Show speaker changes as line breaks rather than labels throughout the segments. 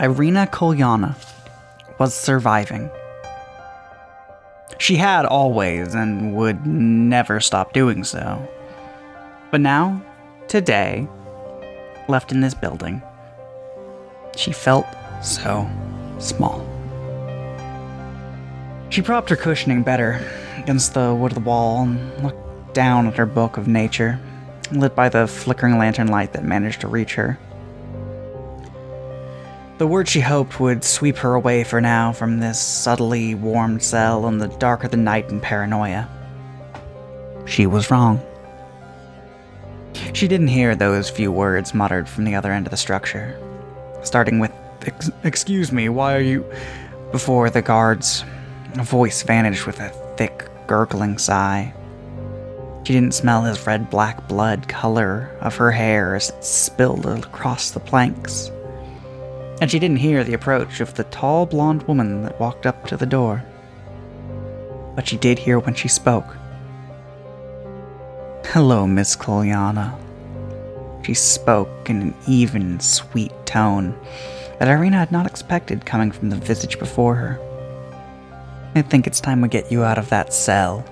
Irina Kolyana was surviving. She had always and would never stop doing so. But now, today, left in this building, she felt so small. She propped her cushioning better against the wood of the wall and looked down at her book of nature, lit by the flickering lantern light that managed to reach her. The word she hoped would sweep her away for now from this subtly warmed cell in the dark of the night and paranoia. She was wrong. She didn't hear those few words muttered from the other end of the structure, starting with, "Ex- Excuse me, why are you. before the guards. A voice vanished with a thick, gurgling sigh. She didn't smell his red black blood color of her hair as it spilled across the planks and she didn't hear the approach of the tall blonde woman that walked up to the door. But she did hear when she spoke. Hello, Miss Kolyana. She spoke in an even, sweet tone that Irina had not expected coming from the visage before her. I think it's time we get you out of that cell.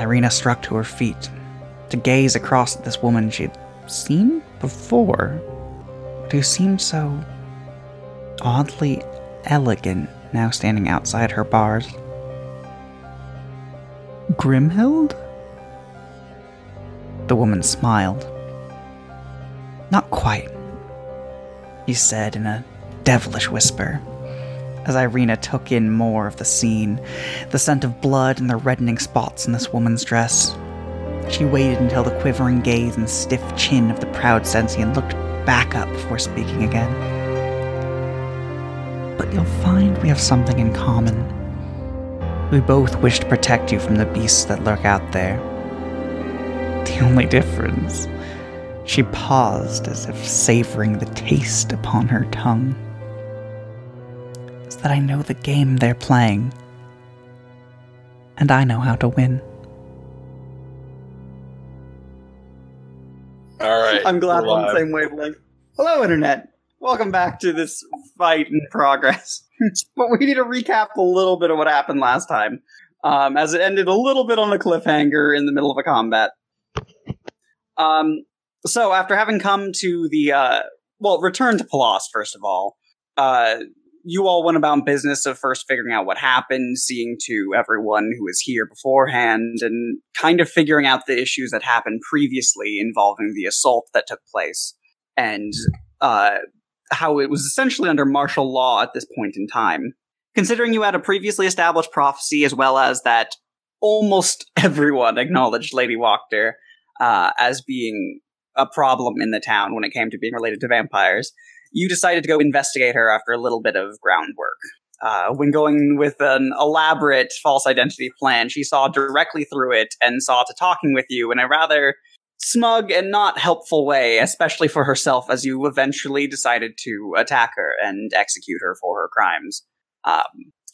Irina struck to her feet to gaze across at this woman she had seen before who seemed so oddly elegant now standing outside her bars. Grimhild? The woman smiled. Not quite, he said in a devilish whisper. As Irina took in more of the scene, the scent of blood and the reddening spots in this woman's dress. She waited until the quivering gaze and stiff chin of the proud Sensian looked back up before speaking again. But you'll find we have something in common. We both wish to protect you from the beasts that lurk out there. The only difference. She paused as if savoring the taste upon her tongue. Is that I know the game they're playing. And I know how to win.
All right.
I'm glad
we're
we're on the
live.
same wavelength. Hello, internet. Welcome back to this fight in progress. but we need to recap a little bit of what happened last time, um, as it ended a little bit on a cliffhanger in the middle of a combat. Um, so after having come to the uh, well, return to Palos first of all. Uh, you all went about business of first figuring out what happened, seeing to everyone who was here beforehand, and kind of figuring out the issues that happened previously involving the assault that took place and uh, how it was essentially under martial law at this point in time. Considering you had a previously established prophecy, as well as that almost everyone acknowledged Lady Walker uh, as being a problem in the town when it came to being related to vampires you decided to go investigate her after a little bit of groundwork. Uh, when going with an elaborate false identity plan, she saw directly through it and saw to talking with you in a rather smug and not helpful way, especially for herself, as you eventually decided to attack her and execute her for her crimes. Um,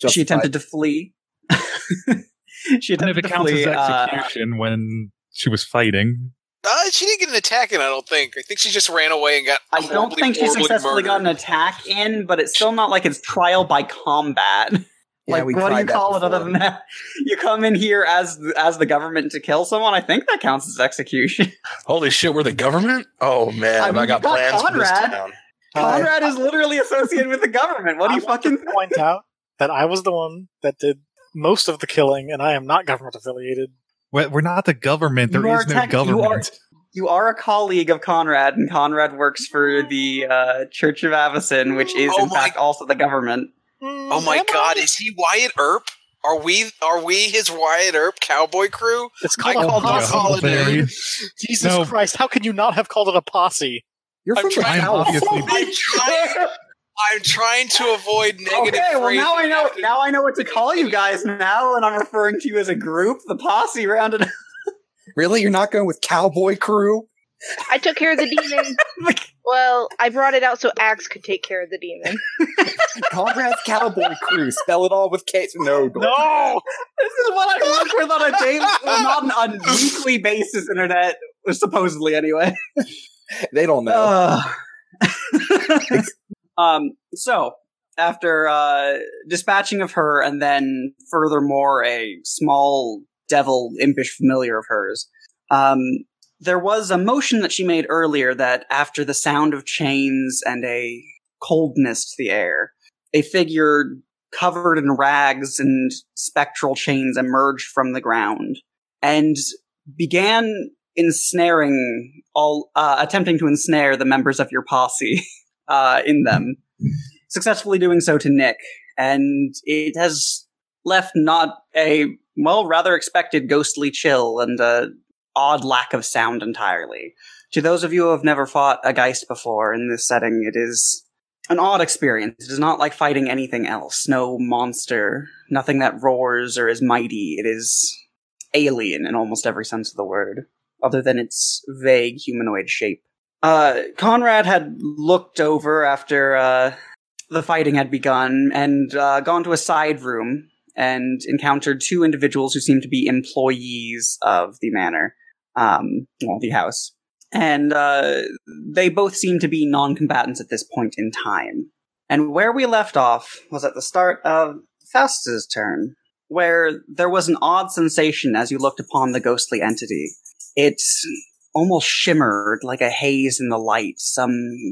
she attempted to flee. she
And
attempted
if it
to
counts
flee.
as
uh,
execution when she was fighting,
Uh, she didn't get an attack in, I don't think. I think she just ran away and got.
I don't
horribly,
think she
horribly
successfully got an
murdered.
attack in, but it's still not like it's trial by combat.
Yeah,
like
we
what do
tried
you
that
call it other
before.
than that? You come in here as th- as the government to kill someone. I think that counts as execution.
Holy shit, we're the government? Oh man,
I
I,
mean,
got,
you got
plans for this
Conrad.
town.
Hi.
Conrad is literally associated with the government. What do
I
you
want
fucking?
to point out that I was the one that did most of the killing, and I am not government affiliated.
we're we're not the government. There
You are
is no
tech- you are-
government.
You are a colleague of Conrad, and Conrad works for the uh, Church of Avison, which is
Oh
in
my-
fact also the government.
Oh my god, is he Wyatt Earp? Are we are we his Wyatt Earp cowboy crew?
It's
I
called a
call
Oh,
Huckleberry.
this
posse.
holiday.
Jesus
No.
Christ! How could you not have called it a posse?
You're
I'm
from the
trying-
I'm
house.
obviously
I'm trying, I'm trying to avoid negative.
okay, well
phrases
now I know
after-
now I know what to call you guys now, and I'm referring to you as a group, the posse rounded up.
Really? You're not going with cowboy crew?
I took care of the demon. Well, I brought it out so Axe could take care of the demon.
Conrad's cowboy crew. Spell it all with K. No, don't.
No,
This is what I work with on a daily, well, not on a weekly basis. Internet, supposedly anyway. Uh.
they don't know.
Ugh. um, so after uh, dispatching of her, and then furthermore a small devil impish familiar of hers, um, there was a motion that she made earlier that after the sound of chains and a coldness to the air, a figure covered in rags and spectral chains emerged from the ground and began ensnaring all uh, attempting to ensnare the members of your posse uh, in them successfully doing so to nick and it has left not a well rather expected ghostly chill and a odd lack of sound entirely to those of you who have never fought a geist before in this setting it is an odd experience it is not like fighting anything else no monster nothing that roars or is mighty it is alien in almost every sense of the word other than its vague humanoid shape. Uh, Conrad had looked over after uh, the fighting had begun and uh, gone to a side room and encountered two individuals who seemed to be employees of the manor, um, well, the house. And uh, they both seemed to be non combatants at this point in time. And where we left off was at the start of Faustus' turn, where there was an odd sensation as you looked upon the ghostly entity it almost shimmered like a haze in the light, some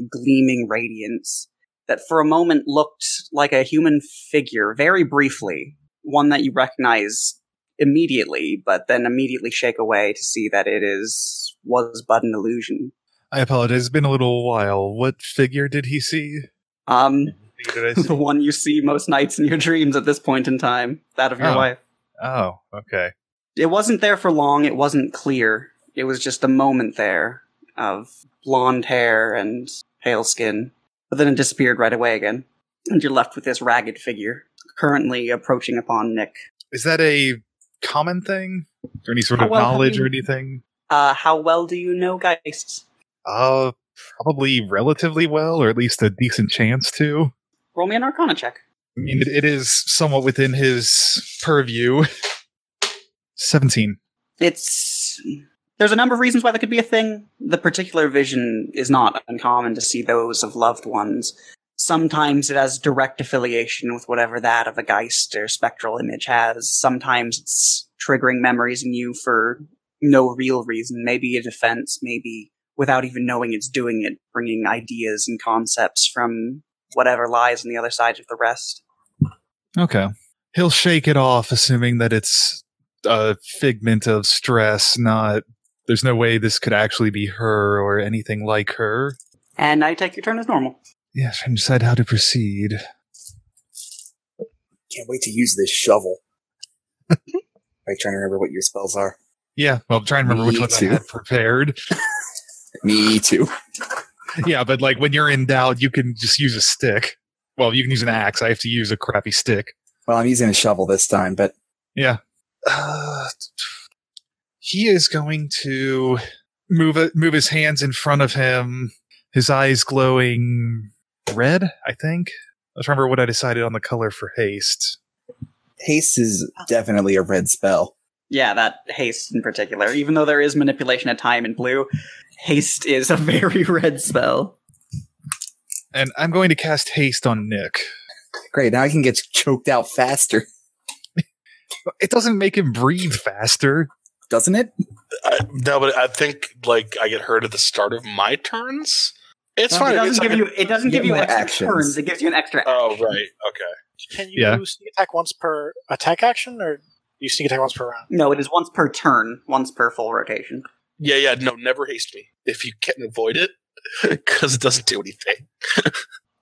gleaming radiance that for a moment looked like a human figure, very briefly, one that you recognize immediately, but then immediately shake away to see that it is was but an illusion.
I apologize. It's been a little while. What figure did he see?
Um,
Did I see?
the one you see most nights in your dreams at this point in time, that of your
Oh.
wife.
Oh, okay.
It wasn't there for long. It wasn't clear. It was just a moment there of blonde hair and pale skin. But then it disappeared right away again. And you're left with this ragged figure, currently approaching upon Nick.
Is that a common thing? Or any sort
Oh,
of
well, I
knowledge or
mean-
anything?
Uh, how well do you know geists?
Uh, probably relatively well, or at least a decent chance to.
Roll me an arcana check.
I mean, it, it is somewhat within his purview. 17.
It's. There's a number of reasons why that could be a thing. The particular vision is not uncommon to see those of loved ones. Sometimes it has direct affiliation with whatever that of a geist or spectral image has. Sometimes it's triggering memories in you for no real reason. Maybe a defense, maybe without even knowing it's doing it, bringing ideas and concepts from whatever lies on the other side of the rest.
Okay. He'll shake it off, assuming that it's a figment of stress, not. There's no way this could actually be her or anything like her.
And I take your turn as normal.
Yes, and decide how to proceed.
Can't wait to use this shovel. I'm trying to remember what your spells are.
Yeah, well, I'm trying to remember
Me
which ones
too.
I had prepared.
Me too.
Yeah, but like when you're in doubt, you can just use a stick. Well, you can use an axe. I have to use a crappy stick.
Well, I'm using a shovel this time, but
Yeah. Uh, he is going to move it, move his hands in front of him. His eyes glowing red. I think. I just remember what I decided on the color for haste.
haste is definitely a red spell.
Yeah, that haste in particular. Even though there is manipulation at time in blue, haste is a very red spell.
And I'm going to cast haste on Nick.
Great, now I can get choked out faster,
It doesn't make him breathe faster.
doesn't it?
I, no, but I think like I get hurt at the start of my turns. It's
No,
It
fine. It's
doesn't
like
give
a-
you. It doesn't give
Get
you
more
extra
actions.
turns. It gives you an extra.
oh
action.
right. Okay.
Can you
Yeah.
sneak attack once per attack action, or you sneak attack once per round?
No, it is once per turn, once per full rotation.
Yeah. Yeah. No. Never haste me if you can avoid it because it doesn't do anything.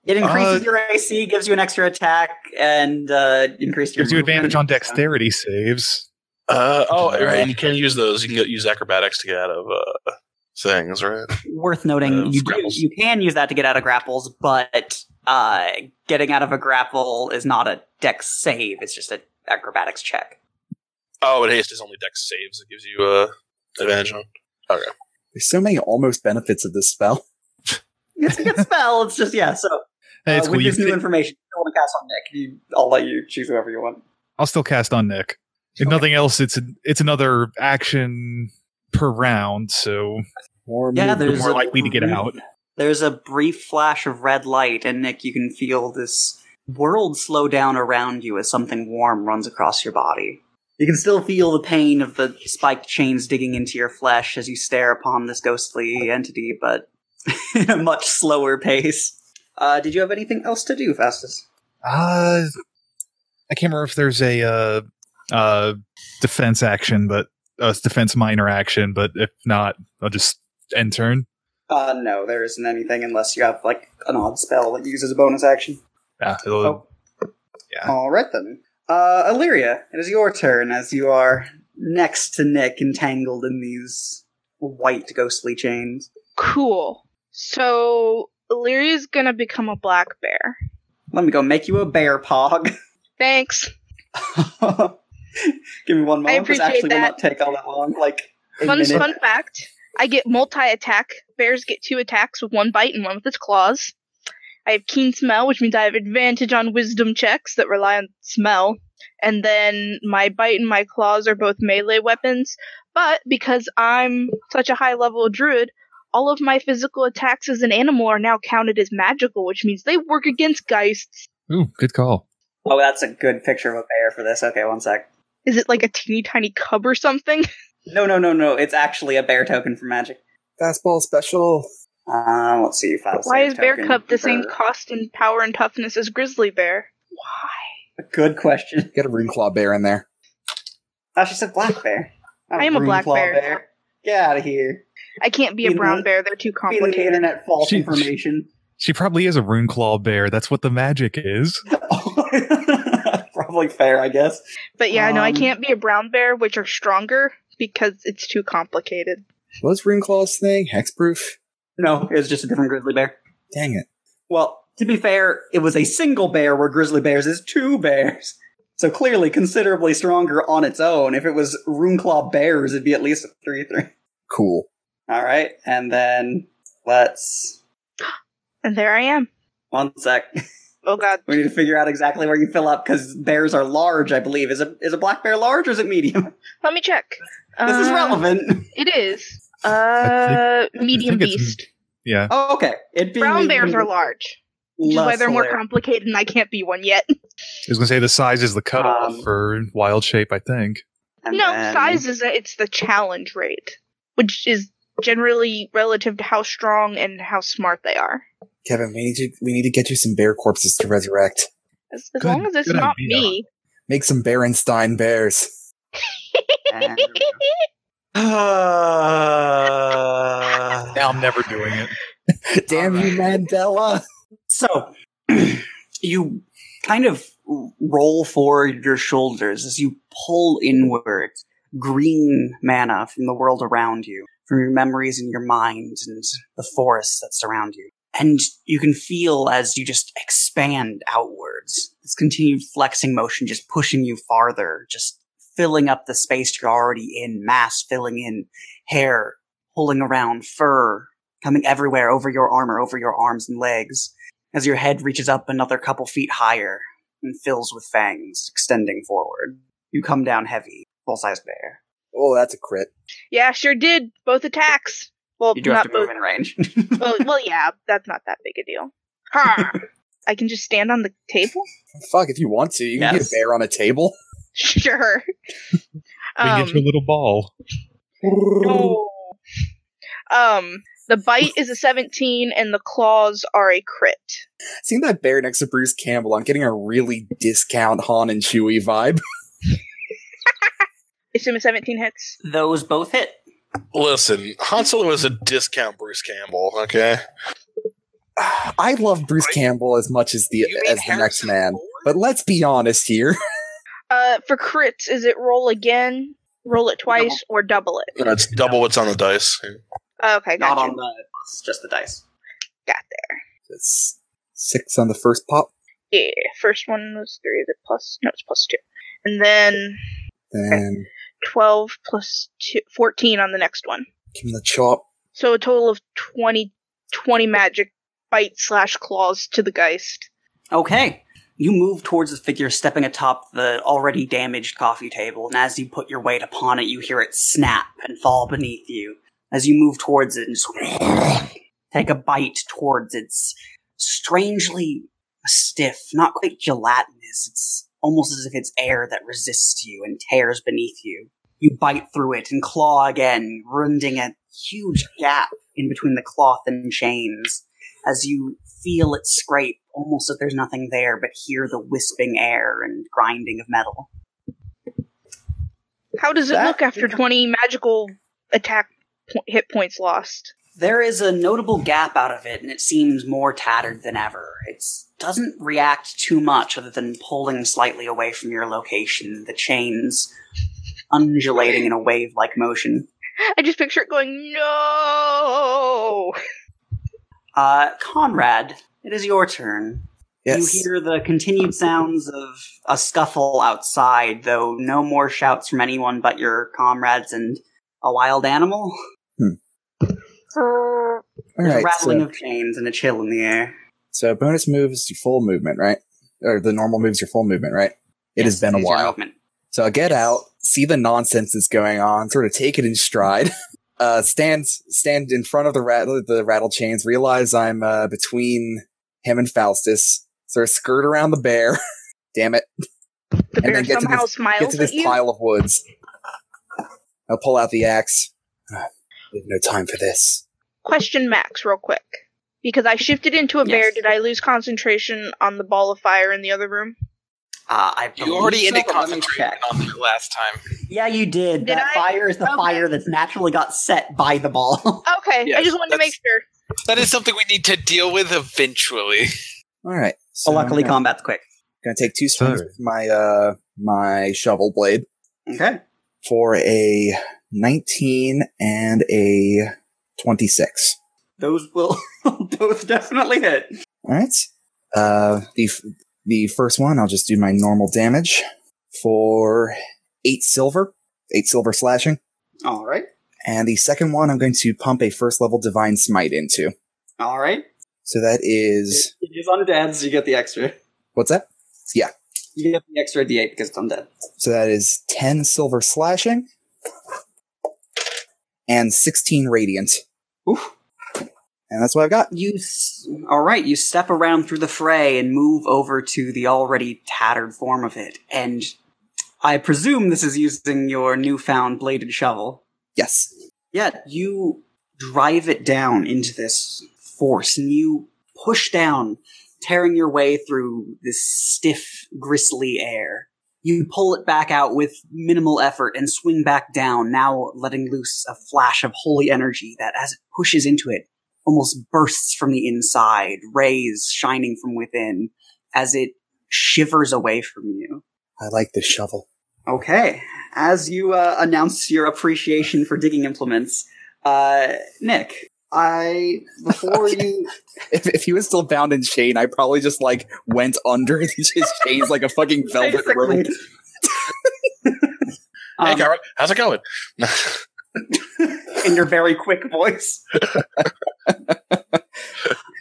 It increases
Uh,
your AC, gives you an extra attack, and uh, increases your
Gives you advantage
movement.
on dexterity saves.
Uh, oh,
Uh,
right. And you can use those. You can get, use acrobatics to get out of uh, things, right?
Worth noting,
Uh,
you do,
grapples.
you can use that to get out of grapples, but uh, getting out of a grapple is not a dex save. It's just an acrobatics check.
Oh, and haste is only dex saves. It gives you uh, advantage on.
There's so many almost benefits of this spell.
It's a good spell. It's just yeah. So
Hey, it's
uh,
cool.
with
You
this new
thi-
information, I want to cast on Nick. You, I'll let you choose whoever you want.
I'll still cast on Nick. If nothing else, it's it's another action per round, so
More
Yeah,
movement.
there's
more
a-
likely to get out.
There's a brief flash of red light, and Nick, you can feel this world slow down around you as something warm runs across your body. You can still feel the pain of the spiked chains digging into your flesh as you stare upon this ghostly entity, but in a much slower pace. Uh, did you have anything else to do, Festus?
Uh, I can't remember if there's a uh, uh, defense action, but uh, defense minor action. But if not, I'll just end turn.
Uh, no, there isn't anything unless you have like an odd spell that uses a bonus action.
Yeah, Ah, it'll-
Oh.
Yeah.
All right then. Uh, Illyria, it is your turn as you are next to Nick, entangled in these white ghostly chains.
Cool. So Illyria's gonna become a black bear.
Let me go make you a bear pog.
Thanks.
Give me one moment.
I
this
appreciate
actually will
that.
not take all that long. Like a
Fun,
minute.
fun fact I get multi attack. Bears get two attacks with one bite and one with its claws. I have keen smell, which means I have advantage on wisdom checks that rely on smell. And then my bite and my claws are both melee weapons. But because I'm such a high level druid, all of my physical attacks as an animal are now counted as magical, which means they work against geists.
Ooh, good call.
Oh, that's a good picture of a bear for this. Okay, one sec.
Is it like a teeny tiny cub or something?
No, no, no, no. It's actually a bear token for magic.
Fastball special.
Uh, let's see. If
Why is bear cub the same cost and power and toughness as grizzly bear? Why?
Good question.
Get a rune claw bear in there.
Oh, she said black bear. Not
I am a
green
black
claw
bear.
Get out of here.
I can't be a
Feeding
brown
the-
bear. They're too
Feeding the
complicated.
internet false
She-
information.
She probably is a rune claw bear. That's what the magic is.
Probably fair, I guess.
But yeah, no, I
Um,
can't be a brown bear, which are stronger because it's too complicated.
Was rune claw's thing hexproof?
No, it was just a different grizzly bear.
Dang it.
Well, to be fair, it was a single bear where grizzly bears is two bears. So clearly considerably stronger on its own. If it was Runeclaw bears, it'd be at least a 3 3.
Cool.
Alright, and then let's.
And there I am.
One sec.
Oh god.
We need to figure out exactly where you fill up because bears are large, I believe. Is a, is a black bear large or is it medium?
Let me check.
This is
Uh,
relevant.
It is. Uh, medium
think it's-
beast.
Yeah.
Oh, okay. It'd be
Brown
medium-
bears are large, which is why
less
they're more
hilarious.
complicated, and I can't be one yet.
I was gonna say the size is the cutoff
Um,
for wild shape. I think.
And
No,
then-
size is it's the challenge rate, which is generally relative to how strong and how smart they are.
Kevin, we need to we need to get you some bear corpses to resurrect.
As, as
Good-
long as it's
good
not
idea.
me.
Make some Berenstein bears.
And-
Now I'm never doing it.
Damn you, Mandela.
So you kind of roll forward your shoulders as you pull inward green mana from the world around you, from your memories and your mind and the forests that surround you. And you can feel as you just expand outwards, this continued flexing motion just pushing you farther, just filling up the space you're already in, mass filling in, hair pulling around, fur coming everywhere over your armor, over your arms and legs as your head reaches up another couple feet higher and fills with fangs extending forward. You come down heavy, full sized bear.
Oh, that's a crit.
Yeah, sure did. Both attacks. Well,
You do have
not
to move
both.
in range.
well, well, yeah, that's not that big a deal. Huh. I can just stand on the table?
Fuck, if you want to, you can get
Yes.
a bear on a table.
Sure.
We
Um,
can
um,
get you a little ball.
no. um, the bite is a 17 and the claws are a crit.
Seeing that bear next to Bruce Campbell, I'm getting a really discount Han and Chewie vibe.
I assume a 17 hits.
Those both hit.
Listen, Han Solo is a discount Bruce Campbell, okay?
I love Bruce Campbell as much as the
You mean
as the next
Harrison
man,
Ford?
but let's be honest here.
Uh, for crits, is it roll again, roll it twice, or double it?
That's double what's on the dice.
Okay,
Not
gotcha.
on the it's just the dice.
Got there.
It's six on the first pop.
Yeah, first one was three, the plus, no, it's plus two. And then
Then
12 plus two, 14 on the next one.
give him the chop.
So a total of 20, 20 magic bite slash claws to the geist.
Okay. You move towards the figure, stepping atop the already damaged coffee table, and as you put your weight upon it, you hear it snap and fall beneath you. As you move towards it, and just take a bite towards its strangely stiff, not quite gelatinous. It's almost as if it's air that resists you and tears beneath you. You bite through it and claw again, rending a huge gap in between the cloth and chains as you feel it scrape, almost if there's nothing there, but hear the wisping air and grinding of metal.
How does it
That-
look after 20 magical attack po- hit points lost?
There is a notable gap out of it, and it seems more tattered than ever. It doesn't react too much other than pulling slightly away from your location, the chains undulating in a wave like motion.
I just picture it going, no!
Uh, Conrad, it is your turn.
Yes.
You hear the continued sounds of a scuffle outside, though no more shouts from anyone but your comrades and a wild animal.
All
There's a
right.
rattling
So,
of chains and a chill in the air.
so bonus move is your full movement, right? Or the normal move is your full movement, right? It has
Yes,
been a
is your
while.
movement.
So I'll get out, see the nonsense that's going on, sort of take it in stride. Uh, stand stand in front of the rattle the rattle chains. Realize I'm uh, between him and Faustus. Sort of skirt around the bear. Damn it!
The
And
bear
then get to
somehow
this- Get
smiles
to
at
this
you.
pile of woods. I'll pull out the axe. Ah, We have no time for this.
Question Max, real quick. Because I shifted into a bear,
Yes.
did I lose concentration on the ball of fire in the other room?
Uh, I
You already
believe so,
ended
but let me
concentration
check.
on that last time.
Yeah, you did.
Did
that
I?
fire is the
Okay.
fire that's naturally got set by the ball.
Okay, I
Yes,
just wanted to
that's-
make sure.
That is something we need to deal with eventually.
All right. So
so luckily,
I'm gonna,
combat's quick.
gonna take two swings
Sorry.
with my uh my shovel blade.
Okay.
for a 19 and a 26.
Those will both definitely hit.
All right. Uh, the f- the first one, I'll just do my normal damage for eight silver, eight silver slashing,
All right.
and the second one, I'm going to pump a first level divine smite into.
All right.
So that
It
is
it is undead, so you get the extra.
what's that?
You get the extra d8 because it's undead.
So that is 10 silver slashing and 16 radiant,
Oof.
and that's what I've got.
You. S- All right. You step around through the fray and move over to the already tattered form of it, and I presume this is using your newfound bladed shovel.
Yes.
Yeah, you drive it down into this force and you push down, tearing your way through this stiff, gristly air. You pull it back out with minimal effort and swing back down, now letting loose a flash of holy energy that, as it pushes into it, almost bursts from the inside, rays shining from within as it shivers away from you.
I like this shovel.
Okay. As you uh, announce your appreciation for digging implements, uh, Nick, I before you
If, if he was still bound in chain, I probably just like went under his chains like a fucking velvet rope.
hey,
um,
Conrad, how's it going?
in your very quick voice,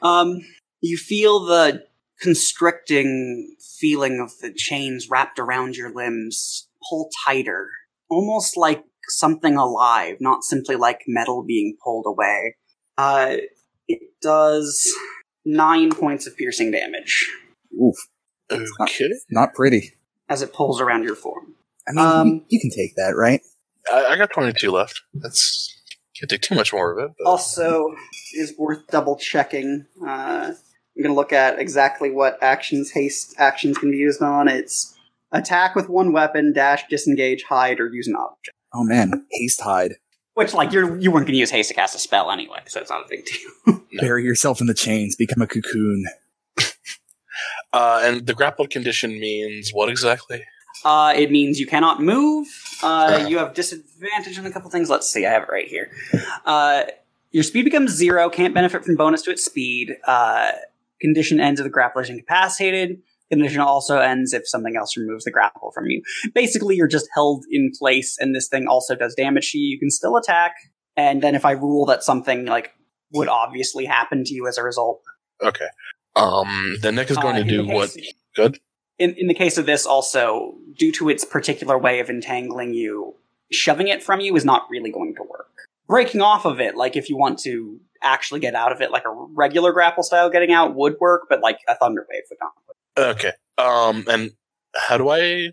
um, you feel the constricting feeling of the chains wrapped around your limbs pull tighter, almost like something alive, not simply like metal being pulled away. Uh, it does nine points of piercing damage
Oof,
Okay.
not pretty.
as it pulls around your form.
I mean,
Um,
you, you can take that, right?
I, I got 22 left. That's can't take too much more of it.
Oh.
But
Also, is worth double checking. Uh, I'm going to look at exactly what actions haste actions can be used on. It's attack with one weapon, dash, disengage, hide, or use an object.
Oh man, haste hide.
Which, like, you're you weren't going to use haste to cast a spell anyway, so it's not a big deal.
Bury yourself in the chains. Become a cocoon.
uh, and the grappled condition means what exactly?
Uh, it means you cannot move. Uh, you have disadvantage on a couple things. Let's see, I have it right here. Uh, your speed becomes zero, can't benefit from bonus to its speed. Uh, condition ends if the grappler is incapacitated. Condition also ends if something else removes the grapple from you. Basically, you're just held in place, and this thing also does damage to you. You can still attack, and then if I rule that something like would obviously happen to you as a result,
Okay. Um, then Nick is going
uh,
to
in
do
the
what?
case-
Good.
In, in the case of this, also, due to its particular way of entangling you, shoving it from you is not really going to work. Breaking off of it, like if you want to actually get out of it like a regular grapple style getting out would work, but like a thunder wave would not.
Okay. Um, and how do I?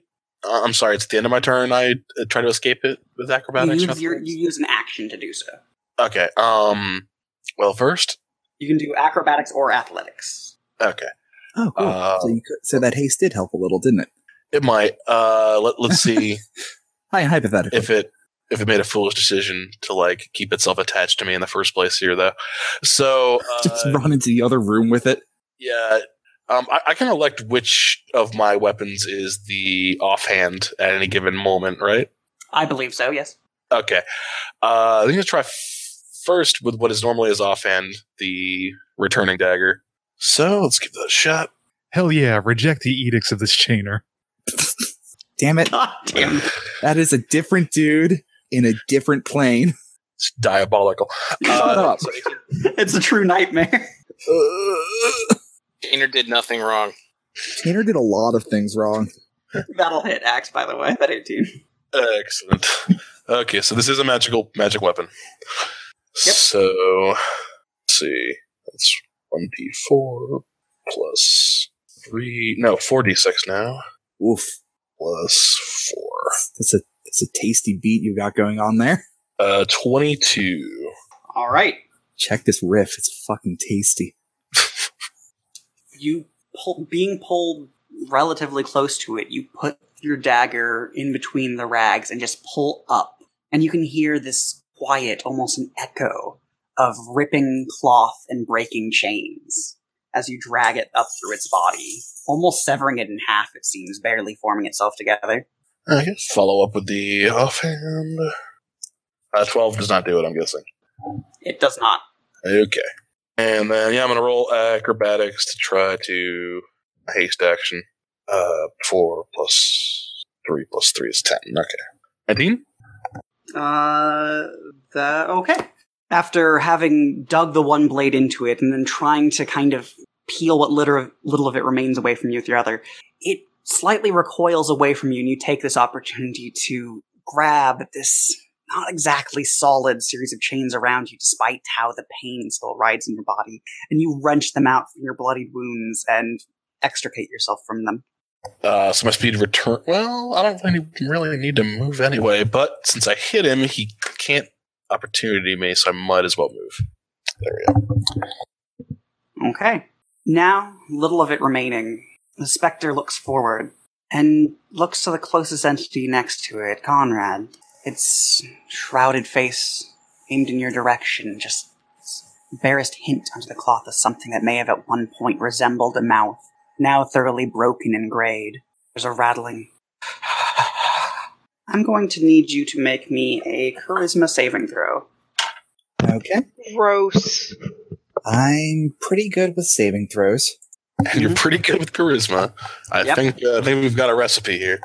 Uh, I'm sorry. It's at the end of my turn. I uh, try to escape it with acrobatics.
You use,
nothing
your,
else?
you use an action to do so.
okay. Um. Well, first.
You can do acrobatics or athletics.
Okay.
Oh, cool.
Uh,
so, you could, so that haste did help a little, didn't it?
It might. Uh. Let, let's see
Hi, hypothetically.
if it if it made a foolish decision to like keep itself attached to me in the first place here, though. So uh,
Just run into the other room with it.
yeah. Um, I, I can elect which of my weapons is the offhand at any given moment, right?
I believe so, yes.
Okay. Uh, I'm going to try f- first with what is normally his offhand, the returning dagger. So let's give that a shot.
Hell yeah, reject the edicts of this chainer.
Damn it.
God damn. it.
That is a different dude in a different plane.
It's diabolical.
Shut
Uh,
up.
so 18
It's a true nightmare.
Inner did nothing wrong.
Tanner did a lot of things wrong.
That'll hit Axe, by the way, that 18.
Uh, Excellent. Okay, so this is a magical magic weapon.
Yep.
So let's see. That's one D four plus three no, four D six now.
Oof.
Plus four.
That's a that's a tasty beat you got going on there.
Uh twenty two.
All right.
Check this riff. It's fucking tasty.
you pull, being pulled relatively close to it, you put your dagger in between the rags and just pull up, and you can hear this quiet, almost an echo of ripping cloth and breaking chains as you drag it up through its body, almost severing it in half. It seems barely forming itself together.
I guess follow up with the offhand. Uh, 12 does not do it, I'm guessing.
It does not.
Okay. And then, yeah, I'm going to roll acrobatics to try to haste action. Uh, 4 plus 3 plus 3 is 10. Okay. 19?
Uh, that okay. After having dug the one blade into it and then trying to kind of peel what litter of, little of it remains away from you with your other, it slightly recoils away from you, and you take this opportunity to grab this not exactly solid series of chains around you, despite how the pain still rides in your body, and you wrench them out from your bloodied wounds and extricate yourself from them.
Uh, so my speed return. Well, I don't really, really need to move anyway, but since I hit him, he can't opportunity me, so I might as well move. There we go.
Okay. Now, little of it remaining. The specter looks forward and looks to the closest entity next to it, Conrad. Its shrouded face aimed in your direction, just its barest hint under the cloth of something that may have at one point resembled a mouth, now thoroughly broken and grayed. There's a rattling. I'm going to need you to make me a charisma saving throw.
Okay.
Gross.
I'm pretty good with saving throws.
And
Mm-hmm.
you're pretty good with charisma. I
Yep.
think uh, I think we've got a recipe here.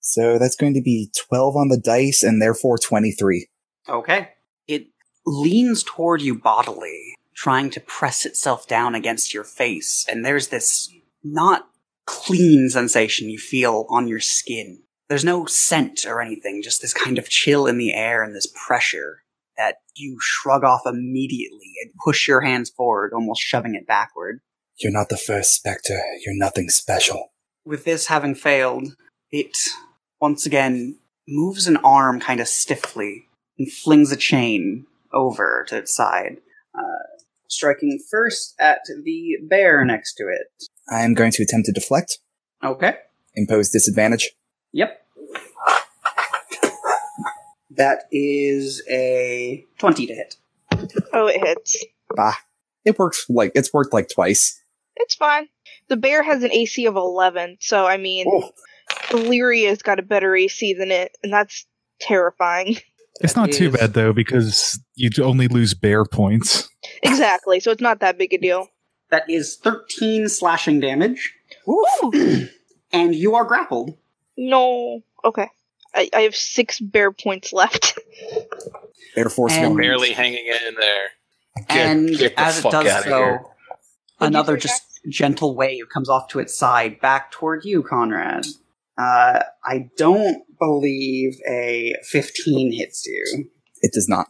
So that's going to be 12 on the dice and therefore 23.
Okay. It leans toward you bodily, trying to press itself down against your face, and there's this not clean sensation you feel on your skin. There's no scent or anything, just this kind of chill in the air and this pressure that you shrug off immediately and push your hands forward, almost shoving it backward.
You're not the first specter. You're nothing special.
with this having failed, it once again moves an arm kind of stiffly and flings a chain over to its side, uh, striking first at the bear next to it.
I'm going to attempt to deflect,
Okay.
impose disadvantage.
Yep. That is a 20 to hit.
Oh, it hits.
It works like it's worked like twice.
It's fine. The bear has an AC of 11, so I mean,
Oh.
Valeria's got a better AC than it, and that's terrifying.
It's not too
is-
bad though because you only lose bear points.
exactly, so it's not that big a deal.
That is 13 slashing damage, and you are grappled.
No. Okay. I, I have six bear points left.
Therefore,
And-
snoring.
Barely hanging in there.
Get-
and
get the
as it
fuck
does
outta here.
so, another
What'd you say,
just gentle wave comes off to its side, back toward you, Conrad. Uh, I don't believe a 15 hits you.
it does not.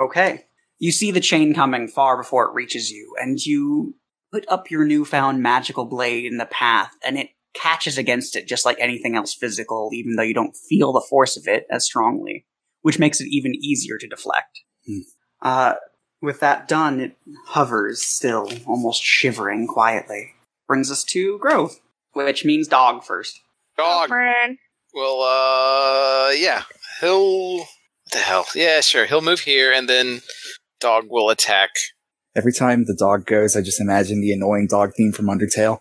Okay. You see the chain coming far before it reaches you, and you put up your newfound magical blade in the path, and it catches against it just like anything else physical, even though you don't feel the force of it as strongly, which makes it even easier to deflect.
Hmm.
Uh, with that done, it hovers still, almost shivering quietly. Brings us to growth, which means dog first.
Dog.
Man.
Well, uh, yeah, he'll. What the hell? Yeah, sure. He'll move here, and then dog will attack.
Every time the dog goes, I just imagine the annoying dog theme from Undertale.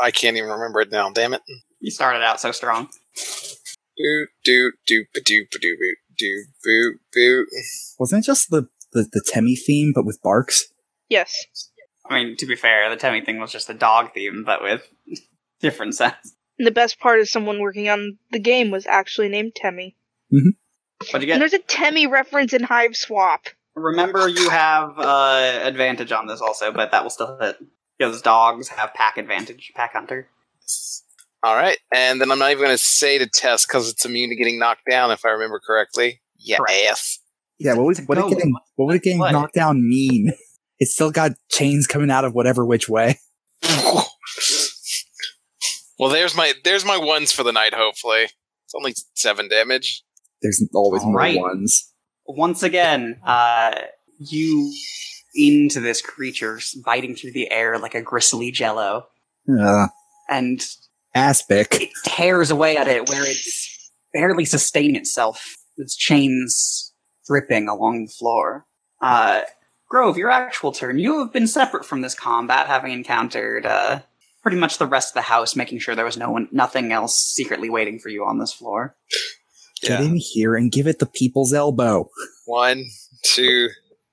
I can't even remember it now. Damn it.
You started out so strong.
Do do do ba do ba do boo do boo boo.
Wasn't it just the, the, the Temmie theme, but with barks?
Yes.
I mean, to be fair, the Temmie thing was just the dog theme, but with different sounds.
And the best part is someone working on the game was actually named Temmy.
But you
And
get
there's a Temmy reference in Hive Swap.
remember you have uh, advantage on this also, but that will still hit because dogs have pack advantage, pack hunter.
All right, and then I'm not even going to say to test because it's immune to getting knocked down, if I remember correctly. Yeah, ass.
Yeah, what was what
go.
it getting what would it getting
What?
knocked down mean? It's still got chains coming out of whatever which way.
well, there's my there's my ones for the night. Hopefully, it's only seven damage.
There's always more
Alright.
ones.
Once again, uh, you into this creature, biting through the air like a gristly jello,
Uh,
and
aspic.
it tears away at it where it's barely sustain itself. Its chains dripping along the floor. Uh, Grove, your actual turn. You have been separate from this combat, having encountered uh, pretty much the rest of the house, making sure there was no one, nothing else secretly waiting for you on this floor.
Get in here and give it the people's elbow.
One, two,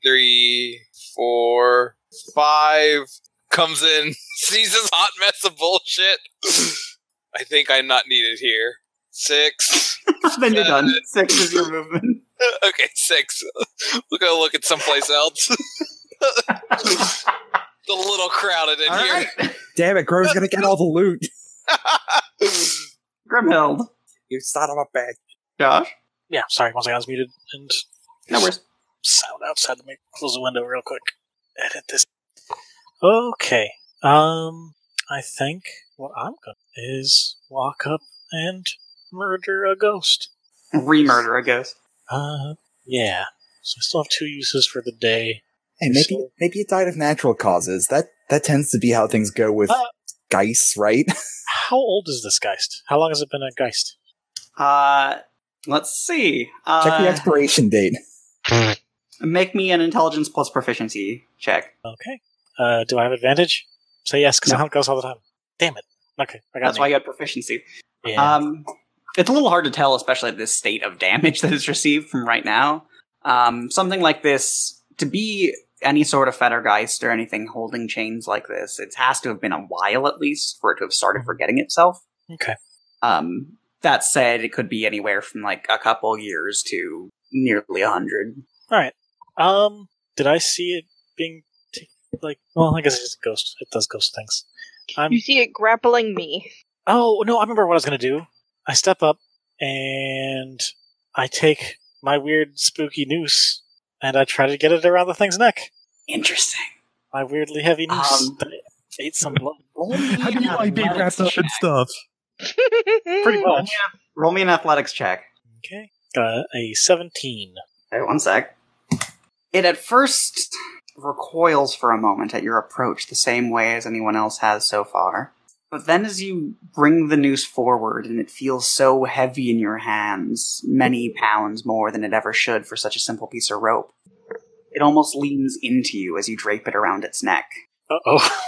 three, four, five. Comes in, sees this hot mess of bullshit. I think I'm not needed here. Six.
then you're done. Six is your movement.
okay, six. We'll go look at someplace else. it's a little crowded in
All
here.
right,
Damn it, Grove's gonna get all the loot.
Grimhild,
You son of a bitch.
Josh,
Yeah, sorry, once again, I was muted. And
no worries.
sound outside. Let me close the window real quick. Edit this. Okay. Um, I think what I'm gonna is walk up and murder a ghost.
Remurder, I guess.
Uh, yeah. So I still have two uses for the day.
Hey, maybe maybe it died of natural causes. That that tends to be how things go with
Uh.
Geis, right?
How old is this geist? How long has it been a geist?
Uh, let's see. Uh,
Check the expiration date.
Make me an intelligence plus proficiency check.
Okay. Uh, do I have advantage? Say yes, because
No.
I hunt ghosts all the time. Damn it. Okay, I got
That's
an
why
eight.
you had proficiency.
Yeah.
Um, it's a little hard to tell, especially at this state of damage that is received from right now. Um, something like this, to be any sort of Fettergeist or anything holding chains like this, it has to have been a while at least for it to have started forgetting itself.
okay.
Um, that said, it could be anywhere from like a couple years to nearly a hundred.
All right. Um, did I see it being t- like? Well, I guess it's a ghost. It does ghost things. I'm.
You see it grappling me.
Oh no, I remember what I was gonna do. I step up and I take my weird spooky noose and I try to get it around the thing's neck.
Interesting.
My weirdly heavy noose
Um,
that ate some blood.
How do you like being wrapped up in stuff?
Pretty
Roll
much.
me, an- roll me an athletics check.
Okay. Got a seventeen.
Hey, one sec. It at first recoils for a moment at your approach, the same way as anyone else has so far. But then, as you bring the noose forward, and it feels so heavy in your hands, many pounds more than it ever should for such a simple piece of rope, it almost leans into you as you drape it around its neck.
Uh oh.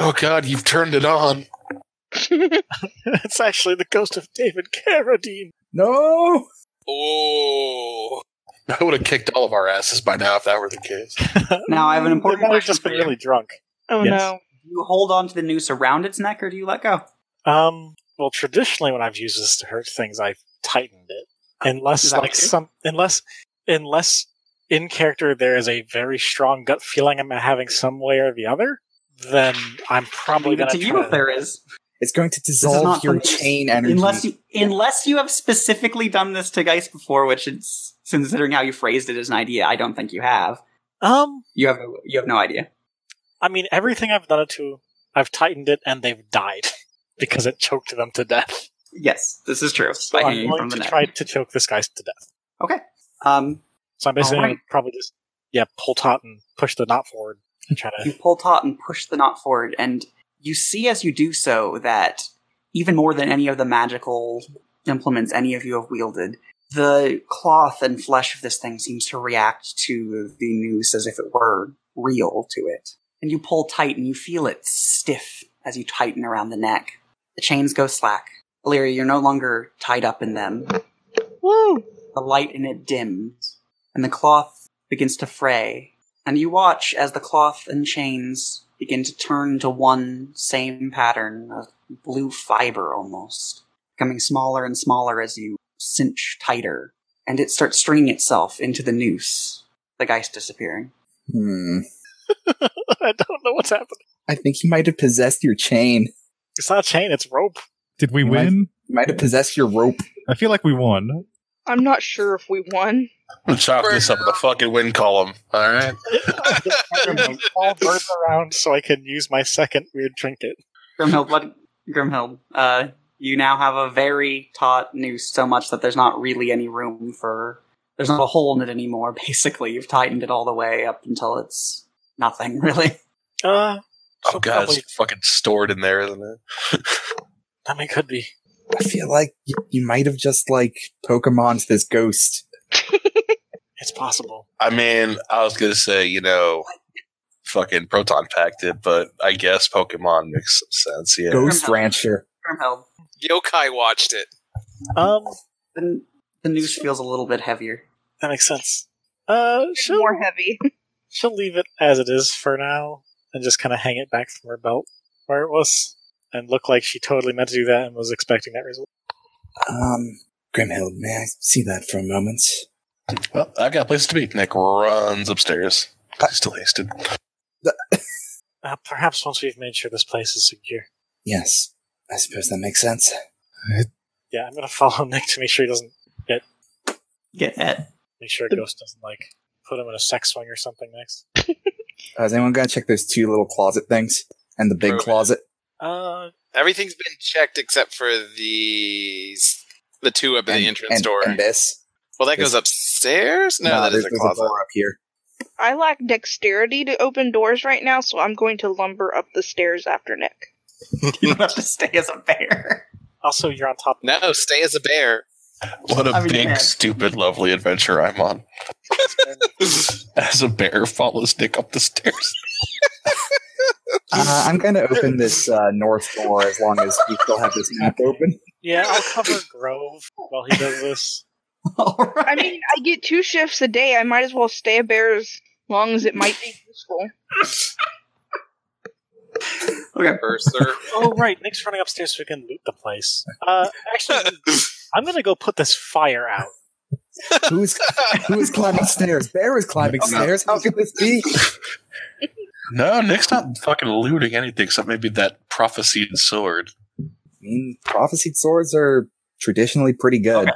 Oh God, you've turned it on.
it's actually the ghost of David Carradine.
No.
Oh,
I would have kicked all of our asses by now if that were the case.
Now, I have an important
I've
question
just
for
been
you.
really drunk.
oh
Yes.
no.
Do you hold on to the noose around its neck, or do you let go?
Um, well, traditionally, when I've used this to hurt things, I've tightened it.
Is
Unless,
that
like,
okay?
some, unless, unless in character there is a very strong gut feeling I'm having some way or the other, then I'm probably
Leave
going
it to you if
to.
there is.
It's going to
This is
dissolve
not
your
something-
chain energy.
Unless you, unless you have specifically done this to Geist before, which it's considering how you phrased it as an idea, I don't think you have.
Um,
You have no, you have no idea.
I mean, everything I've done it to, I've tightened it and they've died because it choked them to death.
Yes, this is true.
So
By
I'm
hanging from
going
the
to
neck.
try to choke this guy to death.
Um,
So I'm basically
Alright.
gonna probably just yeah pull taut and push the knot forward and try
you
to.
pull taut and push the knot forward, and you see as you do so that even more than any of the magical implements any of you have wielded, the cloth and flesh of this thing seems to react to the noose as if it were real to it. And you pull tight, and you feel it stiff as you tighten around the neck. The chains go slack. Illyria, you're no longer tied up in them.
Woo!
The light in it dims, and the cloth begins to fray. And you watch as the cloth and chains begin to turn to one same pattern of blue fiber almost, becoming smaller and smaller as you cinch tighter. And it starts stringing itself into the noose, the geist disappearing.
Hmm.
I don't know what's happening.
I think he might have possessed your chain.
It's not a chain; it's rope.
Did we
You might-
win?
He might have possessed your rope.
I feel like we won.
I'm not sure if we won.
I'm chalk this up in the fucking win column. All right.
I don't know, All birds around so I can use my second weird trinket.
Grimhild, what? Grimhild, uh, you now have a very taut noose, so much that there's not really any room for. There's not a hole in it anymore. Basically, you've tightened it all the way up until it's nothing really.
Uh,
Oh
so
god,
probably-
it's fucking stored in there, isn't it?
I mean, could be.
I feel like you, you might have just like Pokemon's this ghost.
It's possible.
I mean, I was gonna say, you know, fucking proton packed it, but I guess Pokemon makes some sense. Yeah.
Ghost Rancher.
Grimhild,
Yokai watched it.
Um,
the, the noose feels a little bit heavier.
that makes sense. Uh, she'll
More heavy.
she'll leave it as it is for now and just kind of hang it back from her belt where it was and look like she totally meant to do that and was expecting that result.
Um, Grimhild, may I see that for a moment?
Well, I got places to be. Nick runs upstairs. He's still hasted.
Uh, perhaps once we've made sure this place is secure.
Yes, I suppose that makes sense.
Yeah, I'm gonna follow Nick to make sure he doesn't
Get that.
make sure Ghost doesn't like put him in a sex swing or something next.
Uh, is anyone gonna check those two little closet things and the big
Prove it.
closet?
Uh,
Everything's been checked except for these the two up at
and,
the entrance
and-
door.
and this.
well, that
this-
goes upstairs. No,
Nah,
that is
there's,
a
there's
closet.
door up here.
I lack dexterity to open doors right now, so I'm going to lumber up the stairs after Nick.
You don't have to stay as a bear.
also you're on top.
no, stay as a bear.
What a
I mean,
big,
yeah.
stupid, lovely adventure I'm on. As a bear follows Nick up the stairs.
Uh, I'm gonna open this uh, north door as long as we still have this map open.
Yeah, I'll cover Grove while he does this.
all right.
I mean, I get two shifts a day. I might as well stay a bear as long as it might be useful.
okay.
Cursor.
Oh right, Nick's running upstairs so we can loot the place. Uh, actually, I'm gonna go put this fire out.
Who's who is climbing stairs? Bear is climbing
Okay.
stairs. How could this be?
No, Nick's not fucking looting anything except maybe that prophesied sword.
I mean, prophesied swords are traditionally pretty good.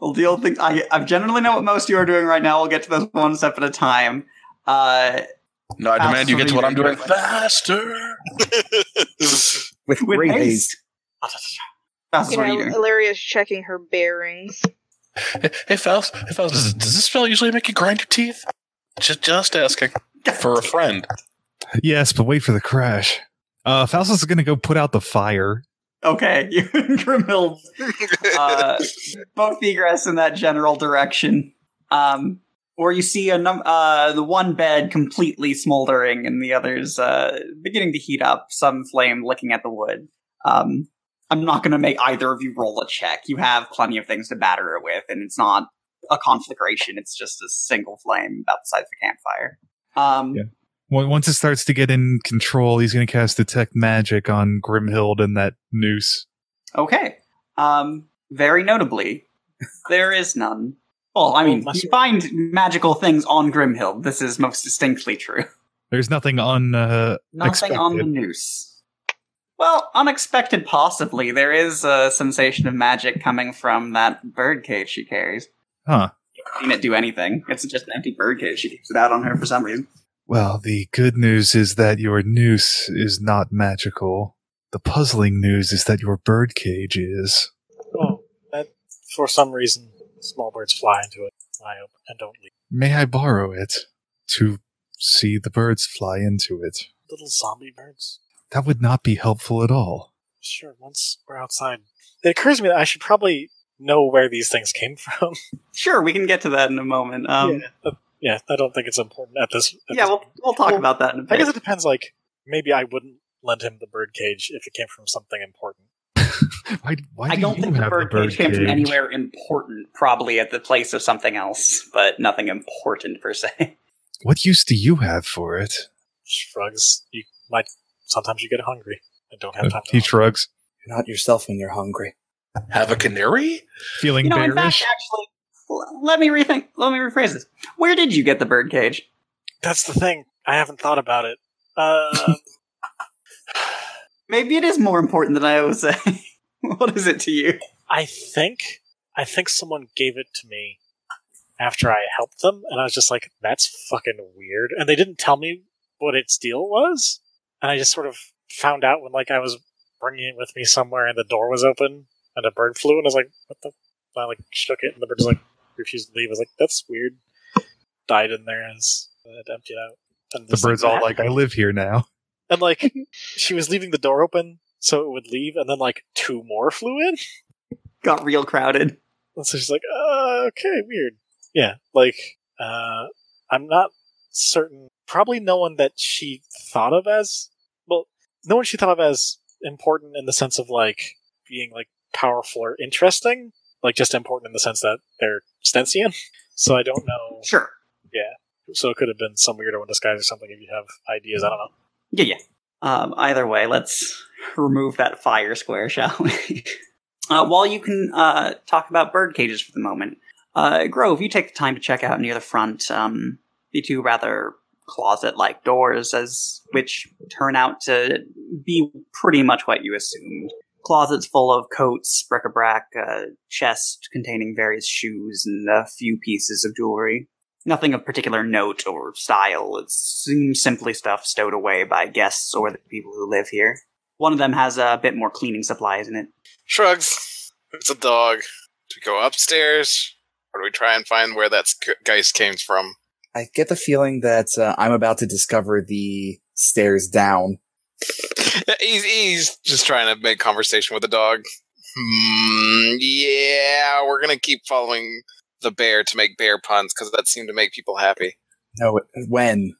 We'll deal with things. I, I generally know what most you are doing right now. We'll get to those one step at a time. Uh,
No, I demand you get to what I'm doing
Absolutely.
faster.
With,
with
great haste.
haste. That's
You
what
know,
you're doing.
Illyria's checking her bearings.
Hey, hey Faust, hey, Faust does, does this spell usually make you grind your teeth? Just, just asking. For a friend.
Yes, but wait for the crash. Uh, Faustus is gonna go put out the fire.
Okay, you and Grimhild, uh, both egress in that general direction. Um, where you see a num- uh, the one bed completely smoldering and the others uh, beginning to heat up, some flame licking at the wood. Um, I'm not going to make either of you roll a check. You have plenty of things to batter it with, and it's not a conflagration. It's just a single flame about the size of a campfire. Um,
Yeah. When- Once it starts to get in control, he's gonna cast detect magic on Grimhild and that noose.
Okay. Um, very notably, there is none. Well, I mean,
Oh, my
you
sword.
find magical things on Grimhild. This is most distinctly true.
There's nothing on. Uh,
Nothing on the
Expected.
noose. Well, unexpected, possibly. There is a sensation of magic coming from that birdcage she carries.
huh?
seen it do anything. It's just an empty birdcage. She keeps it out on her for some reason.
Well, the good news is that your noose is not magical. The puzzling news is that your birdcage is.
Oh, that, for some reason, small birds fly into it. I open and don't leave.
May I borrow it to see the birds fly into it?
Little zombie birds.
That would not be helpful at all.
Sure, once we're outside. It occurs to me that I should probably know where these things came from.
Sure, we can get to that in a moment. Um, yeah.
yeah. uh, yeah, I don't think it's important at this. At this
we'll we'll talk about that in a
I guess
bit.
it depends. Like, maybe I wouldn't lend him the birdcage if it came from something important.
Why, why
I
do
don't
you
think the
have
birdcage came from
birdcage?
anywhere important. Probably at the place of something else, but nothing important per se.
What use do you have for it?
Shrugs. You might. Sometimes you get hungry. I don't have time.
Uh, he
to
shrugs,
You're not yourself when you're hungry.
Have a canary?
feeling
You know, in fact,
bearish.
actually, l- let me rethink. Let me rephrase this. Where did you get the birdcage?
That's the thing. I haven't thought about it. Uh,
Maybe it is more important than I always say. what is it to you?
I think I think someone gave it to me after I helped them, and I was just like, "That's fucking weird." And they didn't tell me what its deal was, and I just sort of found out when like I was bringing it with me somewhere, and the door was open, and a bird flew, and I was like, "What the?" And I like shook it, and the bird was like refused to leave. I was like, "That's weird." Died in there as it emptied out. And
The
just, like,
bird's all like, I live here now.
and like she was leaving the door open so it would leave, and then like two more flew in.
Got real crowded.
And so she's like, uh, okay, weird. Yeah, like, uh, I'm not certain. Probably no one that she thought of as, well, no one she thought of as important in the sense of, like, being, like, powerful or interesting. Like, just important in the sense that they're Stensian. So I don't know.
Sure.
So it could have been some weirdo in disguise or something if you have ideas. I don't know.
Yeah, yeah. Um, either way, let's remove that fire square, shall we? uh, while you can uh, talk about bird cages for the moment, uh, Grove, you take the time to check out near the front um, the two rather closet-like doors, as which turn out to be pretty much what you assumed. Closets full of coats, bric-a-brac, uh, chest containing various shoes, and a few pieces of jewelry nothing of particular note or style. It's sim- simply stuff stowed away by guests or the people who live here. One of them has a bit more cleaning supplies in it.
Shrugs. It's a dog. Do we go upstairs, or do we try and find where that sc- geist came from?
I get the feeling that uh, I'm about to discover the stairs down.
he's, he's just trying to make conversation with the dog. Hmm, yeah, we're gonna keep following the bear to make bear puns because that seemed to make people happy.
No, when?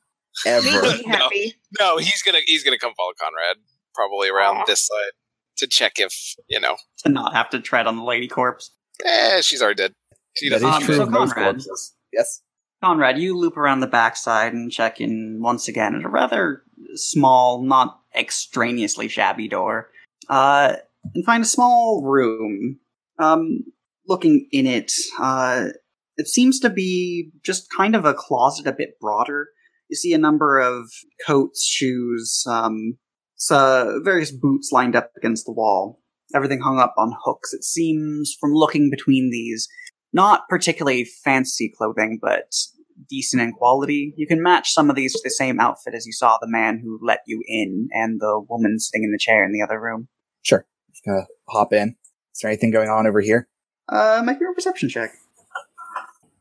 Ever.
Make me happy.
No, he's gonna he's gonna come follow Conrad probably around this side to check if you know.
To not have to tread on the lady corpse.
Eh, she's already dead. She
That
doesn't.
is
Um,
true
so
of most
Conrad-
corpses. Yes.
Conrad, you loop around the backside and check in once again at a rather small, not extraneously shabby door, uh, and find a small room. Um, looking in it, uh, it seems to be just kind of a closet a bit broader. You see a number of coats, shoes, um, so various boots lined up against the wall. Everything hung up on hooks. It seems from looking between these, not particularly fancy clothing, but decent in quality. You can match some of these to the same outfit as you saw the man who let you in and the woman sitting in the chair in the other room.
Just gonna hop in. Is there anything going on over here?
Um,
Uh, make your perception check.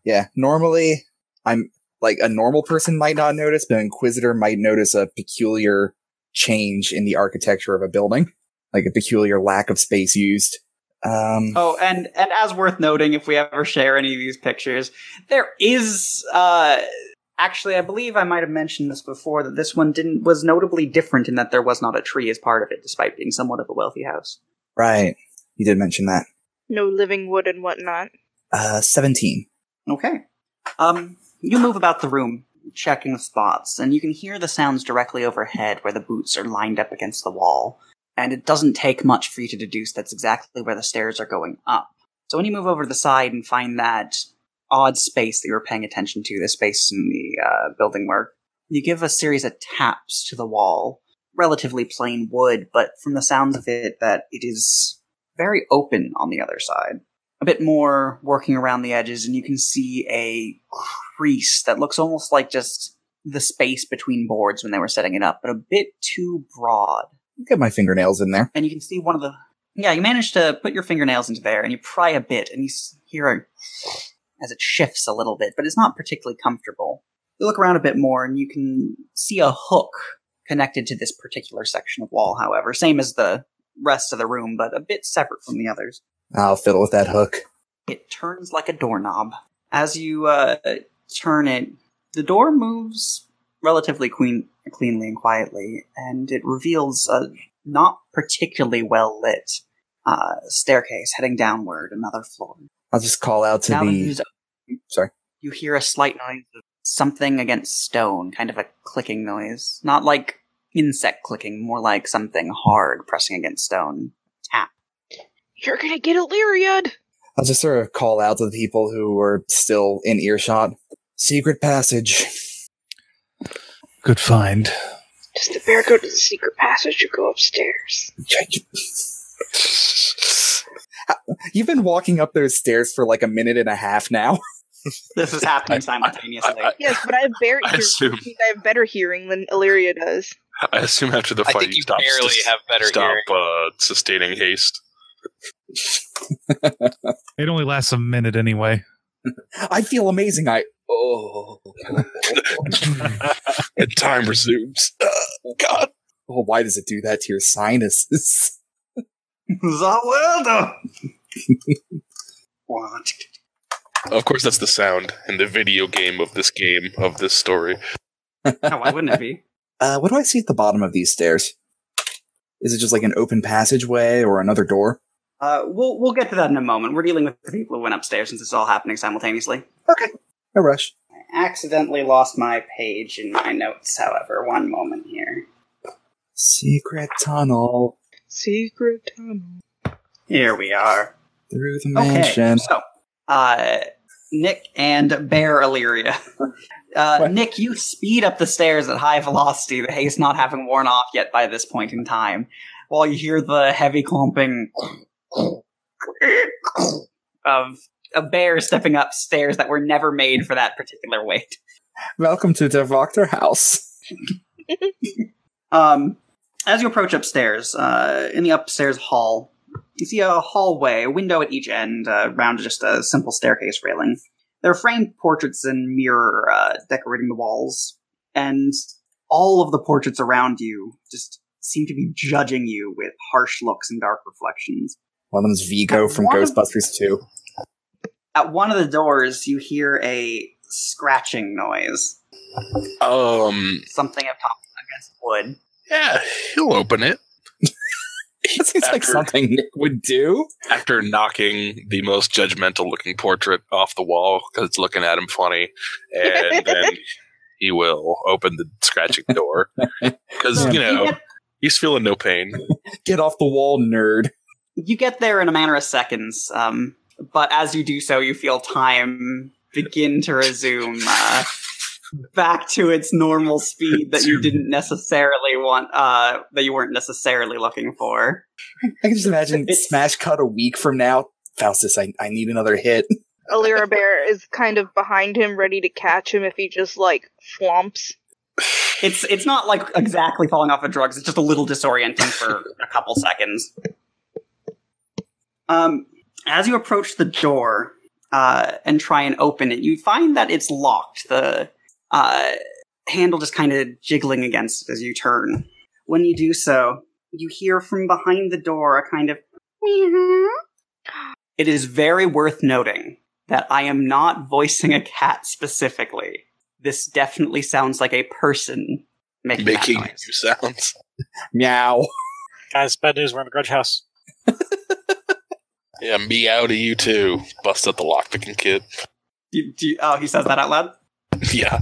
Yeah. Normally, I'm like a normal person might not notice, but an inquisitor might notice a peculiar change in the architecture of a building, like a peculiar lack of space used. Um,
Oh, and and as worth noting, if we ever share any of these pictures, there is uh actually I believe I might have mentioned this before that this one didn't was notably different in that there was not a tree as part of it, despite being somewhat of a wealthy house.
right. You did mention that.
No living wood and whatnot.
Uh, 17.
Okay. Um, you move about the room, checking spots, and you can hear the sounds directly overhead where the boots are lined up against the wall. And it doesn't take much for you to deduce that's exactly where the stairs are going up. So when you move over to the side and find that odd space that you were paying attention to, the space in the uh, building work, you give a series of taps to the wall. Relatively plain wood, but from the sounds of it, that it is very open on the other side
a bit more working around the edges, and you can see a crease that looks almost like just the space between boards when they were setting it up, but a bit too broad.
Get my fingernails in there.
And you can see one of the. Yeah, you manage to put your fingernails into there, and you pry a bit, and you s- hear a as it shifts a little bit, but it's not particularly comfortable. You look around a bit more, and you can see a hook connected to this particular section of wall. However, same as the rest of the room, but a bit separate from the others.
I'll fiddle with that hook.
It turns like a doorknob. As you uh, turn it, the door moves relatively clean- cleanly and quietly, and it reveals a not particularly well lit uh, staircase heading downward another floor.
I'll just call out to
now that
the.
it is-
Sorry.
you hear a slight noise of something against stone, kind of a clicking noise. Not like insect clicking, more like something hard pressing against stone.
You're gonna get Illyriad!
I'll just sort of call out to the people who are still in earshot. Secret passage.
Good find.
Does the bear go to the secret passage or go upstairs?
You've been walking up those stairs for like a minute and a half now.
This is
I- I-
happening simultaneously.
I-
Yes, but I have bear
I
hearing,
assume-
which means I have better hearing than Illyria does.
I assume after the
I
fight,
think you
stop
barely
sus-
have better
stop
hearing.
uh, sustaining haste.
It only lasts a minute anyway.
I feel amazing. I. Oh.
And time resumes. Uh, God,
oh, why does it do that to your sinuses?
Zawelda! what?
of course, that's the sound in the video game of this game of this story.
No, why wouldn't it be?
Uh, what do I see at the bottom of these stairs? Is it just like an open passageway or another door?
Uh, we'll we'll get to that in a moment. We're dealing with the people who went upstairs since it's all happening simultaneously.
No rush.
I accidentally lost my page in my notes. However, one moment here.
Secret tunnel
Secret tunnel.
Here we are.
through the
Okay,
mansion.
so uh, Nick and Bear Illyria. Uh,
What?
Nick, you speed up the stairs at high velocity, the haze not having worn off yet by this point in time, while you hear the heavy clomping of a bear stepping up stairs that were never made for that particular weight.
Welcome to the Voctor House.
Um, as you approach upstairs, uh, in the upstairs hall, you see a hallway, a window at each end, uh, round to just a simple staircase railing. There are framed portraits and mirror uh, decorating the walls, and all of the portraits around you just seem to be judging you with harsh looks and dark reflections.
One of them is Vigo from
One of-
Ghostbusters 2.
At one of the doors, you hear a scratching noise,
Um,
something up top against wood.
yeah, he'll open it
That seems like
After-
something Nick would do.
after knocking the most judgmental-looking portrait off the wall because it's looking at him funny, and then he will open the scratching door because you
You
know
get,
he's feeling no pain.
Get off the wall, nerd.
you get there in a matter of seconds, um, but as you do so, you feel time begin to resume uh, back to its normal speed that you didn't necessarily want, uh, that you weren't necessarily looking for.
I can just imagine
It's-
smash cut a week from now. Faustus, I, I need another hit.
Illyria Bear is kind of behind him, ready to catch him if he just, like, flomps.
It's it's not like exactly falling off of drugs. It's just a little disorienting for a couple seconds. Um, as you approach the door uh, and try and open it, you find that it's locked. The uh, handle just kind of jiggling against it as you turn. When you do so, you hear from behind the door a kind of. It is very worth noting that I am not voicing a cat specifically. This definitely sounds like a person making, that
Making
noise.
new sounds.
Meow.
Guys, bad news. We're in the grudge house.
Yeah, meow to you too. Bust out the lockpicking kid.
Do- do you- oh, he says that out loud.
yeah.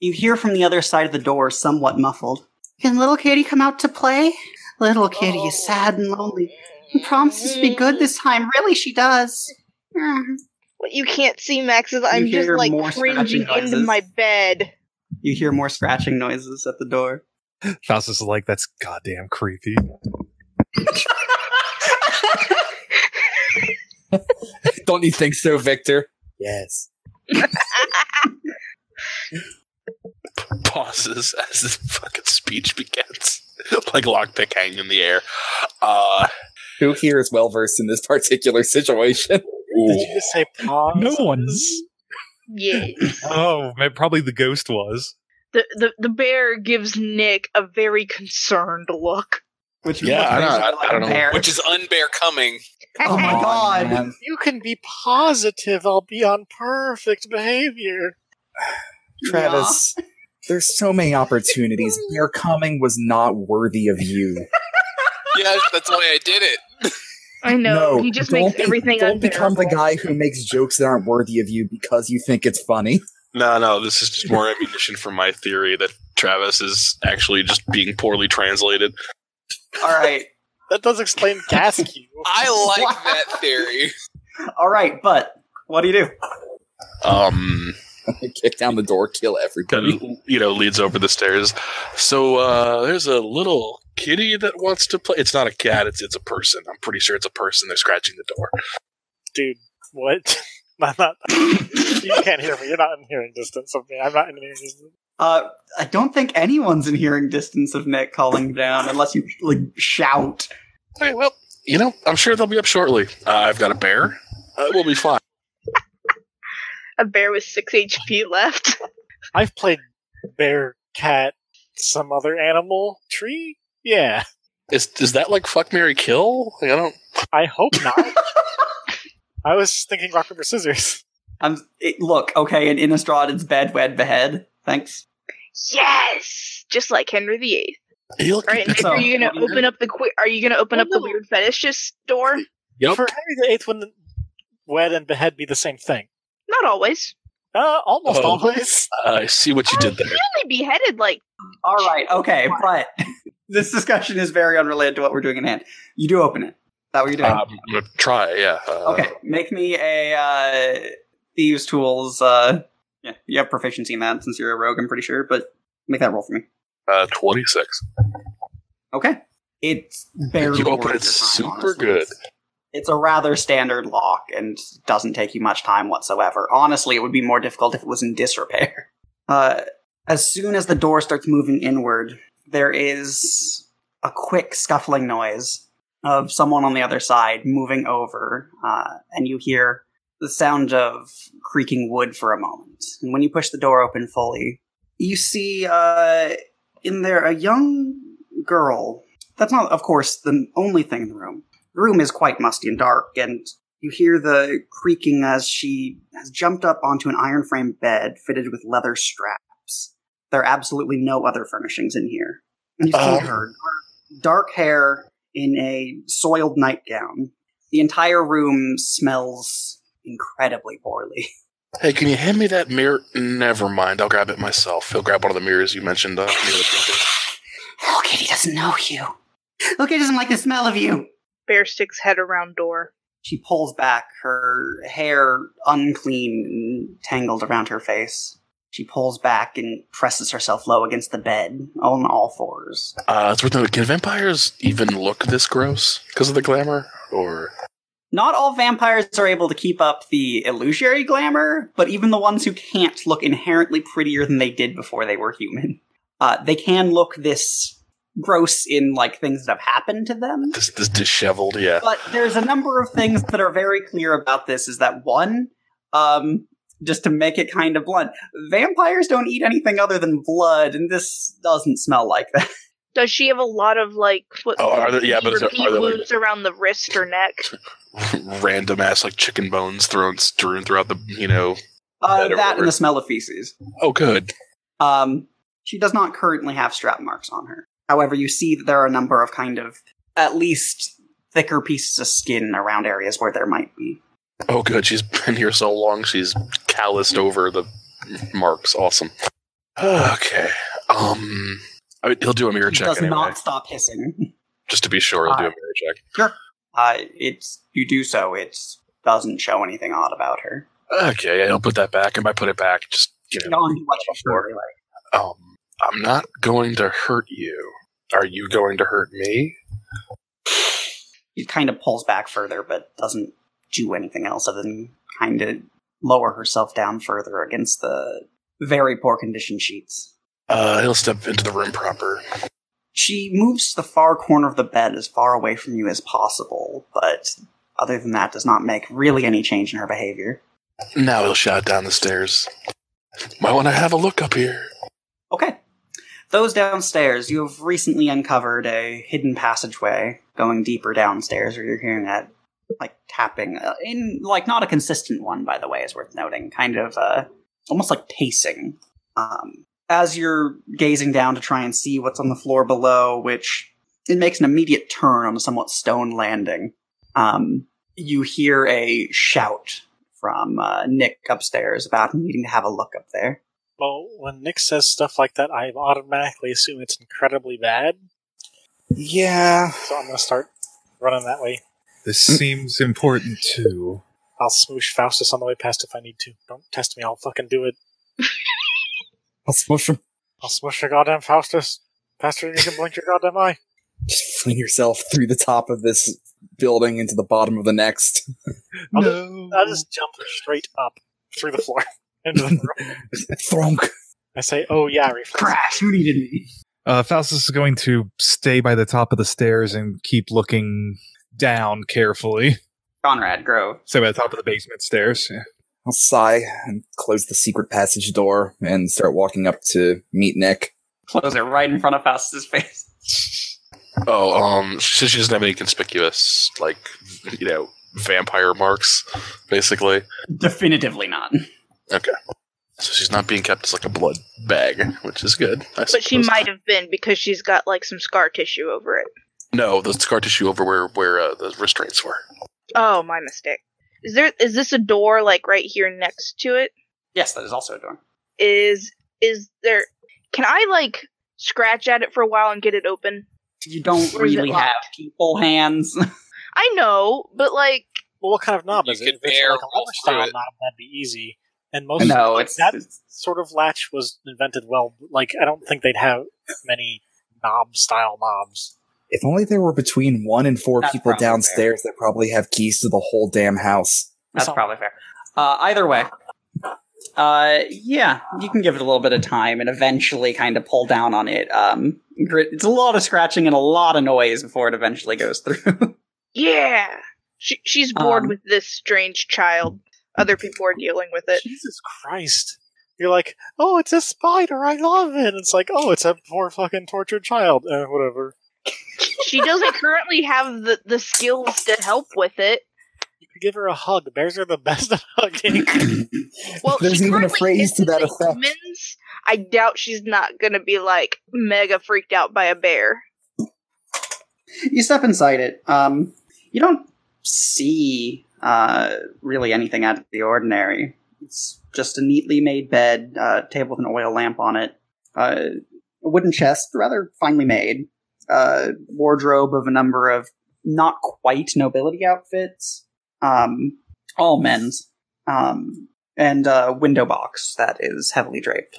You hear from the other side of the door, somewhat muffled. Can little kitty come out to play? Little kitty is
Oh.
sad and lonely. and Promises to be good this time. Really, she does. Mm.
What you can't see, Max, is I'm just,
hear
like,
more
cringing
scratching
into
noises.
my bed.
You hear more scratching noises at the door.
Faustus is like, that's goddamn creepy.
Don't you think so, Victor? Yes.
pauses as the fucking speech begins, like lockpick hanging in the air. Uh,
Who here is well versed in this particular situation?
Did you just say pause?
No one's.
Yeah.
Oh, man, probably the ghost was.
The, the the bear gives Nick a very concerned look.
Which
Yeah,
looks
I don't-
basically
I- I
a
don't know.
bear.
which is unbear coming.
Oh my god.
man.
You can be positive. I'll be on perfect behavior.
Travis, there's so many opportunities. Bear coming was not worthy of you.
Yes, that's why I did it.
I know. he just
don't
makes
be-
everything
Don't become the
unbearable.
guy who makes jokes that aren't worthy of you because you think it's funny.
no, no, this is just more ammunition for my theory that Travis is actually just being poorly translated.
All right.
That does explain Gaskew.
I like
Wow.
that theory.
All right, but what do you do?
Um,
Kick down the door, kill
kind
everybody.
of, you know, leads over the stairs. So uh, there's a little kitty that wants to play. It's not a cat. It's it's a person. I'm pretty sure it's a person. They're scratching the door.
Dude, what? I'm not. You can't hear me. You're not in hearing distance of me. I'm not in hearing distance.
Uh,
I don't think anyone's in hearing distance of Nick calling down unless you like shout.
Okay, well, you know, I'm sure they'll be up shortly. Uh, I've got a bear. Uh, we'll be fine.
A bear with six HP left.
I've played bear, cat, some other animal, tree. Yeah,
Is is that like fuck Mary kill? Like, I don't.
I hope not. I was thinking rock paper scissors.
I'm it, look okay in Innistrad. It's bed, wed, behead. Thanks.
Yes, just like Henry VIII.
You look-
All right, Nick,
So-
are you gonna open up the que- Are you gonna open up the weird fetishist door?
Yep.
For Henry the Eighth, wouldn't wed and behead be the same thing?
Not always.
Uh, almost
Oh.
always.
I see what you did there.
He only beheaded like
All right, okay, but this discussion is very unrelated to what we're doing in hand. You do open it. Is that what you're doing?
Um, I'm gonna try. Yeah. Uh,
okay, make me a uh, thieves tools. Uh, yeah, you have proficiency in that since you're a rogue. I'm pretty sure, but make that roll for me.
Uh, Twenty six.
Okay. It's barely.
You open
worth your time,
it super
honestly.
good.
It's- It's a rather standard lock and doesn't take you much time whatsoever. Honestly, it would be more difficult if it was in disrepair. Uh, as soon as the door starts moving inward, there is a quick scuffling noise of someone on the other side moving over, uh, and you hear the sound of creaking wood for a moment. And when you push the door open fully, you see uh, in there a young girl that's not, of course, the only thing in the room. The room is quite musty and dark, and you hear the creaking as she has jumped up onto an iron frame bed fitted with leather straps. There are absolutely no other furnishings in here. You see
Oh.
her dark, dark hair in a soiled nightgown. The entire room smells incredibly poorly.
Hey, can you hand me that mirror? Never mind. I'll grab it myself. He'll grab one of the mirrors you mentioned. Uh, near the building.
Oh, Kitty doesn't know you. Look, he doesn't like the smell of you.
bear sticks head around door.
She pulls back, her hair unclean and tangled around her face. She pulls back and presses herself low against the bed on all fours.
uh, it's worth noting. Can vampires even look this gross because of the glamour? Or
Not all vampires are able to keep up the illusory glamour, but even the ones who can't look inherently prettier than they did before they were human. Uh, they can look this gross in like things that have happened to them.
this this disheveled? Yeah.
but there's a number of things that are very clear about this is that one um just to make it kind of blunt vampires don't eat anything other than blood and this doesn't smell like that
Does she have a lot of like what?
Oh, are there- yeah, but is there-
repeat
are there, like-
wounds around the wrist or neck?
Random ass like chicken bones thrown strewn throughout the you know.
uh,
Better
that and
word.
the smell of feces
Oh, good.
um she does not currently have strap marks on her however you see that there are a number of kind of at least thicker pieces of skin around areas where there might be
Oh, good. She's been here so long, she's calloused over the marks. Awesome. Okay. Um, I mean, he'll do a mirror
she
check
does
anyway,
not stop hissing
just to be sure. He'll do a
Ah.
mirror check.
uh it's you do so it doesn't show anything odd about her
Okay, yeah, he'll put that back. If I put it back, just you know,
on much before.
um, I'm not going to hurt you. Are you going to hurt me?
He kind of pulls back further, but doesn't do anything else other than kind of lower herself down further against the very poor condition sheets.
Uh, he'll step into the room proper.
She moves to the far corner of the bed as far away from you as possible, but other than that, does not make really any change in her behavior.
Now he'll shout down the stairs. Might want to have a look up here.
Okay. Those downstairs, you have recently uncovered a hidden passageway going deeper downstairs where you're hearing that, like, tapping. uh, in, like, not a consistent one, by the way, is worth noting. Kind of, uh, almost like pacing. Um, as you're gazing down to try and see what's on the floor below, which it makes an immediate turn on a somewhat stone landing, um, you hear a shout from uh, Nick upstairs about needing to have a look up there.
Well, when Nick says stuff like that, I automatically assume it's incredibly bad,
Yeah.
so I'm going to start running that way.
This seems important too.
I'll smoosh Faustus on the way past if I need to. Don't test me, I'll fucking do it.
I'll smush him.
I'll smoosh your goddamn Faustus faster than you can blink your goddamn eye.
Just fling yourself through the top of this building into the bottom of the next.
I'll
no.
I just jump straight up through the floor into the room.
Thronk.
I say, "Oh yeah, reflex."
Crash, who needed me?
Uh, Faustus is going to stay by the top of the stairs and keep looking down carefully.
Conrad Grove.
So by the top of the basement stairs. Yeah.
I'll sigh and close the secret passage door and start walking up to meet Nick.
Close it right in front of Faustus' face.
Oh, um, she says she doesn't have any conspicuous, like, you know, vampire marks, basically.
Definitively not.
So she's not being kept as like a blood bag, which is good. I
But she
suppose.
might have been because she's got like some scar tissue over it.
No, the scar tissue over where where uh, the restraints were.
Oh, my mistake. Is there is this a door like right here next to it?
Yes, that is also a door.
Is is there can I like scratch at it for a while and get it open?
You don't
Where is it
really
locked?
have people hands.
I know, but like
Well, what kind of knob
You
is it?
could
If it's like
barrel
a lever
through
style
it.
knob, that'd be easy. And most
no,
like,
it's,
that
it's
sort of latch was invented well. Like I don't think they'd have many knob style knobs.
If only there were between one and four
That's
people
probably
downstairs that probably have keys to the whole damn house.
that's
Some-
probably fair. Uh, either way, uh, yeah, you can give it a little bit of time and eventually kind of pull down on it. Um, grit, it's a lot of scratching and a lot of noise before it eventually goes through.
yeah. She she's bored
Um.
with this strange child. Other people are dealing with it.
Jesus Christ! You're like, oh, it's a spider. I love it. It's like, oh, it's a poor fucking tortured child. Uh, whatever.
She doesn't currently have the, the skills to help with it.
You could give her a hug. Bears are the best at hugging.
Well,
There's
she
even a
currently
phrase to
kisses
that
a
effect.
Humans, I doubt she's not gonna be like mega freaked out by a bear.
you step inside it. Um, you don't see uh, really anything out of the ordinary. It's just a neatly made bed, uh, table with an oil lamp on it, uh, a wooden chest, rather finely made, uh, wardrobe of a number of not quite nobility outfits, um, all men's, um, and a window box that is heavily draped.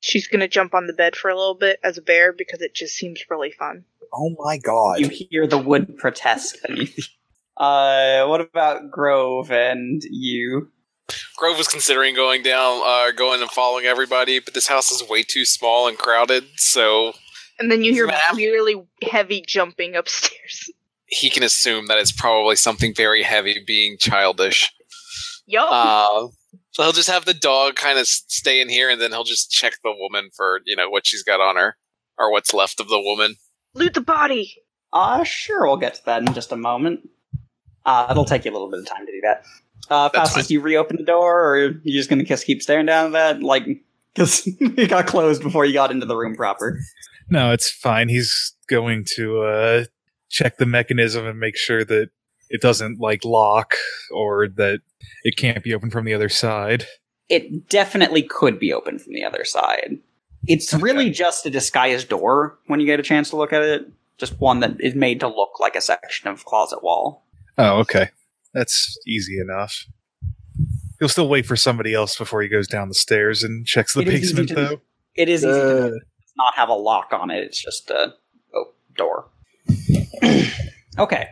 She's gonna jump on the bed for a little bit as a bear because it just seems really fun.
Oh my god.
You hear the wood protest beneath you. Uh, what about Grove and you?
Grove was considering going down, uh, going and following everybody, but this house is way too small and crowded, so
And then you hear
Ma'am.
really heavy jumping upstairs.
he can assume that it's probably something very heavy, being childish.
Yo,
Uh, so he'll just have the dog kind of stay in here, and then he'll just check the woman for you know what she's got on her or what's left of the woman.
loot the body.
Uh, sure, we'll get to that in just a moment. Uh, it'll take you a little bit of time to do that. Uh,
That's
Faustus, do you reopen the door, or you just gonna just keep staring down at that? Like, because it got closed before you got into the room proper.
No, it's fine. He's going to uh, check the mechanism and make sure that it doesn't like lock or that it can't be opened from the other side.
It definitely could be open from the other side. It's really just a disguised door when you get a chance to look at it. Just one that is made to look like a section of closet wall.
Oh, okay. That's easy enough. He'll still wait for somebody else before he goes down the stairs and checks the
It is easy
basement,
to-
though.
It is easy to
Uh,
not have a lock on it. It's just a oh, door. okay.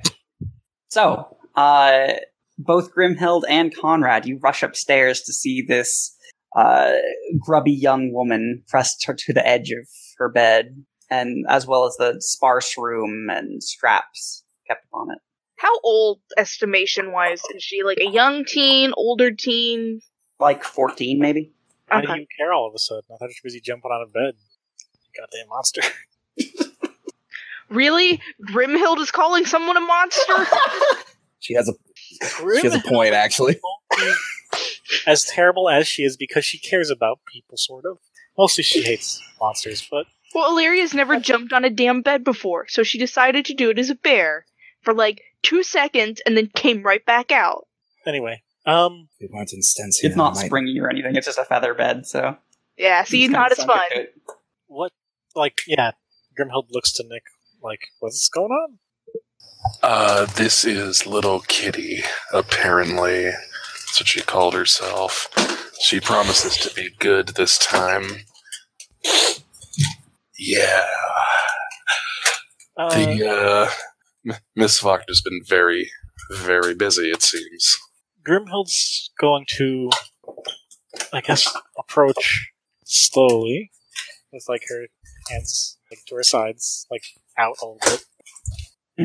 So, uh, both Grimhild and Conrad, you rush upstairs to see this uh, grubby young woman pressed her to the edge of her bed, and as well as the sparse room and straps kept upon it.
How old, estimation wise, is she? Like a young teen, older teen?
Like 14, maybe?
Why do
Okay.
you care all of a sudden? I thought you were busy jumping out of bed. Goddamn monster.
Really? Grimhild is calling someone a monster?
She has a she has a point actually.
as terrible as she is because she cares about people, sort of. Mostly she hates monsters, but
well, Illyria's never jumped on a damn bed before, so she decided to do it as a bear for like two seconds and then came right back out.
anyway. Um,
We want instance
It's not springy or anything, it's just a feather bed, so.
Yeah, see,
it's
not
kinda
as fun.
subject to it.
what? Like, yeah. Grimhild looks to Nick like, what's going on?
Uh, this is little Kitty, apparently. That's what she called herself. She promises to be good this time. Yeah.
Uh,
The, uh, M- Miss Wagner's been very, very busy, it seems.
Grimhild's going to, I guess, approach slowly with like her hands like to her sides, like out a little bit,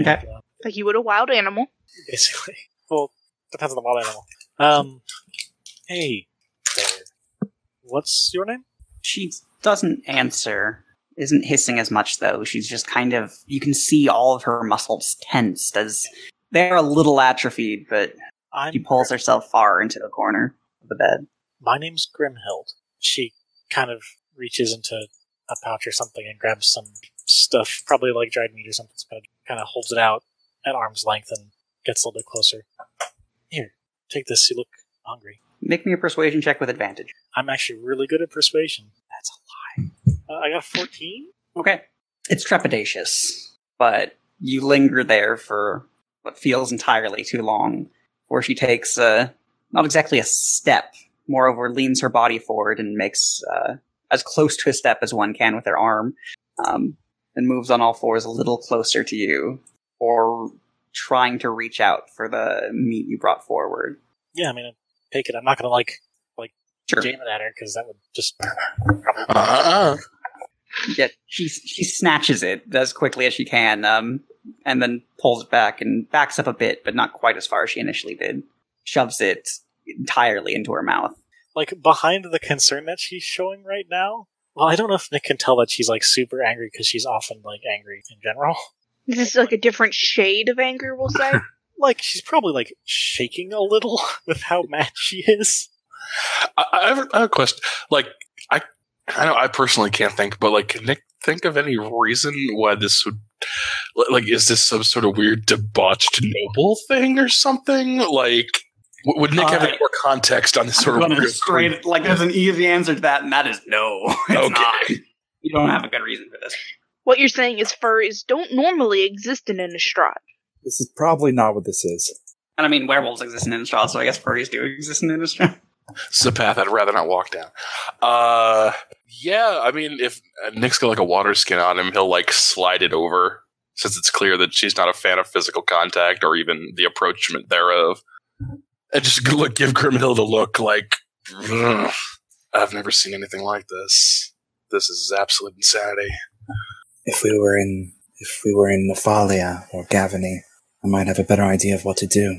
Okay.
Like you would a wild animal.
basically. Well, depends on the wild animal. Um, hey there. What's your name?
She doesn't answer. Isn't hissing as much though. She's just kind of you can see all of her muscles tensed as they're a little atrophied, but
I'm.
she pulls herself far into the corner of the bed.
My name's Grimhild. She kind of reaches into a pouch or something and grabs some stuff, probably like dried meat or something. Kind of, kind of holds it out at arm's length and gets a little bit closer. Here, take this. You look hungry.
Make me a persuasion check with advantage.
I'm actually really good at persuasion. That's a lie. Uh, I got a 14.
Okay. It's trepidatious, but you linger there for what feels entirely too long, where she takes uh, not exactly a step, moreover, leans her body forward and makes uh, as close to a step as one can with her arm, um, and moves on all fours a little closer to you, or trying to reach out for the meat you brought forward.
Yeah, I mean, I'd take it. I'm not gonna like
Sure.
jam it at her because that would just.
Uh-uh.
Yeah, she she snatches it as quickly as she can, um, and then pulls it back and backs up a bit, but not quite as far as she initially did. Shoves it entirely into her mouth.
like behind the concern that she's showing right now. Well, I don't know if Nick can tell that she's like super angry because she's often like angry in general.
This is like a different shade of anger, we'll say.
Like she's probably like shaking a little with how mad she is.
I, I, have, a- I have a question. Like, I, I know I personally can't think, but like, can Nick think of any reason why this would, li- like, is this some sort of weird debauched noble thing or something? Like, w- would Nick have
Uh,
any more context on this sort of weird thing?
like there's an easy answer to that, and that is no.
Okay.
You don't have a good reason for this.
what you're saying is furries don't normally exist in Innistrad.
This is probably not what this is.
And I mean, werewolves exist in Innistrad, so I guess furries do exist in Innistrad.
It's a path I'd rather not walk down. Uh, yeah, I mean, if uh, Nick's got like a water skin on him, he'll like slide it over since it's clear that she's not a fan of physical contact or even the approachment thereof. And just g- look, give Grimhild a look like, "Ugh, I've never seen anything like this. This is absolute insanity.
If we were in if we were in Nephalia or Gavany, I might have a better idea of what to do.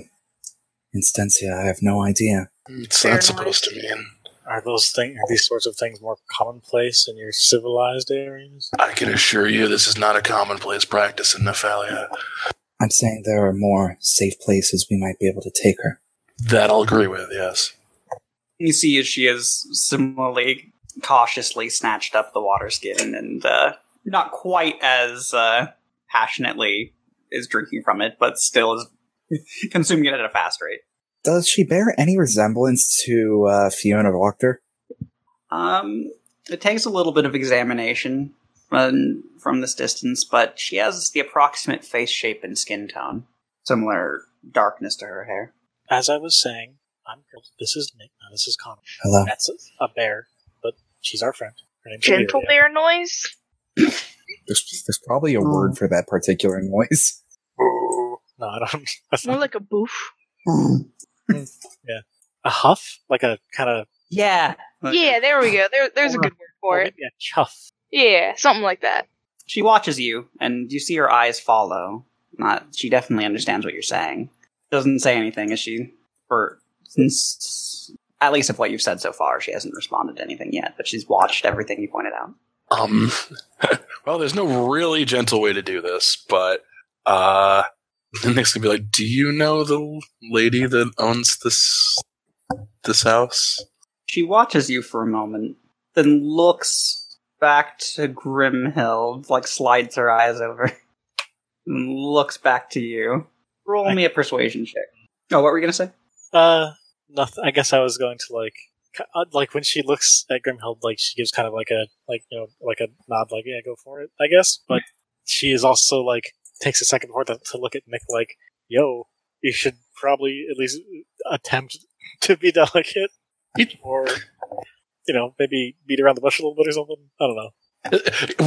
Instencia, I have no idea.
It's
Fair
not
enough.
supposed to mean.
Are those things, are these sorts of things more commonplace in your civilized areas?
I can assure you this is not a commonplace practice in Nephalia.
I'm saying there are more safe places we might be able to take her.
That I'll agree with, yes.
You see, as she is similarly cautiously snatched up the water skin and uh, not quite as uh, passionately is drinking from it, but still is consuming it at a fast rate.
Does she bear any resemblance to uh, Fiona Proctor?
Um, it takes a little bit of examination from, from this distance, but she has the approximate face shape and skin tone, similar darkness to her hair.
As I was saying, I'm this is Nick. Now this is Connor.
Hello.
That's a, a bear, but she's our friend. Her name's
Gentle
Illyria.
bear noise?
There's, there's probably a word for that particular noise.
No, I don't.
More like a boof.
A huff, like a kind of
yeah.
yeah, there we go. There, there's a good word for it.
oh, a chuff.
Yeah, something like that.
She watches you, and you see her eyes follow. Not, she definitely understands what you're saying. Doesn't say anything, is she? For since at least of what you've said so far, she hasn't responded to anything yet. But she's watched everything you pointed out.
Um, well, there's no really gentle way to do this, but uh, the Nick's gonna be like, "Do you know the l- lady that owns this this house?"
She watches you for a moment, then looks back to Grimhild, like slides her eyes over, and looks back to you. Roll me a persuasion check. Oh, what were you gonna say?
Uh, nothing. I guess I was going to like, ki- uh, like when she looks at Grimhild, like she gives kind of like a like you know like a nod, like yeah, go for it, I guess. But she is also like takes a second before to, to look at Nick, like yo, you should probably at least attempt to be delicate, or you know maybe beat around the bush a little bit or something. I don't know.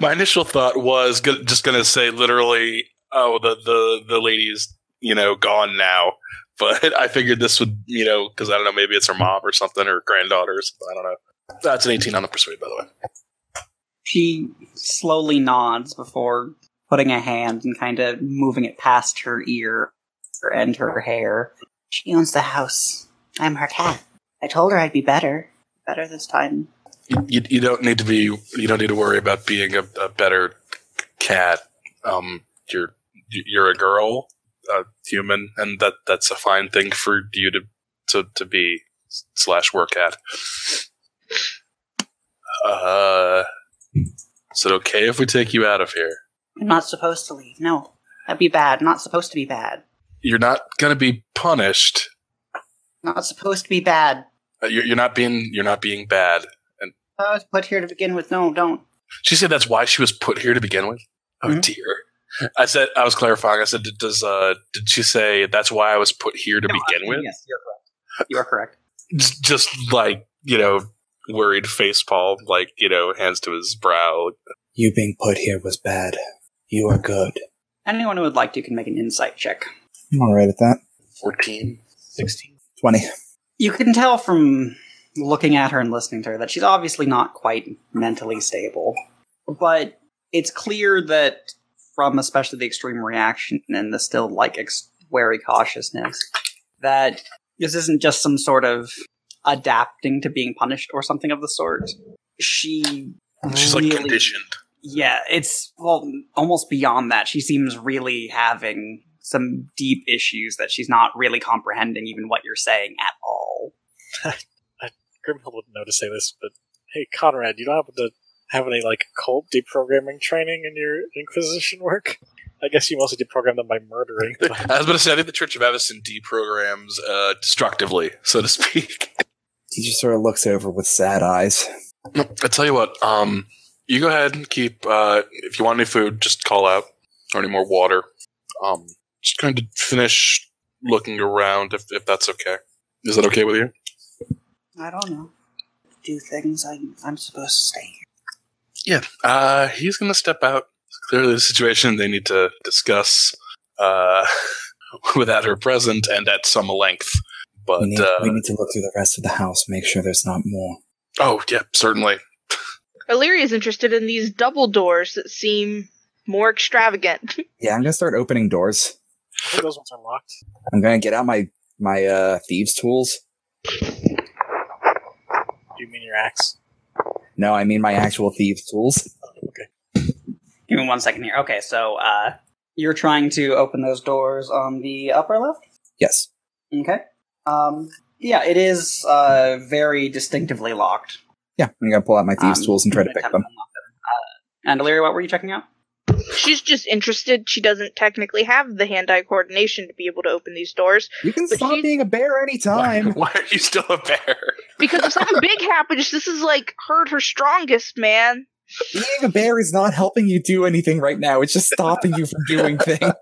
My initial thought was go- just gonna say literally, "Oh, the the the lady's you know gone now." But I figured this would you know because I don't know maybe it's her mom or something or granddaughter or something. I don't know. That's an 18 on the persuade, by the way.
She slowly nods before putting a hand and kind of moving it past her ear and her hair. She owns the house. I'm her cat. I told her I'd be better. Better this time.
you, you don't need to be you don't need to worry about being a, a better cat um you're you're a girl a human and that that's a fine thing for you to to, to be slash work at uh is it okay if we take you out of here
I'm not supposed to leave. No. That'd be bad. Not supposed to be bad.
you're not gonna be punished
Not supposed to be bad.
Uh, you're, you're not being you're not being bad
I was put Uh, here to begin with. No, don't.
She said that's why she was put here to begin with. Oh
Mhm.
dear. I said I was clarifying. I said, "Did- "Does uh, did she say that's why I was put here to begin with?"
Yes, you're correct. You are correct.
J- Just like you know, worried face, Paul, like you know, hands to his brow.
You being put here was bad. You are good.
Anyone who would like to can make an insight check.
I'm alright at that.
Fourteen.
20.
you can tell from looking at her and listening to her that she's obviously not quite mentally stable. But it's clear that from especially the extreme reaction and the still like ex- wary cautiousness that this isn't just some sort of adapting to being punished or something of the sort. She
She's like
really-
conditioned.
yeah, it's well almost beyond that. She seems really having some deep issues that she's not really comprehending even what you're saying at all.
Grimhild wouldn't know to say this, but hey, Conrad, you don't happen to have any like cult deprogramming training in your Inquisition work? I guess you mostly deprogram them by murdering. but-
I was going to say, I think the Church of Avison deprograms uh, destructively, so to speak.
He just sort of looks over with sad eyes.
I tell you what, um, you go ahead and keep. Uh, if you want any food, just call out or any more water. Um, just going to finish looking around if, if that's okay. Is that okay with you?
I don't know. Do things I, I'm supposed to stay here.
Yeah. Uh, he's going to step out. Clearly, the situation they need to discuss uh, without her present and at some length. But
We need,
uh,
we need to look through the rest of the house, make sure there's not more.
oh, yeah, certainly.
Illyria's interested in these double doors that seem more extravagant.
Yeah, I'm gonna start opening doors.
I think those ones are locked.
I'm gonna get out my my uh, thieves' tools.
Do you mean your axe?
No, I mean my actual thieves' tools.
Give me one second here. Okay, so uh, you're trying to open those doors on the upper left?
Yes.
Okay. Um, yeah, it is uh, very distinctively locked.
Yeah, I'm gonna pull out my thieves'
Um,
tools and try to
I
pick
haven't
them.
unlocked them. Uh, and Illyria, what were you checking out?
She's just interested. She doesn't technically have the hand eye coordination to be able to open these doors.
You can
But
stop
she-
being a bear anytime.
Why, why are you still a bear?
Because if something big happens, this is like hurt her strongest, man.
being a bear is not helping you do anything right now. It's just stopping you from doing things.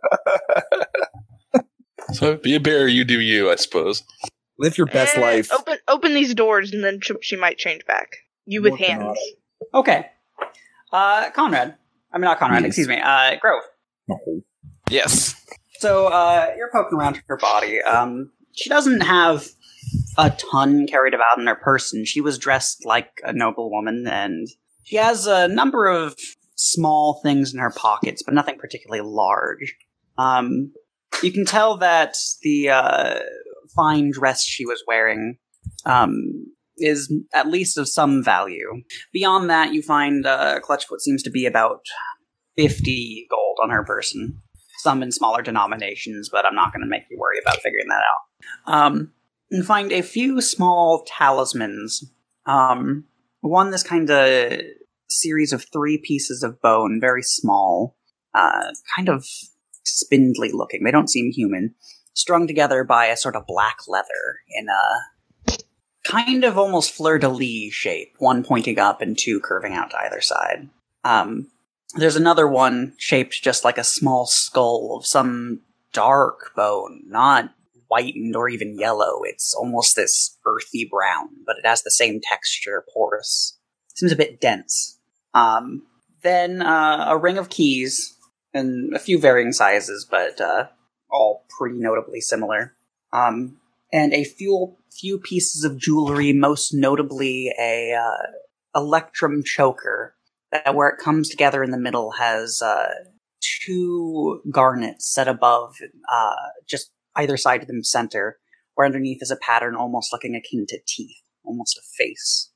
So be a bear, you do you, I suppose.
Live your best
Eh,
life.
Open open these doors and then she, she might change back. You with
Working on
hands.
Okay. Uh, Conrad. I mean, not Conrad,
Yes.
excuse me. Uh, Grove.
No.
Yes.
So uh, you're poking around her body. Um, she doesn't have a ton carried about in her person. She was dressed like a noblewoman, and she has a number of small things in her pockets, but nothing particularly large. Um, you can tell that the uh, fine dress she was wearing um, is at least of some value. Beyond that, you find uh, Clutchfoot seems to be about 50 gold on her person. Some in smaller denominations, but I'm not going to make you worry about figuring that out. Um, and find a few small talismans. Um, one, this kind of series of three pieces of bone, very small, uh, kind of spindly looking. They don't seem human, strung together by a sort of black leather in a kind of almost fleur de lis shape, one pointing up and two curving out to either side. Um, there's another one shaped just like a small skull of some dark bone, not whitened or even yellow. It's almost this earthy brown, but it has the same texture, porous. Seems a bit dense. Um, then uh, a ring of keys, and a few varying sizes, but uh, all pretty notably similar. Um, and a few few pieces of jewelry, most notably a uh, electrum choker that where it comes together in the middle has uh, two garnets set above uh, just either side of the center, where underneath is a pattern almost looking akin to teeth, almost a face.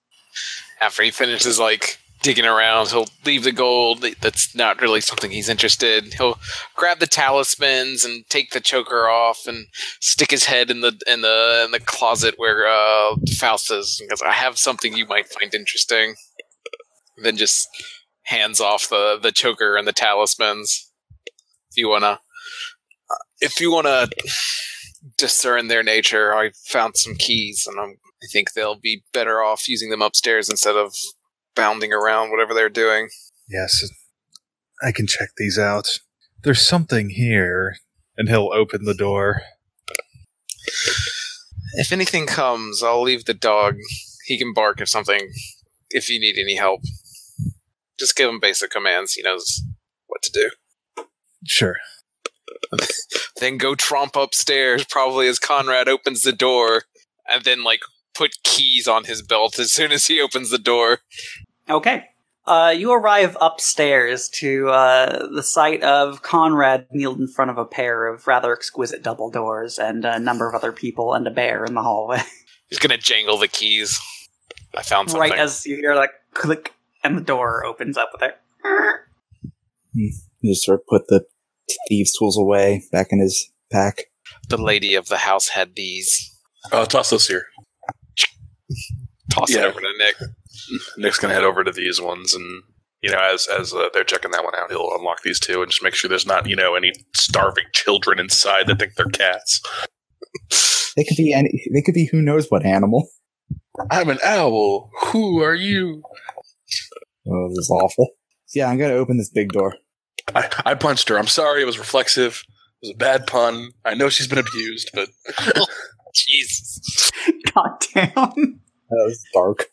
After he finishes, like digging around, he'll leave the gold. That's not really something he's interested. in. He'll grab the talismans and take the choker off, and stick his head in the in the in the closet where uh, Faust is. Because I have something you might find interesting. then just hands off the the choker and the talismans. If you wanna, if you wanna discern their nature, I found some keys, and I'm. I think they'll be better off using them upstairs instead of bounding around whatever they're doing.
Yes, I can check these out. There's something here. And he'll open the door.
If anything comes, I'll leave the dog. He can bark if something, if you need any help. Just give him basic commands. He knows what to do.
Sure.
Then go tromp upstairs, probably as Conrad opens the door, and then, like, put keys on his belt as soon as he opens the door.
Okay. Uh, you arrive upstairs to uh, the site of Conrad kneeled in front of a pair of rather exquisite double doors and a number of other people and a bear in the hallway.
He's gonna jangle the keys. I found something.
right as you hear like click and the door opens up with it.
He just sort of put the thieves' tools away back in his pack.
the lady of the house had these.
Uh, toss those here.
Toss it
Yeah.
over to Nick.
Nick's gonna head over to these ones, and you know, as as uh, they're checking that one out, he'll unlock these two and just make sure there's not you know any starving children inside that think they're cats.
They could be any. They could be who knows what animal.
I'm an owl. Who are you?
Oh, this is awful. Yeah, I'm gonna open this big door.
I, I punched her. I'm sorry. It was reflexive. It was a bad pun. I know she's been abused, but
Jesus.
God damn.
That was Oh, dark.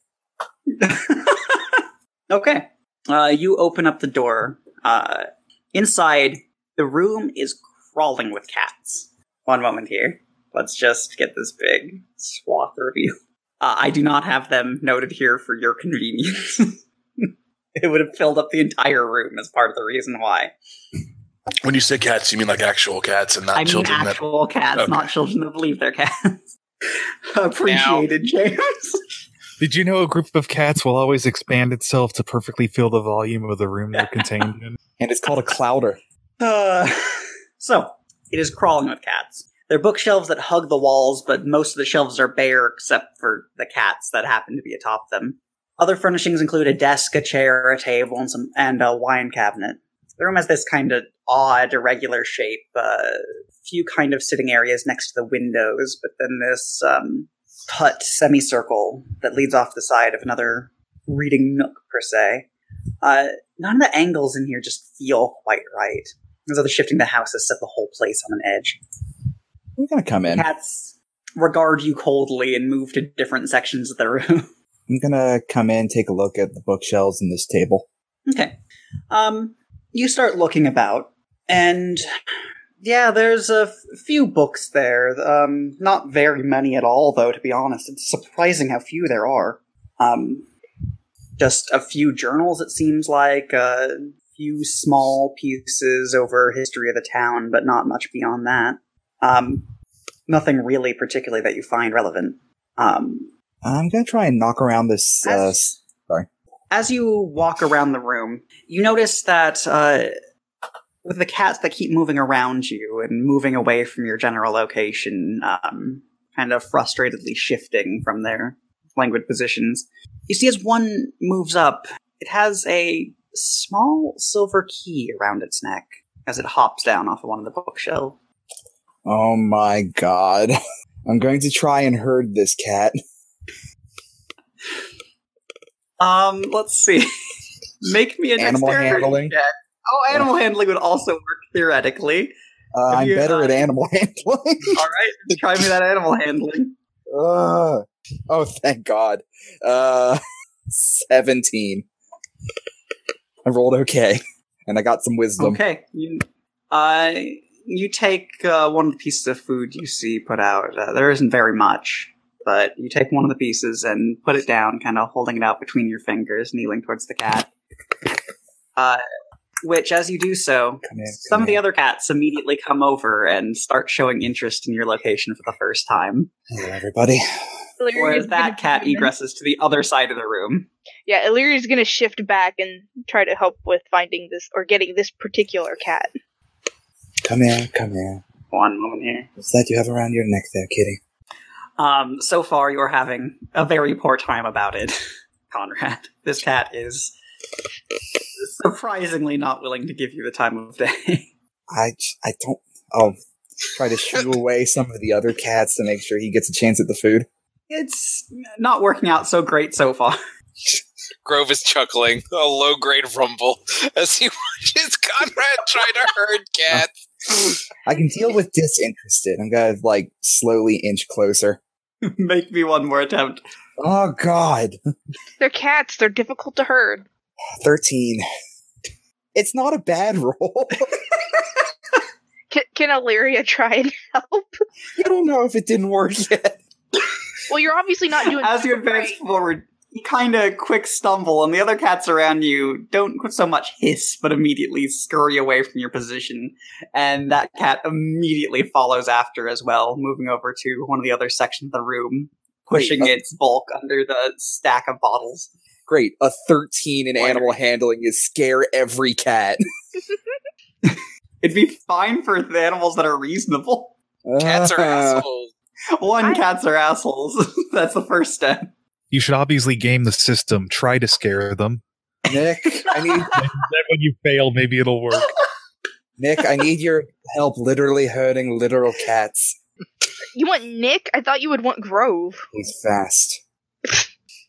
okay. Uh, you open up the door. Uh, inside, the room is crawling with cats. One moment here. Let's just get this big swath review. Uh, I do not have them noted here for your convenience. it would have filled up the entire room as part of the reason why.
when you say cats, you mean like actual cats and not
I mean
Uh, children. that-
actual cats,
Okay.
not children that believe they're cats. Appreciated, James.
Did you know a group of cats will always expand itself to perfectly fill the volume of the room they're contained in?
And it's called a clouder.
Uh, so it is crawling with cats. There are bookshelves that hug the walls, but most of the shelves are bare except for the cats that happen to be atop them. Other furnishings include a desk, a chair, a table, and some and a wine cabinet. The room has this kind of odd, irregular shape. A uh, few kind of sitting areas next to the windows, but then this um, hut semicircle that leads off the side of another reading nook per se. Uh, none of the angles in here just feel quite right. As though the shifting the house has set the whole place on an edge.
We're gonna come in.
Cats regard you coldly and move to different sections of the room.
I'm gonna come in, take a look at the bookshelves and this table.
okay. Um, you start looking about, and
Yeah, there's a f- few books there. Um, not very many at all, though, to be honest. It's surprising how few there are. Um, just a few journals, it seems like, a few small pieces over history of the town, but not much beyond that. Um, nothing really particularly that you find relevant. Um,
I'm gonna try and knock around this. Uh,
That's-
s-
as you walk around the room, you notice that uh, with the cats that keep moving around you and moving away from your general location, um, kind of frustratedly shifting from their languid positions, you see as one moves up, it has a small silver key around its neck as it hops down off of one of the bookshelves.
oh my god! I'm going to try and herd this cat.
Um, let's see. Make me a
Animal
dexterity
handling?
check. Oh, animal handling would also work theoretically.
Uh,
Have
I'm
you-
better at animal handling.
All right, try me that animal handling.
uh, oh, thank God. Uh, Seventeen. I rolled okay, and I got some wisdom.
Okay. You, uh, you take uh, one of the pieces of food you see put out. Uh, there isn't very much, but you take one of the pieces and put it down, kind of holding it out between your fingers, kneeling towards the cat. Uh, which, as you do so,
Come here,
some
come
of the
here.
other cats immediately come over and start showing interest in your location for the first time.
Hello, everybody.
Illyria's
Whereas that
gonna-
cat egresses to the other side of the room.
Yeah, Illyria's gonna shift back and try to help with finding this or getting this particular cat.
Come here, come here.
One moment here.
What's that you have around your neck there, kitty?
Um, so far, you're having a very poor time about it, Conrad. This cat is surprisingly not willing to give you the time of day.
I, j- I don't. I'll try to shoo away some of the other cats to make sure he gets a chance at the food.
It's not working out so great so far.
Grove is chuckling, a low grade rumble, as he watches Conrad try to herd cats.
I can deal with disinterested. I'm gonna like slowly inch closer.
Make me one more attempt.
Oh God,
They're cats. They're difficult to herd.
thirteen. It's not a bad roll.
Can, can Illyria try and help?
I don't know if it didn't work yet.
Well, you're obviously not doing.
As you advance
right.
forward, you kind of quick stumble, and the other cats around you don't so much hiss, but immediately scurry away from your position. And that cat immediately follows after as well, moving over to one of the other sections of the room, pushing
Wait,
its bulk under the stack of bottles.
Great, a thirteen in
Wonder-
animal handling is scare every cat.
It'd be fine for the animals that are reasonable.
Cats are
Uh,
assholes.
One,
I-
cats are assholes. That's the first step.
You should obviously game the system. Try to scare them.
Nick, I need
Then when you fail, maybe it'll work.
Nick. I need your help. Literally herding literal cats.
You want Nick? I thought you would want Grove.
He's fast.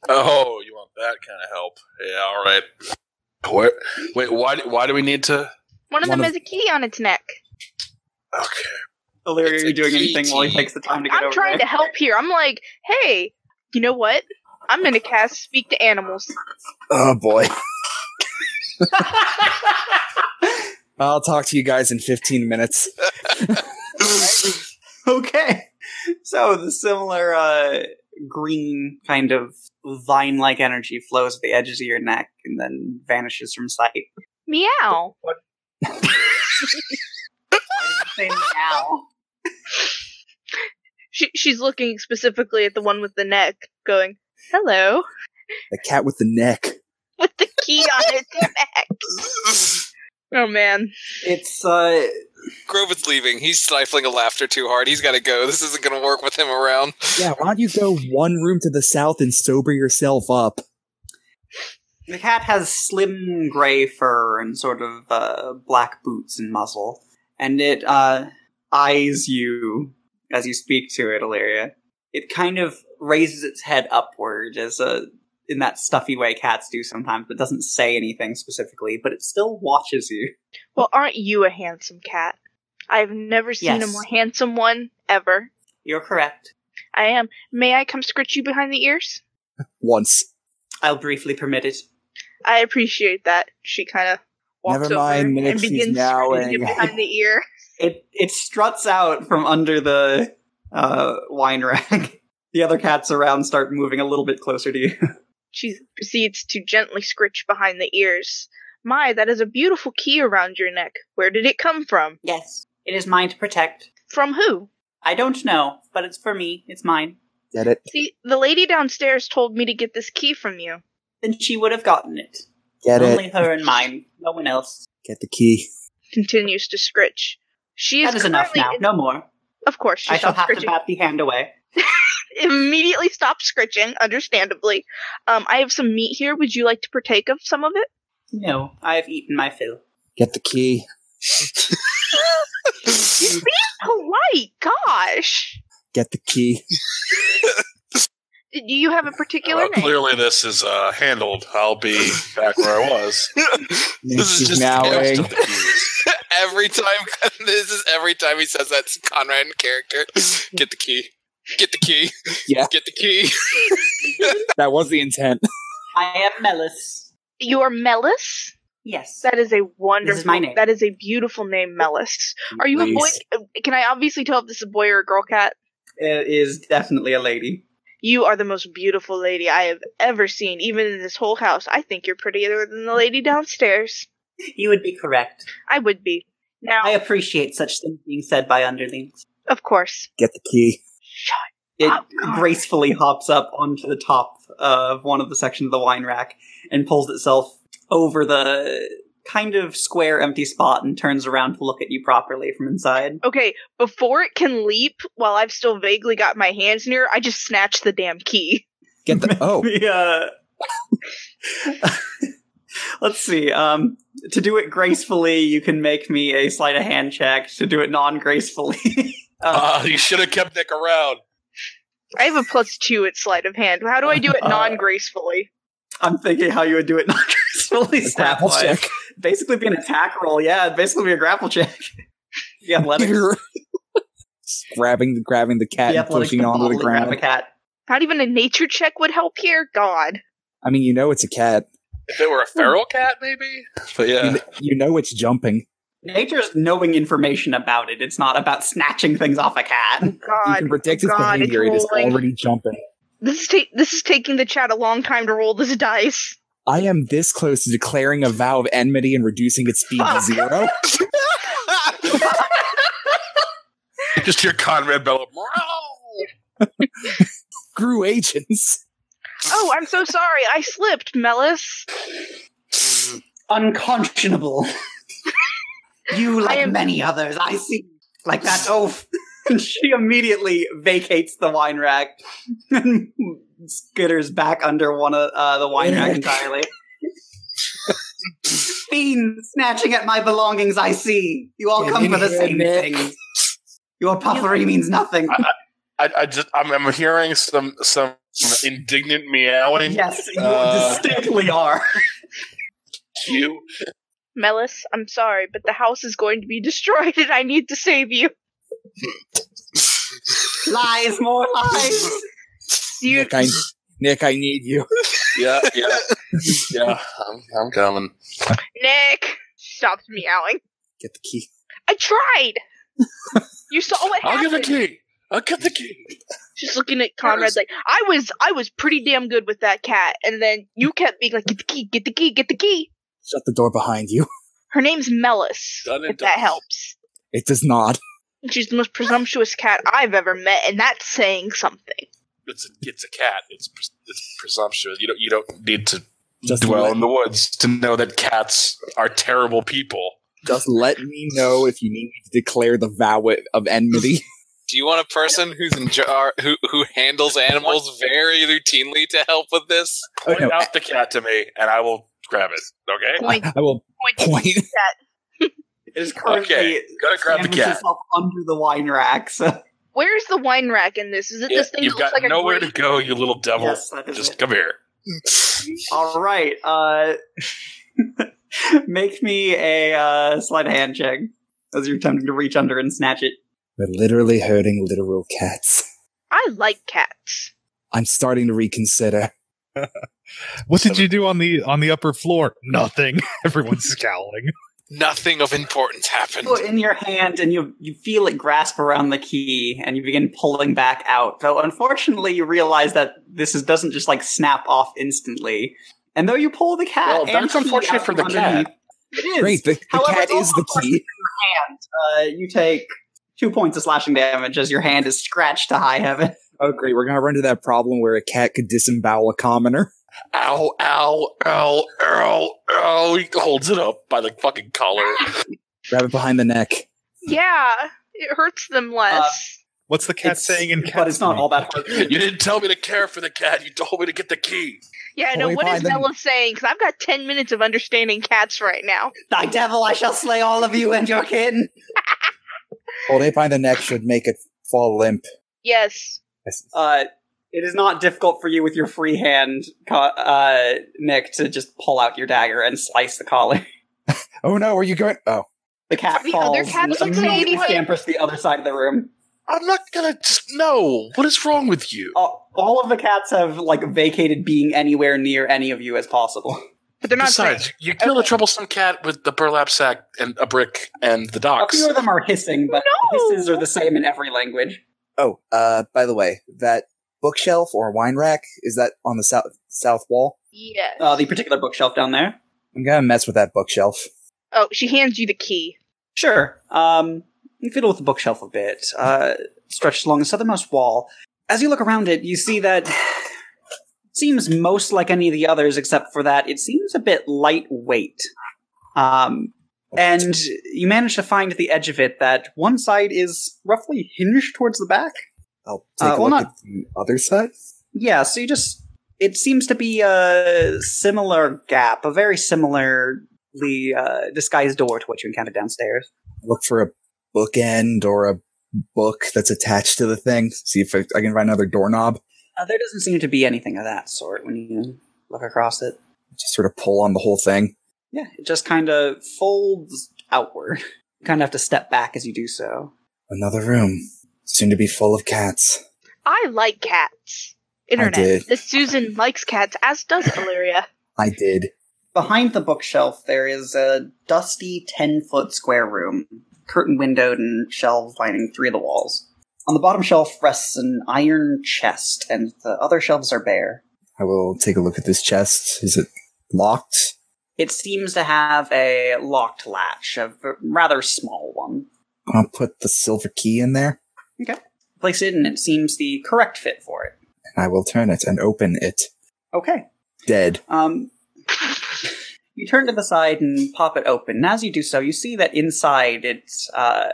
Oh, you want that kind of help? Yeah, all right. Where, wait, why? Why do we need to?
One of
One
them
of-
has a key on its neck.
Okay.
Illyria,
It's
are you
a
doing
key
anything while he
team.
takes the time to get
I'm
over
trying
there?
to help here. I'm like, hey, you know what? I'm gonna cast Speak to Animals.
Oh boy. I'll talk to you guys in 15 minutes.
okay. So the similar uh, green kind of vine like energy flows at the edges of your neck and then vanishes from sight.
Meow.
Say meow.
She, she's looking specifically at the one with the neck, going, "Hello,"
The cat with the neck.
with the key on its neck. Oh man,
It's uh
Grove is leaving. He's stifling a laughter too hard. He's got to go. This isn't going to work with him around.
Yeah, why don't you go one room to the south and sober yourself up?
the cat has slim gray fur and sort of uh, black boots and muzzle, and it uh, eyes you as you speak to it, Illyria. It kind of raises its head upward as a in that stuffy way cats do sometimes, but doesn't say anything specifically. But it still watches you.
well, aren't you a handsome cat? I've never seen a
Yes.
more handsome one ever.
You're correct.
I am. May I come scratch you behind the ears?
Once.
I'll briefly permit it.
I appreciate that. She kind of walks
Never
over
mind, Nick,
and
she's
begins
meowing.
scratching it behind the ear.
It it struts out from under the uh, wine rack. The other cats around start moving a little bit closer to you.
She proceeds to gently scritch behind the ears. My, that is a beautiful key around your neck. Where did it come from?
Yes, it is mine to protect.
From who?
I don't know, but it's for me. It's mine.
Get it?
See, the lady downstairs told me to get this key from you.
Then she would have gotten it.
Get
Only
it?
her and mine. No one else.
Get the key.
Continues to scritch. She is
that is enough
currently
now.
in-
No more.
Of course, she
I shall
stopped
have to
scritching.
bat the hand away.
Immediately stopped scritching, understandably. Um, I have some meat here. Would you like to partake of some of it?
No, I have eaten my fill.
Get the key.
Polite, Oh gosh.
Get the key.
Do you have a particular
Uh, Well,
name?
clearly, this is uh, handled. I'll be back where I was.
And
This is
she's
just
nowing.
Still confused.
every time, this is every time he says that it's Conrad in character. Get the key. Get the key.
Yeah.
Get the key.
That was the intent.
I am Melis.
You are Melis.
Yes.
That is a wonderful.
my name.
That is a beautiful name, Melis. Are you
Please.
a boy? uh, Can I obviously tell if this is a boy or a girl cat?
It is definitely a lady.
You are the most beautiful lady I have ever seen, even in this whole house. I think you're prettier than the lady downstairs.
You would be correct.
I would be. Now,
I appreciate such things being said by underlings.
of course.
Get the key.
It
Oh, God.
gracefully hops up onto the top of one of the sections of the wine rack and pulls itself over the kind of square empty spot and turns around to look at you properly from inside.
Okay, before it can leap, while I've still vaguely got my hands near, I just snatch the damn key.
Get the. Oh,
The, uh, let's see. Um, to do it gracefully, you can make me a sleight of hand check. To do it um, non gracefully,
Uh, you should have kept Nick around.
I have a plus two at sleight of hand. How do I do it
Uh,
non gracefully?
I'm thinking how you would do it non gracefully.
the grapple
stat-wise.
check.
Basically, be an attack roll. Yeah, it'd basically be a grapple check. the athletics.
Just grabbing the grabbing the cat
the
and
athletics
pushing
to
onto
bodily
the
grab a
ground.
cat.
Not even a nature check would help here? God.
I mean, you know it's a cat.
If it were a feral cat, maybe. But
You,
yeah,
kn- you know it's jumping.
Nature's knowing information about it. It's not about snatching things off a cat.
You
God.
can predict its
God,
behavior. It is
rolling.
already jumping.
This is, ta- this is taking the chat a long time to roll this dice.
I am this close to declaring a vow of enmity and reducing its speed to
Fuck.
zero.
just hear Conrad bellow.
Grew agents.
Oh, I'm so sorry. I slipped, Melis.
Unconscionable. you, like
am-
many others, I see.
like that oaf. And she immediately vacates the wine rack and skitters back under one of uh, the wine rack entirely.
Fiend snatching at my belongings, I see.
You all
Get
come
in
for the
here,
same
Nick.
thing. Your puffery means nothing.
I, I just, I'm, I'm hearing some some indignant meowing.
yes, you
Uh.
distinctly are.
You
Melis, I'm sorry, but the house is going to be destroyed and I need to save you.
lies, more lies.
Do you
Nick, I, Nick, I need you.
yeah, yeah, yeah. I'm, I'm coming.
Nick stopped meowing.
Get the key.
I tried. you saw what
I'll
happened.
give the key. I'll get the key.
Just looking at Conrad like I was I was pretty damn good with that cat and then you kept being like get the key, get the key, get the key.
Shut the door behind you.
Her name's Melis.
Done and
If that
done.
helps.
It does not.
She's the most presumptuous cat I've ever met, and that's saying something.
It's a, it's a cat. It's pres- it's presumptuous. You don't you don't need to
Just
dwell
let,
in the woods to know that cats are terrible people.
just let me know if you need me to declare the vow of enmity.
Do you want a person who's in jar who who handles animals very routinely to help with this?
Oh,
Point
no.
out the cat to me, and I will grab it. Okay.
Point,
I will
point.
point.
It is currently
Okay. Gotta grab the
sandwiches
cat.
itself under the wine rack. So
Where's the wine rack in this? Is it
Yeah,
this thing
You've
that looks
got
like a
nowhere
grape?
to go, you little devil.
yes, that is
Just
it.
come here.
All right. Uh, make me a uh, sleight of hand check as you're attempting to reach under and snatch it.
We're literally hurting literal cats.
I like cats.
I'm starting to reconsider.
What did you do on the on the upper floor? Nothing. Everyone's scowling.
Nothing of importance happened.
Put in your hand and you you feel it grasp around the key and you begin pulling back out. Though unfortunately you realize that this is, doesn't just like snap off instantly. And though you pull the cat,
Well,
and
that's
key
unfortunate
out
for the
from
cat.
underneath- It is.
Great. The, the
However,
cat
it's
is
also
the key.
Uh, you take two points of slashing damage as your hand is scratched to high heaven.
Oh, great. We're going to run into that problem where a cat could disembowel a commoner.
Ow, ow, ow, ow, ow. He holds it up by the fucking collar.
Grab it behind the neck.
Yeah, it hurts them less.
What's the cat
It's-
saying in cat?
but it's not all that hard.
you didn't tell me to care for the cat. You told me to get the key.
yeah,
Well,
no.
we
What is
find them-
Bella saying? Because I've got ten minutes of understanding cats right now.
Thy devil, I shall slay all of you and your kin.
Hold it behind the neck should make it fall limp.
Yes.
Uh, it is not difficult for you with your free hand, co- uh, Nick, to just pull out your dagger and slice the collar.
Oh no, where are you going? Oh,
The cat
The
falls.
other cat
and
doesn't say
immediately
anything.
scampers to the other side of the room.
I'm not gonna just no. What is wrong with you?
All, all of the cats have like vacated being anywhere near any of you as possible.
But they're not saying.
Besides, you kill a troublesome cat with the burlap sack and a brick and the
A
docks.
few of them are hissing, but
No!
hisses are the same in every language.
oh. Uh, by the way, that bookshelf or wine rack is that on the south south wall?
Yes.
Uh, the particular bookshelf down there.
I'm gonna mess with that bookshelf.
oh, she hands you the key.
Sure. Um, you fiddle with the bookshelf a bit, uh, stretched along the southernmost wall. As you look around it, you see that it seems most like any of the others, except for that it seems a bit lightweight. Um, and you manage to find at the edge of it that one side is roughly hinged towards the back.
I'll take
Uh,
a
well,
look
not-
at the other side.
Yeah, so you just. It seems to be a similar gap, a very similarly uh, disguised door to what you encountered downstairs.
Look for a bookend or a book that's attached to the thing. See if I, I can find another doorknob.
Uh, there doesn't seem to be anything of that sort when you look across it.
Just sort of pull on the whole thing.
Yeah, it just kind of folds outward. You kind of have to step back as you do so.
Another room, soon to be full of cats.
I like cats. Internet.
did.
This Susan likes cats, as does Valeria.
I did.
Behind the bookshelf, there is a dusty 10 foot square room, curtain windowed and shelves lining three of the walls. On the bottom shelf rests an iron chest, and the other shelves are bare.
I will take a look at this chest. Is it locked?
It seems to have a locked latch, a v- rather small one.
I'll put the silver key in there
Place it, and it seems the correct fit for it.
and I will turn it and open it.
Okay.
Dead.
Um, you turn to the side and pop it open. And as you do so, you see that inside it's uh,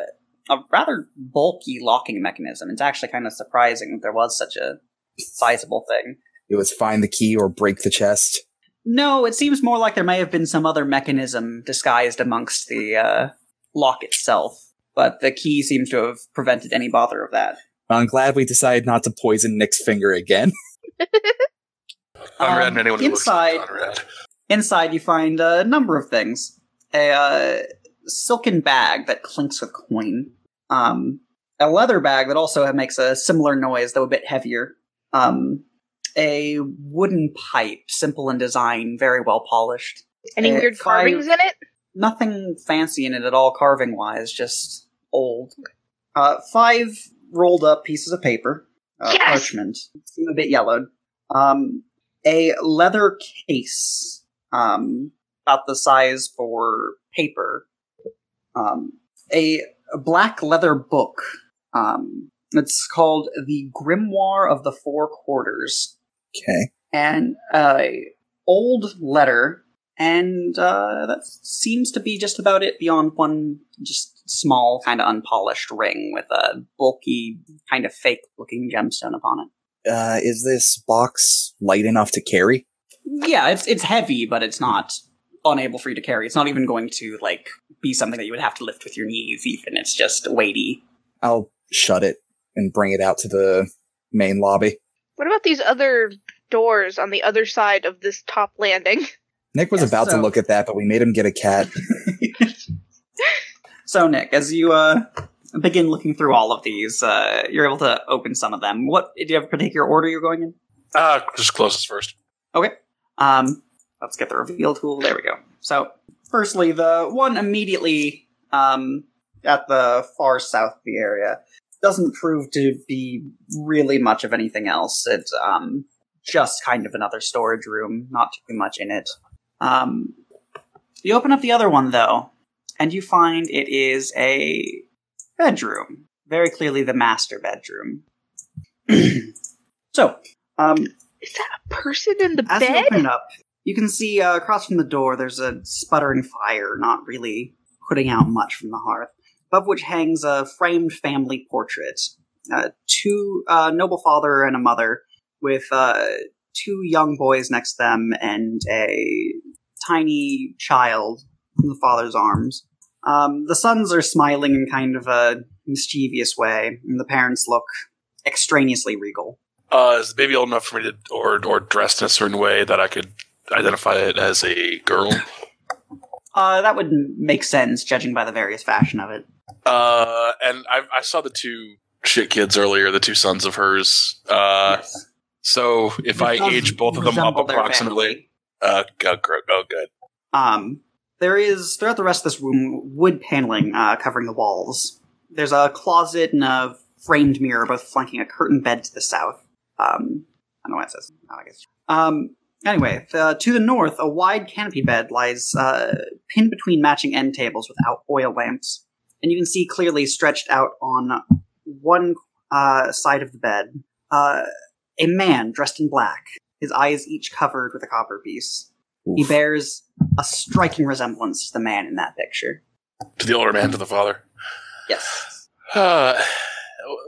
a rather bulky locking mechanism. It's actually kind of surprising that there was such a sizable thing.
It was find the key or break the chest.
No, it seems more like there may have been some other mechanism disguised amongst the uh, lock itself. But the key seems to have prevented any bother of that.
I'm glad we decided not to poison Nick's finger again.
Conrad
Um,
and anyone who
inside-
looks like Conrad.
Inside, you find a number of things: a uh, silken bag that clinks with coin, um, a leather bag that also makes a similar noise, though a bit heavier, um, a wooden pipe, simple in design, very well polished.
Any
Uh,
weird
five-
carvings in it?
Nothing fancy in it at all, carving wise, just old. Uh, five rolled up pieces of paper, uh,
Yes!
parchment, seem a bit yellowed. Um, a leather case, um, about the size for paper. Um, a, a black leather book. Um, it's called The Grimoire of the Four Quarters
Okay.
and a old letter, and uh, that seems to be just about it. Beyond one, just small, kind of unpolished ring with a bulky, kind of fake-looking gemstone upon it.
Uh, is this box light enough to carry?
Yeah, it's it's heavy, but it's not unable for you to carry. It's not even going to like be something that you would have to lift with your knees. Even it's just weighty.
I'll shut it and bring it out to the main lobby.
What about these other doors on the other side of this top landing?
Nick was
Yes,
about
so-
to look at that, but we made him get a cat.
So Nick, as you uh, begin looking through all of these, uh, you're able to open some of them. What do you have a particular order you're going in?
Uh, just close this first.
Um, let's get the reveal tool. There we go. So
firstly, the one immediately um, at the far south of the area doesn't prove to be really much of anything else. It's um, just kind of another storage room, not too much in it. Um, you open up the other one, though, and you find it is a bedroom. Very clearly, the master bedroom. so, um,
Is that a person in the
as you
bed?
open it up, you can see uh, across from the door there's a sputtering fire, not really putting out much from the hearth, above which hangs a framed family portrait. Uh, two uh, noble father and a mother, with uh, two young boys next to them and a tiny child in the father's arms. Um, the sons are smiling in kind of a mischievous way, and the parents look extraneously regal.
Uh, is the baby old enough for me to, or or dressed in a certain way that I could identify it as a girl?
Uh, that would make sense, judging by the various fashion of it.
Uh, and I, I saw the two shit kids earlier, the two sons of hers. Uh,
Yes.
so if I
It does
age both of them up
resemble their
approximately,
family.
uh, oh, gr- oh, good.
Um, there is throughout the rest of this room wood paneling uh, covering the walls. There's a closet and a framed mirror, both flanking a curtain bed to the south. Um, I don't know what it says. Oh, I guess. Um, anyway, the, to the north, a wide canopy bed lies uh, pinned between matching end tables without oil lamps, and you can see clearly stretched out on one uh, side of the bed uh, a man dressed in black. His eyes each covered with a copper piece. He bears a striking resemblance to the man in that picture.
To the older man, to the father.
Yes.
Uh,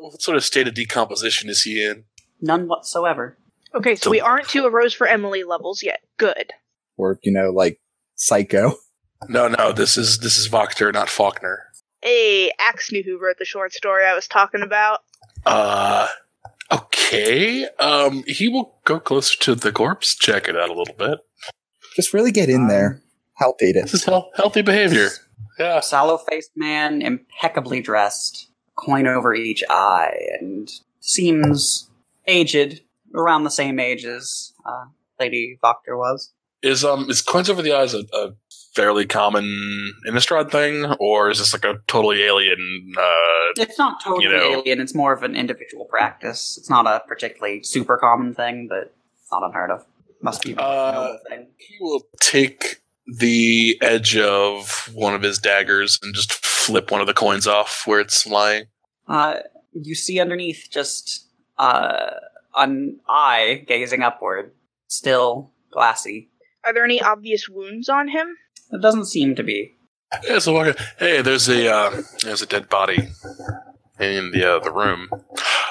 what sort of state of decomposition is he in?
None whatsoever.
Okay, so we aren't to a Rose for Emily levels yet. Good.
Or, you know, like psycho.
No, no, this is this is Vochter, not Faulkner.
Hey, Axe knew who wrote the short story I was talking about.
Uh, okay. Um, he will go closer to the corpse, check it out a little bit.
Just really get in there. Palpate it.
This is health, healthy behavior. Yeah.
Sallow faced man, impeccably dressed, coin over each eye, and seems aged, around the same age as uh, Lady Voctor was.
Is um is coins over the eyes a, a fairly common Innistrad thing, or is this like a totally alien? Uh,
It's not totally
You know.
alien, it's more of an individual practice. It's not a particularly super common thing, but it's not unheard of. Must be a
Uh,
noble thing.
he will take the edge of one of his daggers and just flip one of the coins off where it's lying.
Uh, you see underneath just uh, an eye gazing upward, still glassy.
Are there any obvious wounds on him?
It doesn't seem to be.
Yeah, so walk- hey, there's a uh, there's a dead body in the uh, the room.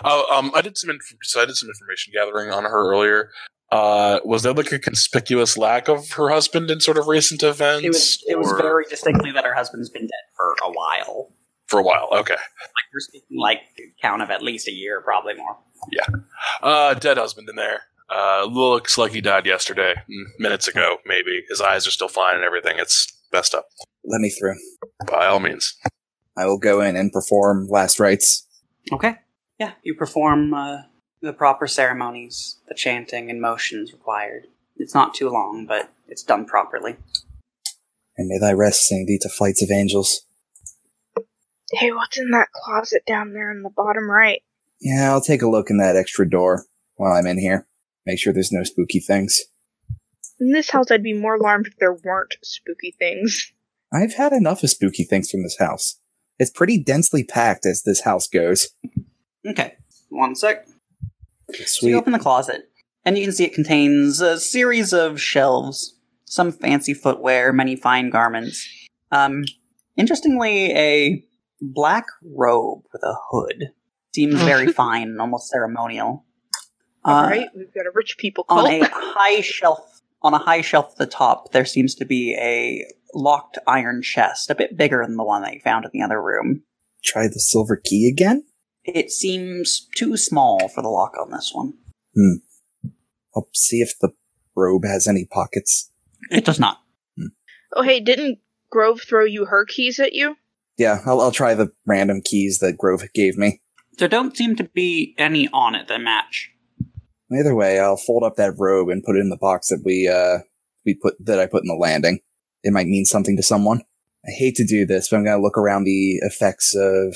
Oh, um, I did some inf- so I did some information gathering on her earlier. Uh, was there like a conspicuous lack of her husband in sort of recent events?
It was. It was
or-
very distinctly that her husband's been dead for a while.
for a while. Okay,
Like you're speaking like count of at least a year, probably more.
uh, dead husband in there. Uh, looks like he died yesterday, mm, minutes ago, maybe. His eyes are still fine and everything. It's messed up.
Let me through.
By all means,
I will go in and perform last rites.
Okay. Yeah, you perform uh, the proper ceremonies, the chanting and motions required. It's not too long, but it's done properly.
And may thy rest sing thee to flights of angels.
Hey, what's in that closet down there in the bottom right?
Yeah, I'll take a look in that extra door while I'm in here. Make sure there's no spooky things.
In this house, I'd be more alarmed if there weren't spooky things.
I've had enough of spooky things from this house. It's pretty densely packed as this house goes.
Okay. One sec. So you
Sweet.
open the closet, and you can see it contains a series of shelves, some fancy footwear, many fine garments. Um, interestingly, a black robe with a hood seems very fine and almost ceremonial. Uh,
Mm-hmm. All right, we've got a rich people
On
cult.
a high shelf, on a high shelf at the top, there seems to be a locked iron chest, a bit bigger than the one that you found in the other room.
Try the silver key again?
It seems too small for the lock on this one.
I'll see if the robe has any pockets.
It does not.
oh, hey, didn't Grove throw you her keys at you?
Yeah, I'll, I'll try the random keys that Grove gave me.
There don't seem to be any on it that match.
Either way, I'll fold up that robe and put it in the box that we uh we put that I put in the landing. It might mean something to someone. I hate to do this, but I'm going to look around the effects of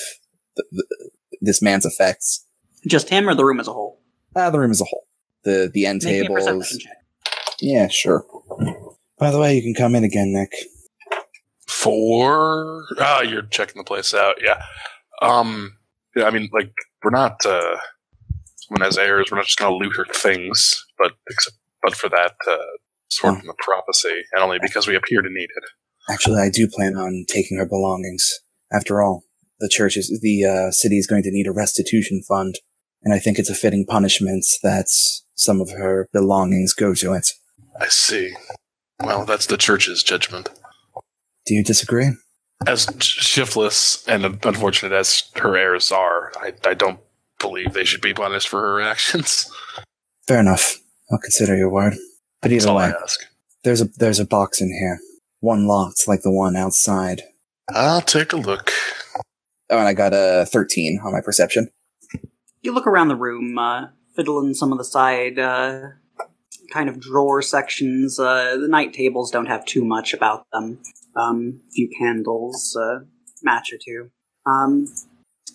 th th this man's effects.
Just him or the room as a whole?
Ah, the room as a whole. The the end
Make me a perception
tables.
check.
Yeah, sure. By the way, you can come in again, Nick.
Four. Ah, you're checking the place out. Yeah. Um. yeah, I mean, like we're not. uh When as heirs, we're not just going to loot her things, but except but for that uh, sword from the prophecy, and only because we appear to need it.
Actually, I do plan on taking her belongings. After all, the church is the uh, city is going to need a restitution fund, and I think it's a fitting punishment that some of her belongings go to it.
I see. Well, that's the church's judgment.
Do you disagree?
As shiftless and unfortunate as her heirs are, I, I don't believe they should be punished for her actions.
Fair enough. I'll consider your word. But
That's
either
all I
way,
ask.
there's a there's a box in here, one locked like the one outside.
I'll take a look.
Oh, and I got a thirteen on my perception.
You look around the room, uh, fiddling some of the side uh, kind of drawer sections. Uh, the night tables don't have too much about them. Um, a few candles, uh, match or two. Um,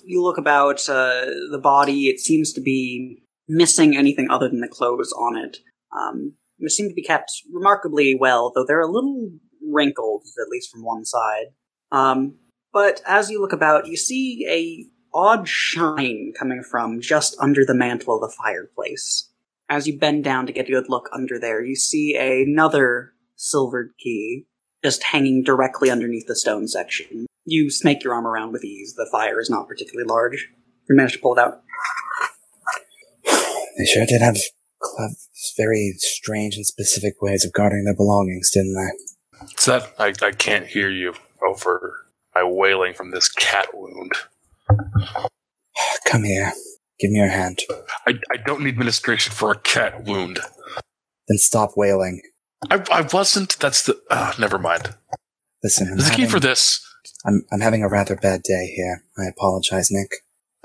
you look about uh, the body. It seems to be missing anything other than the clothes on it. Um, it seems to be kept remarkably well, though they're a little wrinkled, at least from one side. Um, but as you look about, you see a odd shine coming from just under the mantle of the fireplace. As you bend down to get a good look under there, you see another silvered key just hanging directly underneath the stone section. You snake your arm around with ease. The fire is not particularly large. You manage to pull it out.
They sure did have clev- very strange and specific ways of guarding their belongings, didn't they?
It's that I, I can't hear you over my wailing from this cat wound.
Come here. Give me your hand.
I, I don't need ministration for a cat wound.
Then stop wailing.
I, I wasn't. That's the. Uh, never mind.
Listen, I'm
There's a key
having,
for this.
I'm, I'm having a rather bad day here. I apologize, Nick.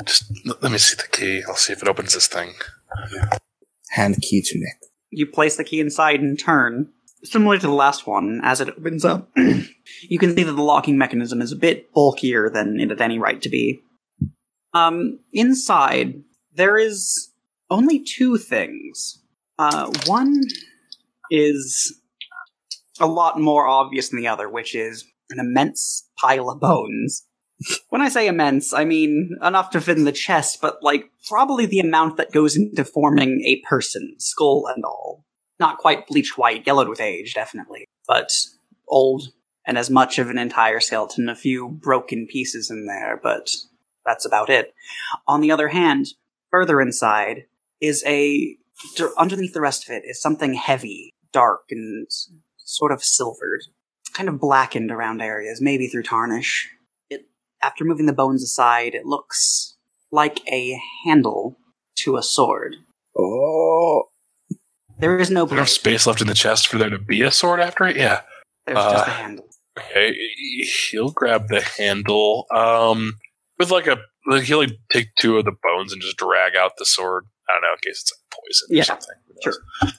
Just l- let me see the key. I'll see if it opens this thing.
Hand key to Nick.
You place the key inside and turn. Similar to the last one, as it opens up, you can see that the locking mechanism is a bit bulkier than it had any right to be. Um, inside, there is only two things. Uh, one is a lot more obvious than the other, which is an immense pile of bones. when I say immense, I mean enough to fit in the chest, but like probably the amount that goes into forming a person, skull and all. Not quite bleach white, yellowed with age, definitely, but old and as much of an entire skeleton, a few broken pieces in there, but that's about it. On the other hand, further inside is a d- underneath the rest of it is something heavy, dark, and sort of silvered, kind of blackened around areas, maybe through tarnish. It, after moving the bones aside, it looks like a handle to a sword.
Oh,
There is no
There's no
blade.
space left in the chest for there to be a sword after it. Yeah.
There's just a
uh,
handle.
Okay, he'll grab the handle. Um, with like a like he'll like take two of the bones and just drag out the sword. I don't know in case it's like poison
Yeah,
or something. Who knows?
sure.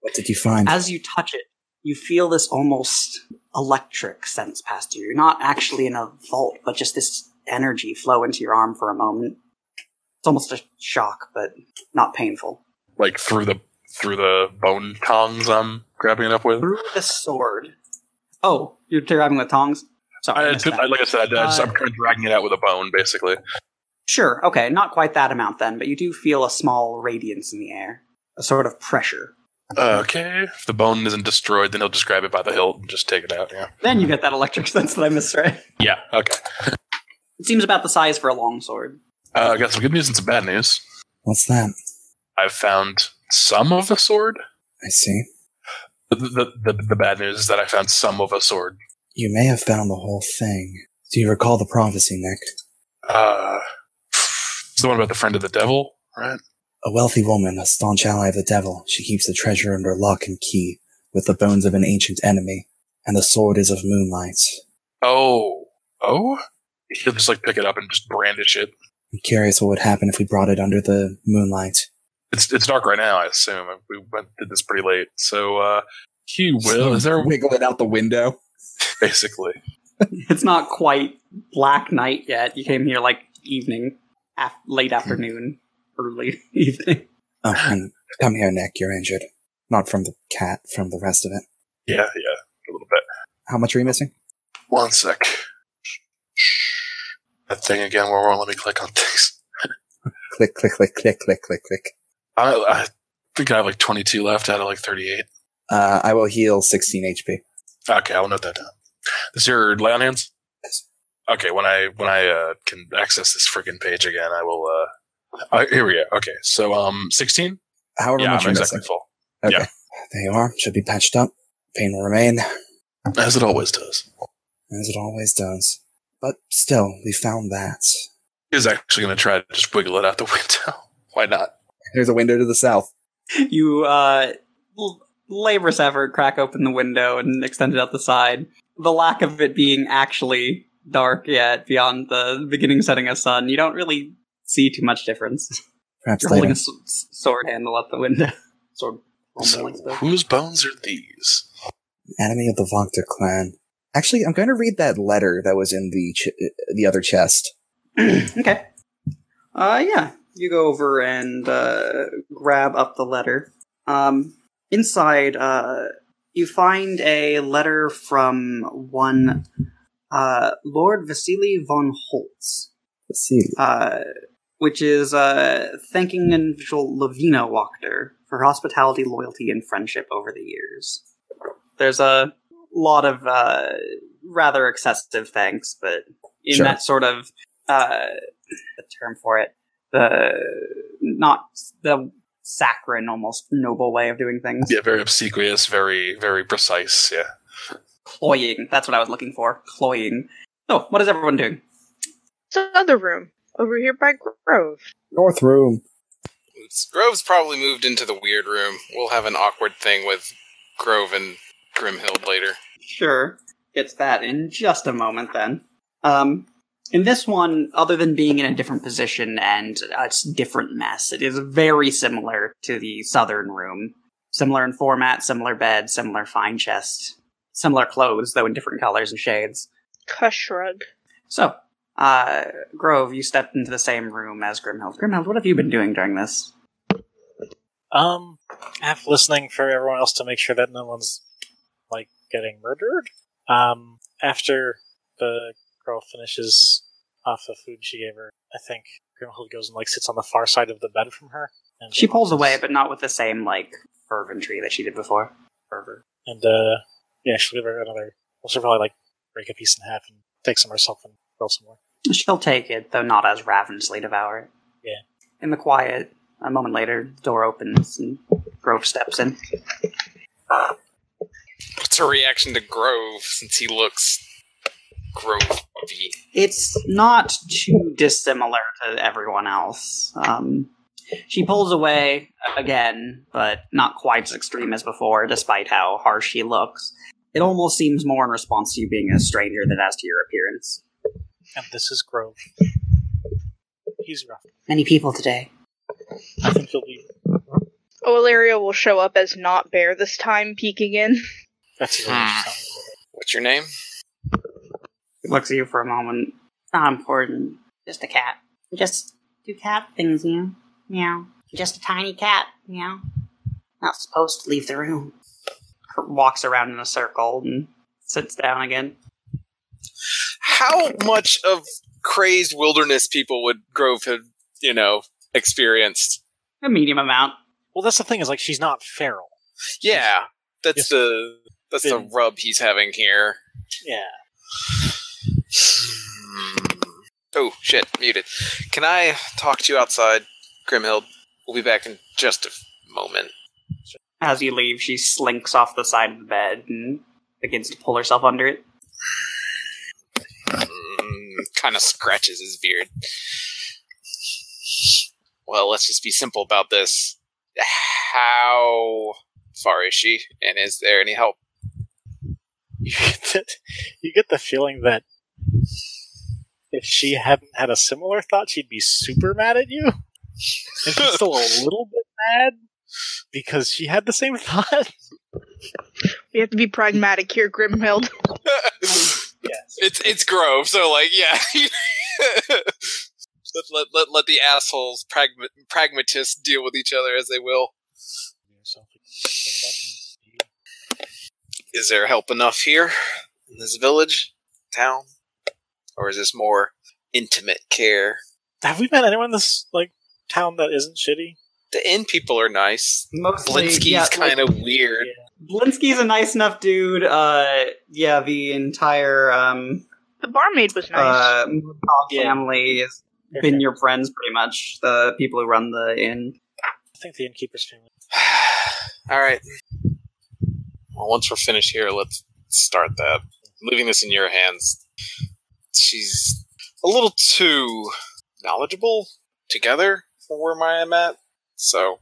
what did you find?
As you touch it, you feel this almost electric sense past you. You're not actually in a vault, but just this energy flow into your arm for a moment. It's almost a shock, but not painful.
Like through the through the bone tongs I'm grabbing it up with.
Through the sword. Oh, you're grabbing with tongs? Sorry. I
I,
missed that.
I- like I said, I, just,
Uh,
I'm kind of dragging it out with a bone, basically.
Sure, okay, not quite that amount then, but you do feel a small radiance in the air, a sort of pressure.
Uh, okay, if the bone isn't destroyed, then he'll just grab it by the hilt and just take it out. Yeah.
Then you get that electric sense that I misread.
Yeah. Okay.
It seems about the size for a longsword.
Uh, I got some good news and some bad news.
What's that?
I've found some of a sword.
I see.
The, the, the, the bad news is that I found some of a sword.
You may have found the whole thing. Do you recall the prophecy, Nick?
uh, it's the one about the friend of the devil, right?
A wealthy woman, a staunch ally of the devil, she keeps the treasure under lock and key with the bones of an ancient enemy, and the sword is of moonlight.
Oh, oh, he'll just like pick it up and just brandish it.
I'm curious what would happen if we brought it under the moonlight.
It's it's dark right now. I assume we went did this pretty late, so uh, he will. Is there?
wiggle it out the window?
basically.
it's not quite black night yet. You came here like evening, af- late afternoon, early evening.
Oh, and come here, Nick. You're injured. Not from the cat, from the rest of it.
Yeah, yeah, a little bit.
How much are you missing?
One sec. That thing again where it won't let me click on things.
Click, click, click, click, click, click, click.
I, I think I have like 22 left out of like 38.
Uh, I will heal 16 HP.
Okay, I'll note that down. Is your lay on hands?
Yes.
Okay, when I when I uh, can access this freaking page again, I will. Uh, I, here we go. Okay, so um, 16.
However
Yeah,
much
I'm
you're
exactly
missing.
full,
Okay.
yeah.
There you are. Should be patched up. Pain will remain,
as it always does.
as it always does. But still, we found that.
Is actually going to try to just wiggle it out the window. Why not?
There's a window to the south.
You, uh, l- laborious effort, crack open the window and extend it out the side. The lack of it being actually dark yet, beyond the beginning setting of sun, you don't really see too much difference.
Perhaps
You're
later.
holding a s- s- sword handle at the window. Sword.
So,
handle stuff.
whose bones are these?
Enemy of the Vogta clan. Actually, I'm going to read that letter that was in the ch- the other chest.
okay. Uh, yeah. You go over and uh, grab up the letter. Um, inside, uh, you find a letter from one uh, Lord Vasily von Holtz,
Let's see.
uh, which is uh, thanking individual Lavina Wachter for hospitality, loyalty, and friendship over the years. There's a lot of uh, rather excessive thanks, but in
Sure.
that sort of uh, the term for it, the not the saccharine, almost noble way of doing things.
Yeah, very obsequious, very very precise. Yeah.
Cloying. That's what I was looking for. Cloying. So, what is everyone doing?
It's another room over here by Grove.
North room.
Oops. Grove's probably moved into the weird room. We'll have an awkward thing with Grove and Grimhild later.
Sure. Gets that in just a moment then. Um, in this one, other than being in a different position and a s- different mess, it is very similar to the southern room. Similar in format, similar bed, similar fine chest, similar clothes, though in different colors and shades.
Cush shrug.
So, uh, Grove, you stepped into the same room as Grimhild. Grimhild, what have you been doing during this?
Um, half listening for everyone else to make sure that no one's like getting murdered. Um, after the girl finishes off the food she gave her, I think Grimhild goes and like sits on the far side of the bed from her. And
She pulls away, but not with the same, like, ferventry that she did before. Fervor.
and uh, yeah, she'll give her another. Well, she'll probably like break a piece in half and take some herself and roll some more.
She'll take it, though not as ravenously devour it.
Yeah.
In the quiet, a moment later, the door opens and Grove steps in.
What's her reaction to Grove since he looks Grovey?
It's not too dissimilar to everyone else. Um, she pulls away again, but not quite as extreme as before, despite how harsh she looks. It almost seems more in response to you being a stranger than as to your appearance.
And this is Grove. He's rough.
Many people today.
I think he'll be.
Oleria Oh, will show up as not bear this time, peeking in.
That's his
Hmm. What's your name?
He looks at you for a moment. Not important. Just a cat. Just
do cat things, you know? Meow. Just a tiny cat, meow. Not supposed to leave the room.
walks around in a circle and sits down again.
How much of crazed wilderness people would Grove have, you know, experienced?
A medium amount.
Well, that's the thing is like she's not feral.
Yeah, that's
Yes.
the that's the
Been-
rub he's having here.
Yeah.
Oh shit, muted. Can I talk to you outside, Grimhild? We'll be back in just a f- moment.
As you leave, she slinks off the side of the bed and begins to pull herself under it.
Mm, kind of scratches his beard. Well, let's just be simple about this. How far is she? And is there any help?
you get the, you get the feeling that if she hadn't had a similar thought, she'd be super mad at you. And she's still a little bit mad, because she had the same thought.
We have to be pragmatic here, Grimhild.
yes.
It's it's Grove, so like yeah. let, let, let let the assholes pragma- pragmatists deal with each other as they will. Is there help enough here in this village, town, or is this more intimate care?
Have we met anyone in this like town that isn't shitty?
The inn people are nice.
Mostly,
Blinsky's
yeah,
kind of weird.
Blinsky's a nice enough dude. Uh, yeah, the entire um,
The barmaid was nice.
uh, Murtaugh
Yeah.
family has been your friends pretty much. The people who run the inn.
I think the innkeeper's family.
All right. Well, once we're finished here, let's start that. Leaving this in your hands. She's a little too knowledgeable together for where I am at, so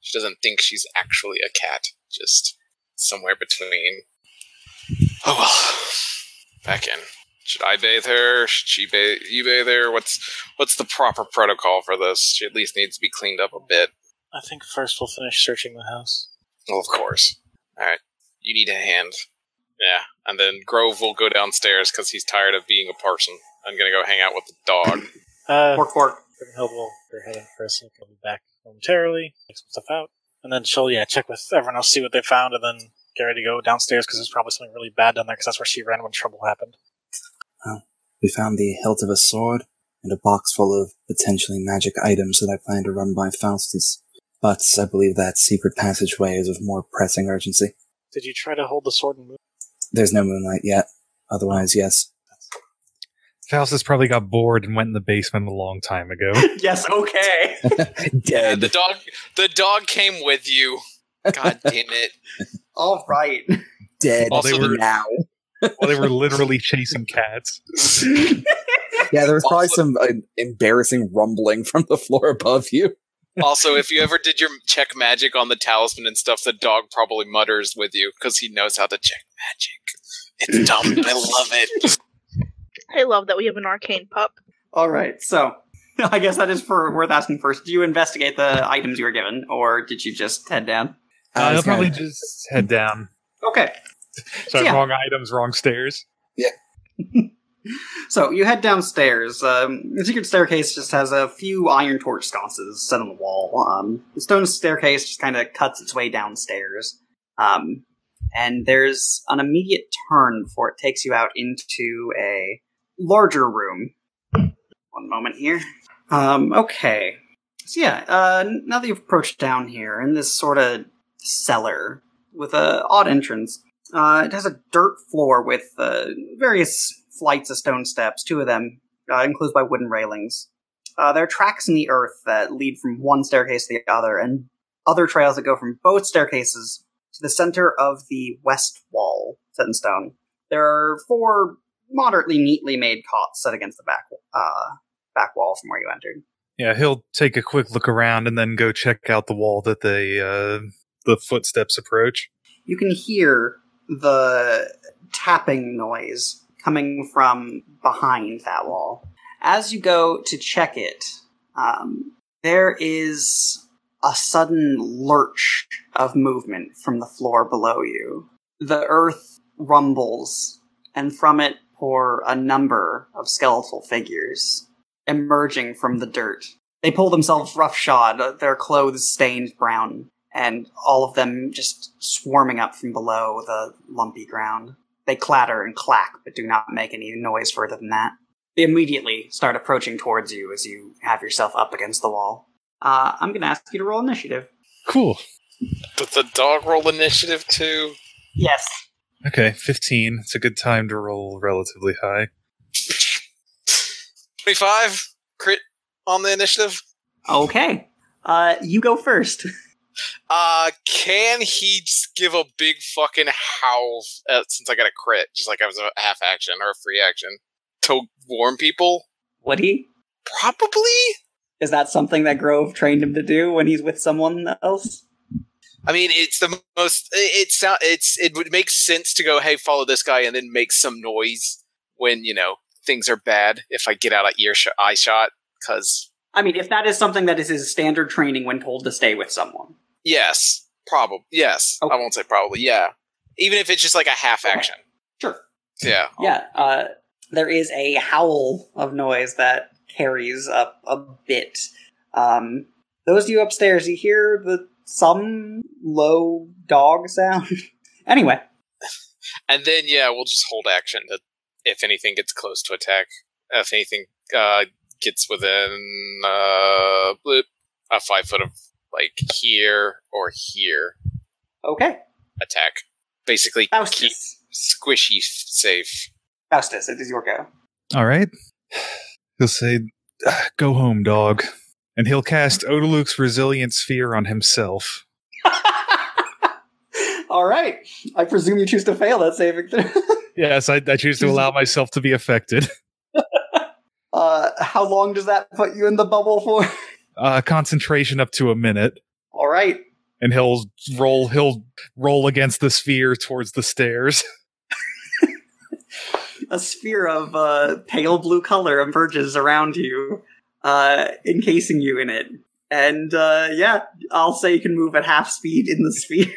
she doesn't think she's actually a cat, just somewhere between. Oh well. Back in. Should I bathe her? Should she bathe you bathe her? What's what's the proper protocol for this? She at least needs to be cleaned up a bit.
I think first we'll finish searching the house.
Well, of course. All right. You need a hand. Yeah. And then Grove will go downstairs because he's tired of being a parson. I'm going to go hang out with the dog.
Uh,
Cork, cork.
Grimhild will put her head in for a second. We'll be back momentarily. Take some stuff out, and then she'll yeah check with everyone else, see what they found, and then get ready to go downstairs because there's probably something really bad down there because that's where she ran when trouble happened.
We found the hilt of a sword and a box full of potentially magic items that I plan to run by Faustus. But I believe that secret passageway is of more pressing urgency.
Did you try to hold the sword and move?
There's no moonlight yet. Otherwise, yes.
Faustus probably got bored and went in the basement a long time ago.
Yes, okay.
the
Dead.
dog the dog came with you. God damn it.
All right.
Dead
Also, they were-
now.
While they were literally chasing cats.
Uh,
Yeah, there was probably
Also-
some uh, embarrassing rumbling from the floor above you.
Also, if you ever did your check magic on the talisman and stuff, the dog probably mutters with you because he knows how to check magic. It's dumb. I love it.
I love that we have an arcane pup.
All right. So I guess that is for worth asking first. Do you investigate the items you were given, or did you just head down?
I
Uh,
was
they'll
kinda-
probably just head down.
Okay.
Sorry,
Yeah.
wrong items, wrong stairs.
So you head downstairs. Um, the secret staircase just has a few iron torch sconces set on the wall. Um, the stone staircase just kind of cuts its way downstairs. Um, and there's an immediate turn before it takes you out into a larger room. One moment here. Um, okay. So yeah, uh, now that you've approached down here in this sort of cellar with a odd entrance, uh, it has a dirt floor with uh, various flights of stone steps, two of them uh, enclosed by wooden railings. Uh, there are tracks in the earth that lead from one staircase to the other, and other trails that go from both staircases to the center of the west wall, set in stone. There are four moderately neatly made cots set against the back uh, back wall from where you entered.
Yeah, he'll take a quick look around and then go check out the wall that they uh, the footsteps approach.
you can hear the tapping noise coming from behind that wall. As you go to check it, um, there is a sudden lurch of movement from the floor below you. The earth rumbles, and from it pour a number of skeletal figures emerging from the dirt. They pull themselves roughshod, their clothes stained brown, and all of them just swarming up from below the lumpy ground. They clatter and clack, but do not make any noise further than that. They immediately start approaching towards you as you have yourself up against the wall. Uh, I'm going to ask you to roll initiative.
Cool.
Does the dog roll initiative too?
Yes.
Okay, fifteen. It's a good time to roll relatively high.
25 crit on the initiative?
Okay. Uh, you go first.
Uh, can he just give a big fucking howl uh, since I got a crit, just like I was a half action or a free action to warn people?
Would he?
Probably.
Is that something that Grove trained him to do when he's with someone else?
I mean, it's the most. It, it sound. It's it would make sense to go, hey, follow this guy, and then make some noise when you know things are bad. If I get out of earshot, eye shot, because
I mean, if that is something that is his standard training when told to stay with someone.
Yes, probably. Yes, I
Okay.
won't say probably. Yeah, even if it's just like a half action.
Sure.
Yeah.
Yeah, uh, there is a howl of noise that carries up a bit. Um, those of you upstairs, you hear the some low dog sound. anyway,
And then yeah, we'll just hold action to if anything gets close to attack. If anything uh, gets within uh, bloop, a five foot of like here or here
okay,
attack. Basically,
Oh,
keep
Faustus,
squishy f- safe.
Faustus, it is your go.
All right. He'll say, "Ah, Go home, dog. And he'll cast Odaluk's Resilient Sphere on himself.
All right, I presume you choose to fail that saving throw.
Yes, I, I choose to allow myself to be affected.
uh, how long does that put you in the bubble for?
Uh, concentration up to a minute.
All right,
And he'll roll he'll roll against the sphere towards the stairs.
a sphere of uh, pale blue color emerges around you, uh, encasing you in it. And uh, yeah, I'll say you can move at half speed in the sphere.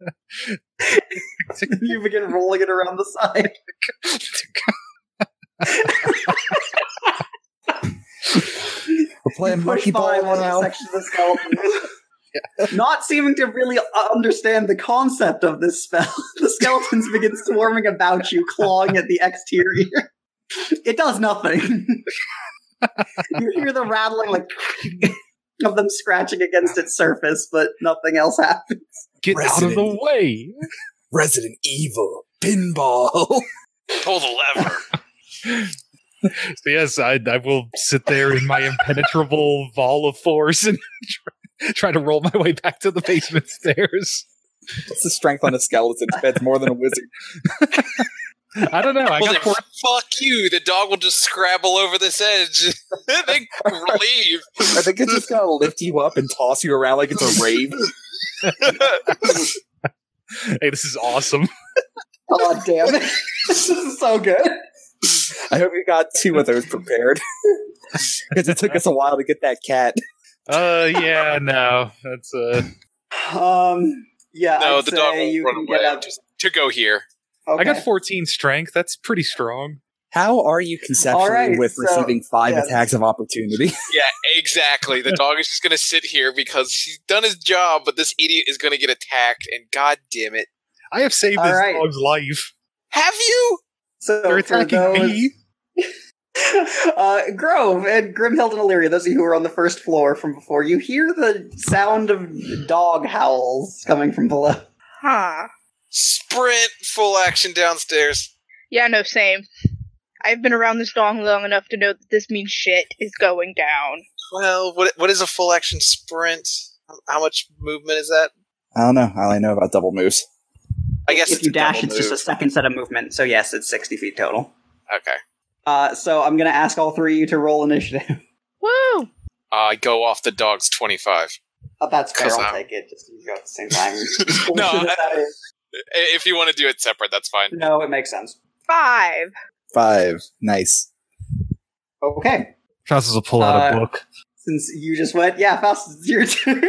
you begin rolling it around the side.
We're playing
You
monkey
push by
ball
one
now.
section of the skeleton. Not seeming to really uh, understand the concept of this spell, the skeletons begin swarming about you, clawing at the exterior. It does nothing. you hear the rattling like of them scratching against its surface, but nothing else happens.
Get out of the
Resident.
way.
Resident Evil pinball.
Pull the lever.
So yes, I, I will sit there in my impenetrable ball of force and try, try to roll my way back to the basement stairs.
What's the strength on a skeleton? That's more than a wizard.
I don't know. I
well,
got
then,
four,
fuck you. The dog will just scrabble over this edge. they leave.
I think it's just gonna lift you up and toss you around like it's a rave.
hey, this is awesome.
Oh damn it! this is so good.
I hope you got two of those prepared. Because it took us a while to get that cat.
Uh, yeah, no, that's uh,
Um, yeah,
No,
I'd
the
say
dog won't
you
run
can
away.
get up.
Just to go here.
Okay.
I got 14 strength. That's pretty strong.
How are you conceptually
All right,
with
so-
receiving five
yeah.
attacks of opportunity?
Yeah, exactly. The dog is just gonna sit here because he's done his job, but this idiot is gonna get attacked, and god damn it.
I have saved
All
this
right.
dog's life.
Have you?
So
They're
for
attacking
those-
me.
uh, Grove and Grimhild and Illyria, those of you who are on the first floor from before, you hear the sound of dog howls coming from below.
Huh.
Sprint full action downstairs.
Yeah, no, same. I've been around this dong long enough to know that this means shit is going down.
Well, what what is a full action sprint? How much movement is that?
I don't know. I only know about double moves.
I guess
if
it's
you
a
dash,
double
it's just a
move.
second set of movement. So yes, it's sixty feet total.
okay.
Uh, so I'm gonna ask all three of you to roll initiative.
Woo!
I go off the dog's twenty five.
Uh, that's fair.
'Cause
I'll
I'm-
take it. Just you go at the same time.
No,
Bullshit
I-
as that is.
If you want to do it separate, that's fine.
no, it makes sense.
Five.
Five. Nice.
Okay,
Faustus will pull out a
Uh,
book.
since you just went, yeah, fast. It's your turn.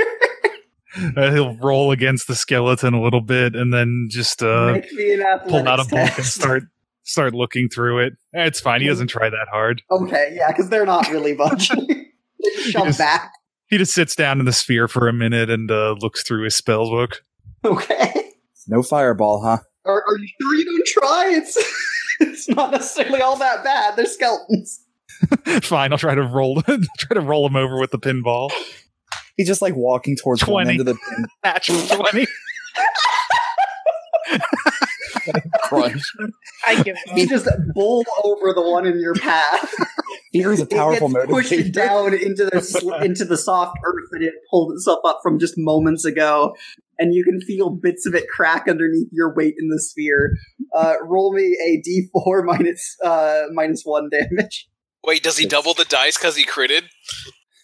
Uh, he'll roll against the skeleton a little bit, and then just uh,
Make me an athletics
pull out a book and
test.
start start looking through it. Eh, It's fine. He doesn't try that hard.
Okay, yeah, because they're not really budging. They just shove
Yes.
back.
He just sits down in the sphere for a minute and uh, looks through his spell book.
Okay.
No fireball, huh?
Are, are you sure you don't try? It's it's not necessarily all that bad. They're skeletons.
fine, I'll try to roll try to roll him over with the pinball.
He's just like walking towards one
20.
end of the pin
Natural twenty.
crunch.
I give
You
up.
just bowl over the one in your path.
Fear is a powerful
it gets pushed
motivator.
down into the sl- into the soft earth that it pulled itself up from just moments ago, and you can feel bits of it crack underneath your weight in the sphere. Uh, roll me a d four minus uh, minus one damage.
Wait, does he double the dice because he critted?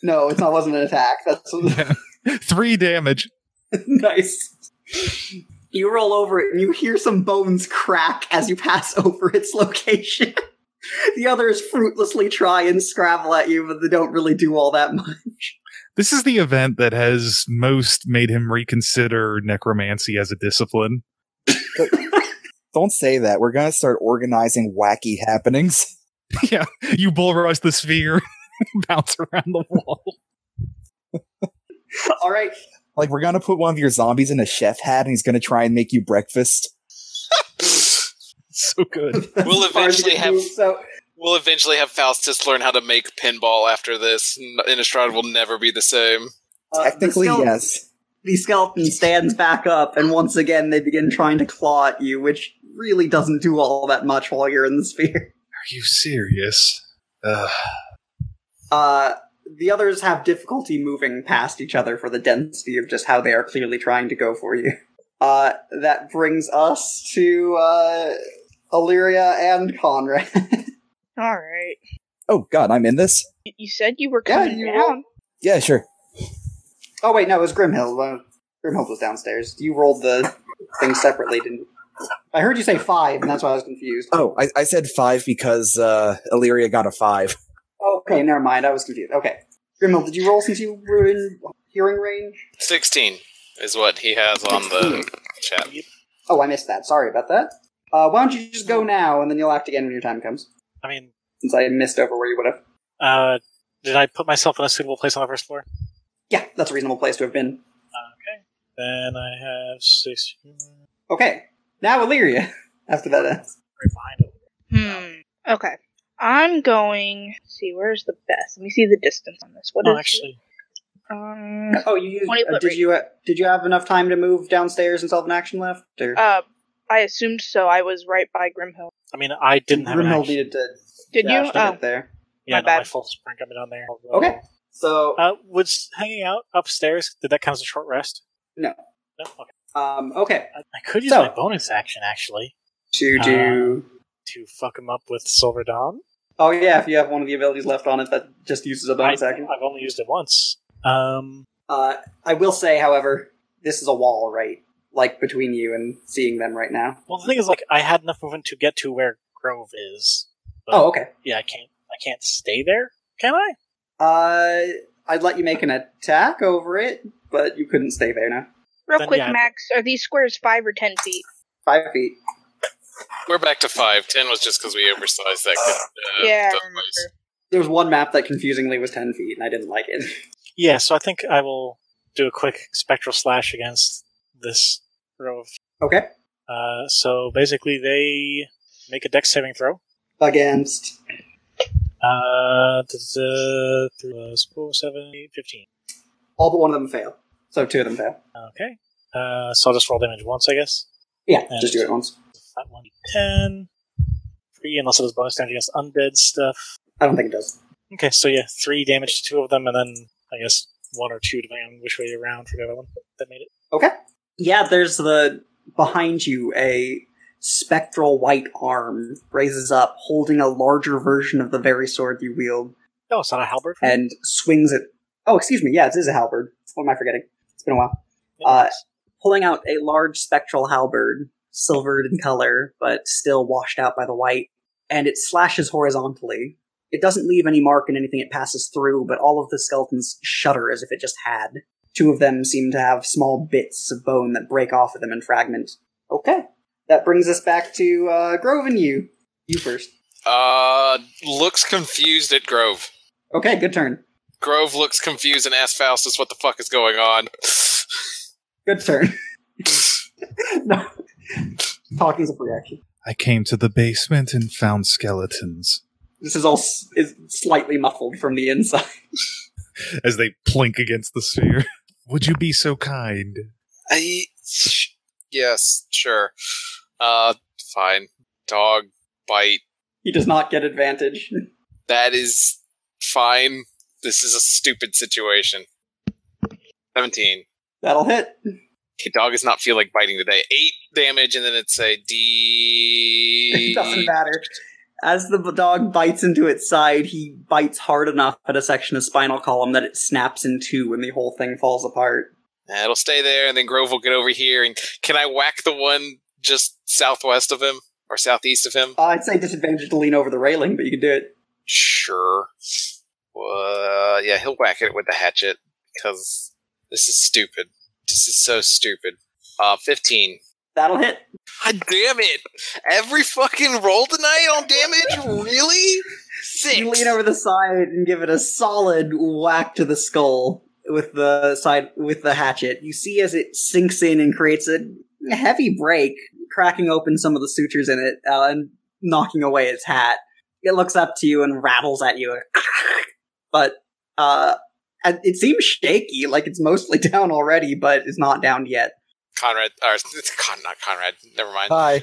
No, it's not. Wasn't an attack. That's
Three damage.
nice. You roll over it and you hear some bones crack as you pass over its location. the others fruitlessly try and scrabble at you, but they don't really do all that much.
This is the event that has most made him reconsider necromancy as a discipline.
Don't say that. We're gonna start organizing wacky happenings.
yeah, you bull rush the sphere, bounce around the wall.
All right.
Like we're gonna put one of your zombies in a chef hat and he's gonna try and make you breakfast.
So good.
We'll
as far as
eventually
you
have
can move, so
we'll eventually have Faustus learn how to make pinball after this. N- Innistrad will never be the same.
uh, the
Technically,
skeleton-
yes.
The skeleton stands back up, and once again they begin trying to claw at you, which really doesn't do all that much while you're in the sphere.
Are you serious? Uh,
Uh, the others have difficulty moving past each other for the density of just how they are clearly trying to go for you. Uh, that brings us to uh, Illyria and Conrad.
All right.
Oh god, I'm in this?
You, you said you were
Yeah,
coming
you
down.
Yeah, sure.
oh wait, no, it was Grimhild. Uh, Grimhild was downstairs. You rolled the thing separately, didn't? you? I heard you say five, and that's why I was confused.
Oh, I, I said five because uh Illyria got a five.
Okay, never mind. I was confused. Okay. Grimhild, did you roll since you were in hearing range? Hmm.
Sixteen is what he has on the chat.
Oh, I missed that. Sorry about that. Uh, why don't you just go now, and then you'll act again when your time comes?
I mean,
Since I missed over where you would have.
uh, did I put myself in a suitable place on the first floor?
Yeah, that's a reasonable place to have been.
Okay. Then I have six. Right
Okay. Now Illyria. After that ends.
behind it.
Hmm. Okay. I'm going. let's see, where's the best? Let me see the distance on this. What is
Oh, actually,
Um.
Oh, you used,
20
uh,
foot
did
range.
you uh, did you have enough time to move downstairs and solve an action left? Or
Uh, I assumed so. I was right by Grimhill.
I mean, I didn't have an
Grimhild
action.
needed to
Did you?
dash to
Oh.
get there.
Yeah,
my
no,
bad.
my full sprint coming down there.
Okay. So
Uh, was hanging out upstairs? Did that count as a short rest?
No.
No. Okay.
um, okay.
I, I could use
So-
my bonus action actually
To do
to fuck him up with Silver Dawn.
Oh yeah, if you have one of the abilities left on it, that just uses a
uh, I,
bonus action.
I've only used it once. Um,
Uh, I will say, however, this is a wall, right? Like between you and seeing them right now.
well, the thing is, like, I had enough movement to get to where Grove is. But,
Oh, okay.
yeah, I can't. I can't stay there, can I?
Uh, I'd let you make an attack over it, but you couldn't stay there now.
Real
Then,
quick,
yeah.
Max. Are these squares five or ten feet?
Five feet.
We're back to five. Ten was just because we oversized that. Uh,
yeah. I
the
remember.
place.
There was one map that confusingly was ten feet, and I didn't like it.
Yeah. So I think I will do a quick spectral slash against this Grove.
Okay.
Uh, so basically, they make a dex saving throw.
Against.
Uh, da-da-da, three plus four, seven, eight, 15.
All but one of them fail. So two of them fail.
Okay. Uh, so I'll just roll damage once, I guess.
Yeah,
And-
just do it once.
That one, 10. Three, unless it does bonus damage against undead stuff.
I don't think it does.
Okay, so yeah, three damage to two of them, and then I guess one or two, depending on which way you're around for the other one that made it.
Okay. Yeah, there's the behind you a spectral white arm raises up, holding a larger version of the very sword you wield,
No, Oh, it's not a halberd.
and swings it. Oh, excuse me. Yeah, it is a halberd. What am I forgetting? It's been a while. uh, Pulling out a large spectral halberd, silvered in color, but still washed out by the white, and it slashes horizontally. It doesn't leave any mark in anything it passes through, but all of the skeletons shudder as if it just had. Two of them seem to have small bits of bone that break off of them and fragment. Okay. That brings us back to uh, Grove and you. You first.
Uh, looks confused at Grove.
Okay, good turn.
Grove looks confused and asks Faustus what the fuck is going on.
Good turn. no. Talking's a free action.
I came to the basement and found skeletons
This is all s- is slightly muffled from the inside.
as they plink against the sphere. Would you be so kind?
I, yes, sure. Uh, fine. Dog bite.
He does not get advantage.
That is fine. This is a stupid situation. 17.
That'll hit.
Okay, dog does not feel like biting today. Eight damage, and then it's a D.
It doesn't matter. As the b- dog bites into its side, he bites hard enough at a section of spinal column that it snaps in two and the whole thing falls apart.
Nah, It'll stay there, and then Grove will get over here. And can I whack the one just southwest of him or southeast of him?
Uh, I'd say disadvantage to lean over the railing, but you can do it.
Sure. Uh, yeah, he'll whack it with the hatchet because this is stupid. This is so stupid. Uh, 15.
That'll hit.
God damn it! Every fucking roll tonight on damage? Really? Six.
You lean over the side and give it a solid whack to the skull with the side with the hatchet. You see as it sinks in and creates a heavy break, cracking open some of the sutures in it uh, and knocking away its hat. It looks up to you and rattles at you, but uh, and it seems shaky, like it's mostly down already, but it's not down yet.
Conrad, or it's Con, not Conrad. Never mind.
Hi.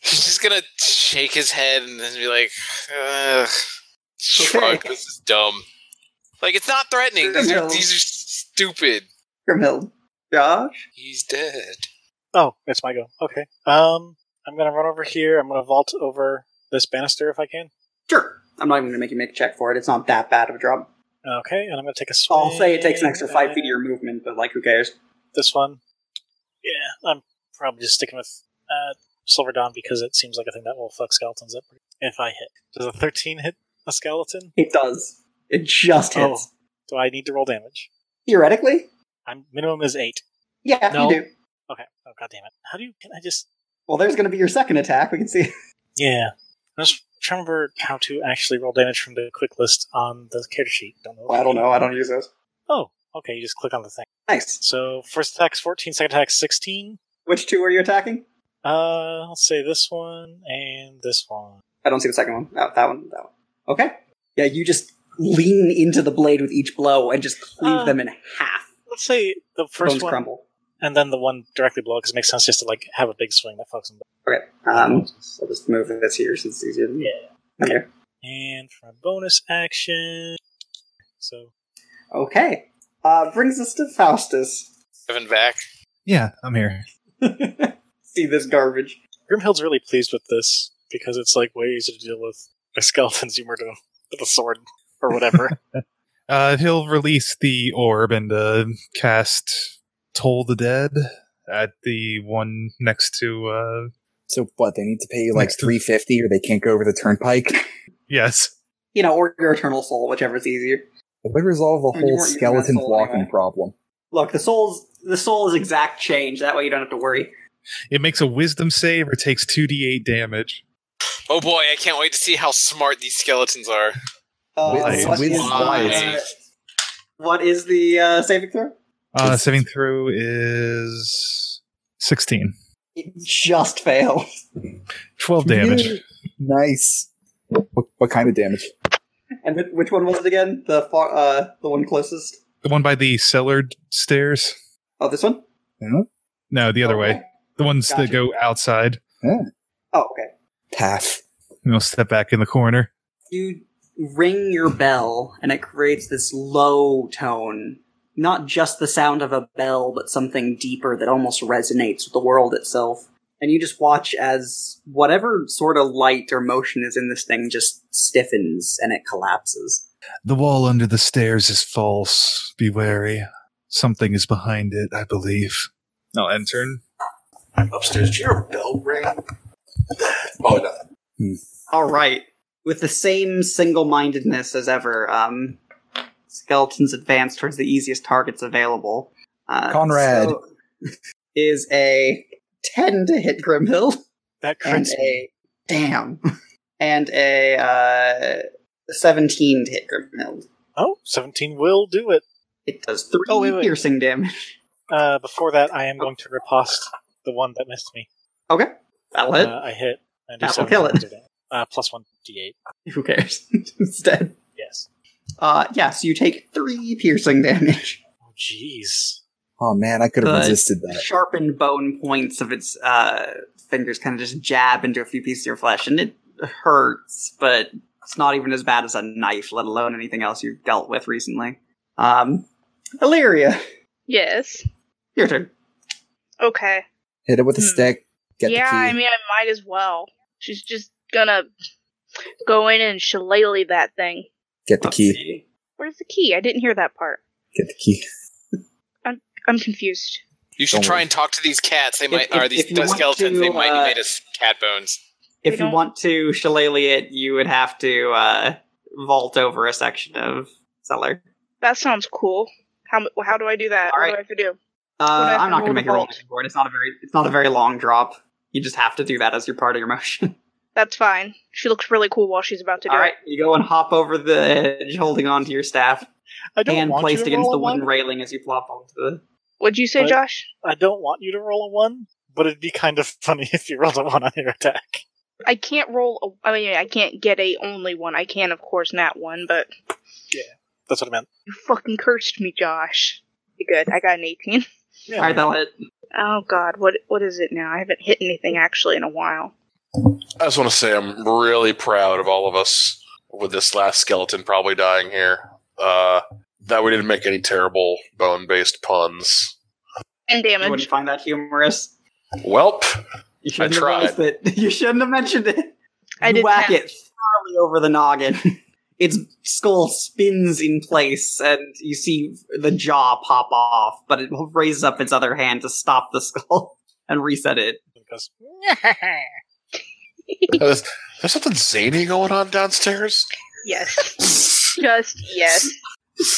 He's just gonna shake his head and then be like, Ugh, shrug. This is dumb. Like it's not threatening. These are, these are stupid.
Grimhild, Josh,
He's dead.
Oh, it's my go. Okay. Um, I'm gonna run over here. I'm gonna vault over this banister if I can.
sure. I'm not even gonna make you make a check for it. It's not that bad of a drop.
Okay, and I'm gonna take a swing.
I'll say it takes an extra five
at
feet of your movement, but like, who cares?
This one. Yeah, I'm probably just sticking with uh, Silver Dawn because it seems like a thing that will fuck skeletons up. If I hit, does a 13 hit a skeleton?
It does. It just hits.
Oh. Do I need to roll damage?
Theoretically,
I'm minimum is eight.
yeah,
No.
you do.
Okay. Oh god damn it! How do you? Can I just?
Well, there's going to be your second attack. We can see.
Yeah. I just trying to remember how to actually roll damage from the quick list on the character sheet. Don't know.
Well, I don't know. I don't use those.
Oh, okay. You just click on the thing.
Nice.
So first attack's 14, second attack's 16.
Which two are you attacking?
Uh, I'll say this one and this one.
I don't see the second one. Oh, that one. That one. Okay. Yeah, you just lean into the blade with each blow and just cleave
Uh,
them in half.
Let's say the
The
first
bones
one
crumble.
and then the one directly below because it makes sense just to like have a big swing that fucks them.
Okay. Um, I'll just move this here since it's easier. Than
Yeah.
Okay.
And for my bonus action, so
Okay. Uh, brings us to Faustus.
Seven back.
Yeah, I'm here.
see this garbage.
Grimhild's really pleased with this because it's like way easier to deal with a skeleton's humor to with a sword or whatever.
Uh, he'll release the orb and uh, cast Toll the Dead at the one next to. Uh,
So what? They need to pay you like
Next to-
three fifty, or they can't go over the turnpike.
yes,
You know, or your eternal soul, whichever's easier.
It would resolve the
I mean, you
whole
weren't using that
skeleton
soul
blocking
anyway.
problem.
Look, the soul's the soul is exact change. That way, you don't have to worry.
it makes a Wisdom save or takes two d8 damage.
Oh boy, I can't wait to see how smart these skeletons are.
Why?
Uh, what, is
Wiz-
the,
Why?
what is the uh, saving throw?
Uh, saving throw is sixteen.
It just failed.
12 damage.
Yeah. Nice. What, what kind of damage?
And wh- which one was it again? The far, uh, the one closest.
The one by the cellar stairs.
Oh, this one.
Huh?
No, the other
Oh,
way.
okay.
The ones
Gotcha.
that go outside.
Oh, okay.
Path.
And he'll step back in the corner.
You ring your bell, and it creates this low tone. Not just the sound of a bell, but something deeper that almost resonates with the world itself. And you just watch as whatever sort of light or motion is in this thing just stiffens and it collapses.
The wall under the stairs is false. Be wary. Something is behind it, I believe. I'll enter.
Upstairs, did you hear a bell ring? Oh, no.
All right. With the same single mindedness as ever, um, skeletons advance towards the easiest targets available. Uh,
Conrad.
so- is a 10 to hit Grimhill,
that
and
crits me.
a damn, and a uh, 17 to hit Grimhill.
Oh, 17 will do it.
It does three
Oh, wait, wait.
piercing damage.
Uh, before that, I am going to riposte the one that missed me.
Okay. That'll hit.
Uh, I hit. And do
That'll
seven
kill it.
points of damage. Uh, plus one d8.
Who cares? Instead.
Yes.
Uh, yeah, so you take three piercing damage.
Oh, jeez.
Oh man, I could have
But-
resisted
The
that.
sharpened bone points of its uh, fingers kind of just jab into a few pieces of your flesh, and it hurts, but it's not even as bad as a knife, let alone anything else you've dealt with recently. Um, Illyria,
Yes.
your turn.
Okay.
Hit it with a
Hmm.
stick. Get
yeah, I
the key.
mean, I might as well. She's just gonna go in and shillelagh that thing.
Get the
Let's
key.
see.
Where's the key? I didn't hear that part.
Get the key.
I'm confused.
You should
Don't
try
worry.
and talk to these cats. They
If-
might
if-
are these
if you want
skeletons.
to,
they might
uh,
have made us cat bones.
If
We
you
don't-
want to shillelagh it, you would have to uh, vault over a section of cellar.
That sounds cool. How m- how do I do that? what do I have to do?
Uh,
have
I'm
to
not going to
roll to
make a roll
vault?
for it. It's not a very it's not a very long drop. You just have to do that as your part of your motion.
That's fine. She looks really cool while she's about to do
All right,
it.
you go and hop over the edge, holding onto your staff,
I don't
hand
want you
placed
to
against
roll
the
a one.
wooden railing as you plop onto the.
What'd you say,
But-
Josh?
I don't want you to roll a one, but it'd be kind of funny if you rolled a one on your attack.
I can't roll. A, I mean, I can't get a only one. I can, of course, not one, but
That's what I meant.
you fucking cursed me, Josh. You good? I got an 18.
Yeah.
All right, that'll hit.
Oh God, what what is it now? I haven't hit anything actually in a while.
I just want to say I'm really proud of all of us with this last skeleton probably dying here. Uh, that we didn't make any terrible bone based puns.
And
You
damage.
wouldn't find that humorous.
Welp,
You shouldn't
tried.
have noticed it. You shouldn't have mentioned it.
I
you
did
whack
not.
it thoroughly over the noggin. its skull spins in place, and you see the jaw pop off, but it raises up its other hand to stop the skull and reset it.
Because
there's, there's something zany going on downstairs.
Yes. Just yes.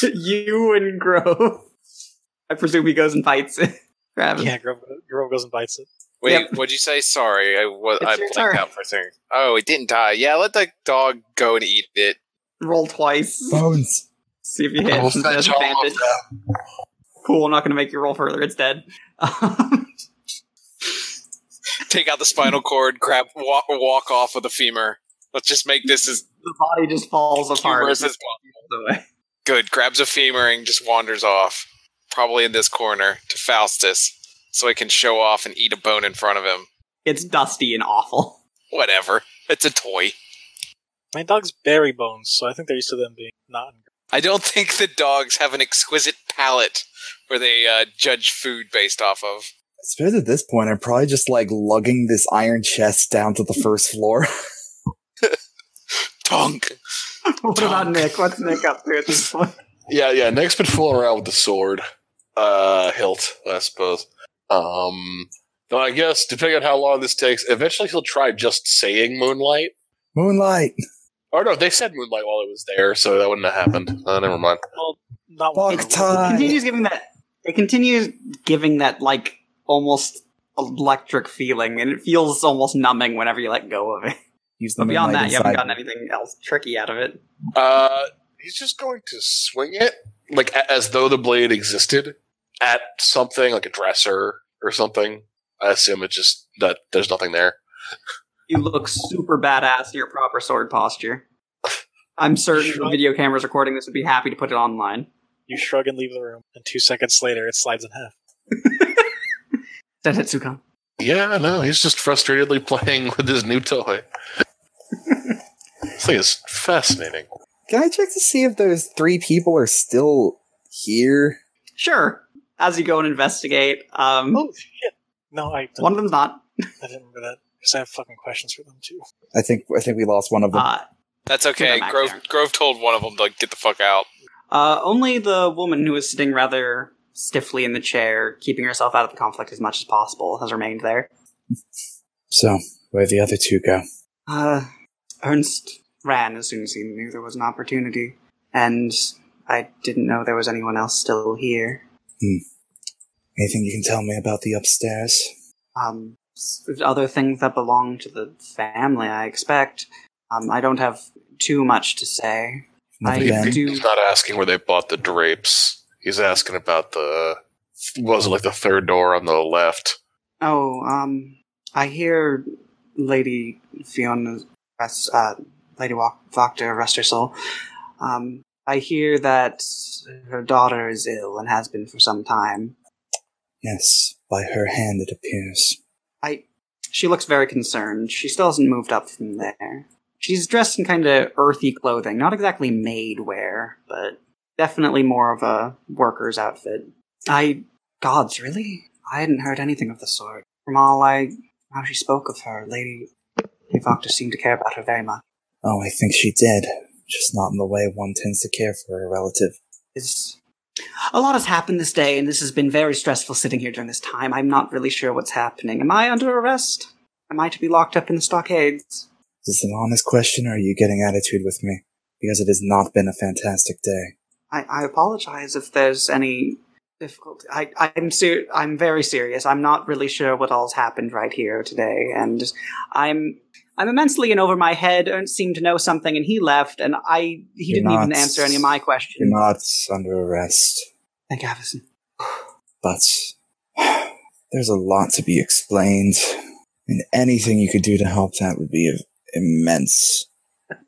you and Grove. I presume he goes and fights it. Travis.
yeah, Grove, Grove goes and bites it.
Wait,
Yep.
what'd you say? Sorry, I was
It's
I
your
blanked
turn.
out for a second. Oh, it didn't die. Yeah, let the dog go and eat it.
Roll twice.
Bones.
See if you hit.
We'll
Since it
fetch
has
all of
advantage. Cool, I'm not going to make you roll further. It's dead.
Take out the spinal cord. Grab walk, walk off with the femur. Let's just make this as
the body just falls apart.
humorous as possible.
the way.
Good. Grabs a femur and just wanders off, probably in this corner to Faustus, so he can show off and eat a bone in front of him.
It's dusty and awful.
Whatever. It's a toy.
My dog's berry bones, so I think they're used to them being not.
I don't think the dogs have an exquisite palate where they uh, judge food based off of.
I suppose at this point, I'm probably just like lugging this iron chest down to the first floor.
Tonk.
what about Nick? What's Nick up to at this point?
Yeah, yeah. Nick's been fooling around with the sword uh, hilt, I suppose. Um, though I guess depending on how long this takes, eventually he'll try just saying moonlight.
Moonlight.
Or no, they said moonlight while it was there, so that wouldn't have happened. Uh, never mind.
Not one.
Fuck
Uh,
time.
continues giving that. It continues giving that like almost electric feeling, and it feels almost numbing whenever you let go of it.
Use the
But beyond
moonlight
that, you haven't
inside.
gotten anything else tricky out of it.
Uh, he's just going to swing it like a- as though the blade existed at something like a dresser or something. I assume it's just that there's nothing there.
You look super badass in your proper sword posture. I'm certain the video cameras recording this would be happy to put it online.
You shrug and leave the room, and two seconds later, it slides in half.
Zenitsukan.
Yeah, no, he's just frustratedly playing with his new toy. this thing is fascinating.
Can I check to see if those three people are still here?
Sure. As you go and investigate, um,
Oh shit! No, I
one of them's not.
I didn't remember that because I have fucking questions for them too.
I think I think we lost one of them.
Uh,
That's okay.
back
Grove
there.
Grove told one of them to like, get the fuck out.
Uh, only the woman who is sitting rather stiffly in the chair, keeping herself out of the conflict as much as possible, has remained there.
so where the other two go?
Uh, Ernst ran as soon as he knew there was an opportunity, and I didn't know there was anyone else still here.
Anything you can tell me about the upstairs?
Um, s- other things that belong to the family, I expect. Um, I don't have too much to say. I
Never been.
do.
He's not asking where they bought the drapes. He's asking about the was it like the third door on the left?
Oh, um, I hear Lady Fiona, rest- uh, Lady Walk- Voctor, rest her soul. Um, I hear that her daughter is ill and has been for some time.
Yes, by her hand it appears.
I, she looks very concerned. She still hasn't moved up from there. She's dressed in kind of earthy clothing, not exactly maid wear, but definitely more of a worker's outfit. I, gods, really? I hadn't heard anything of the sort. From all I, how she spoke of her, Lady Evocta seemed to care about her very much.
Oh, I think she did. Just not in the way one tends to care for a relative.
It's, a lot has happened this day, and this has been very stressful sitting here during this time. I'm not really sure what's happening. Am I under arrest? Am I to be locked up in the stockades?
Is this an honest question or are you getting attitude with me? Because it has not been a fantastic day.
I, I apologize if there's any difficulty. I, I'm ser- I'm very serious. I'm not really sure what all's happened right here today, and I'm I'm immensely in over my head. Ernst seemed to know something, and he left, and I he
You're
didn't even
not-
answer any of my questions.
You're not under arrest,
Thank Avison.
but there's a lot to be explained, and anything you could do to help that would be of immense.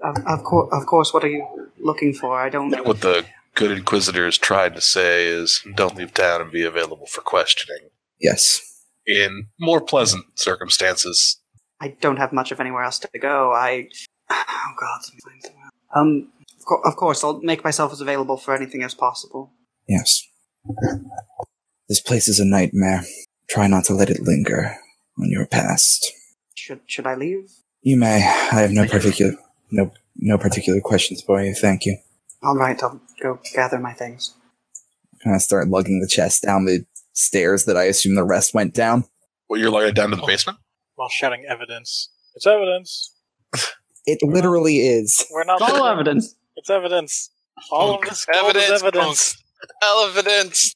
Of, of course, of course. What are you looking for? I don't.
What the good inquisitors tried to say is don't leave town and be available for questioning
Yes.
in more pleasant circumstances.
I don't have much of anywhere else to go. I. Oh God. Um. Of, cour of course, I'll make myself as available for anything as possible.
Yes. This place is a nightmare. Try not to let it linger on your past.
Should Should I leave?
You may. I have no particular no no particular questions for you. Thank you.
All right. I'll go gather my things.
And I start lugging the chest down the stairs that I assume the rest went down.
Well, you're like down to the basement.
While shouting evidence. It's evidence.
It literally is.
We're not
All evidence.
It's evidence. All of this gold is
Evidence,
evidence.
Evidence.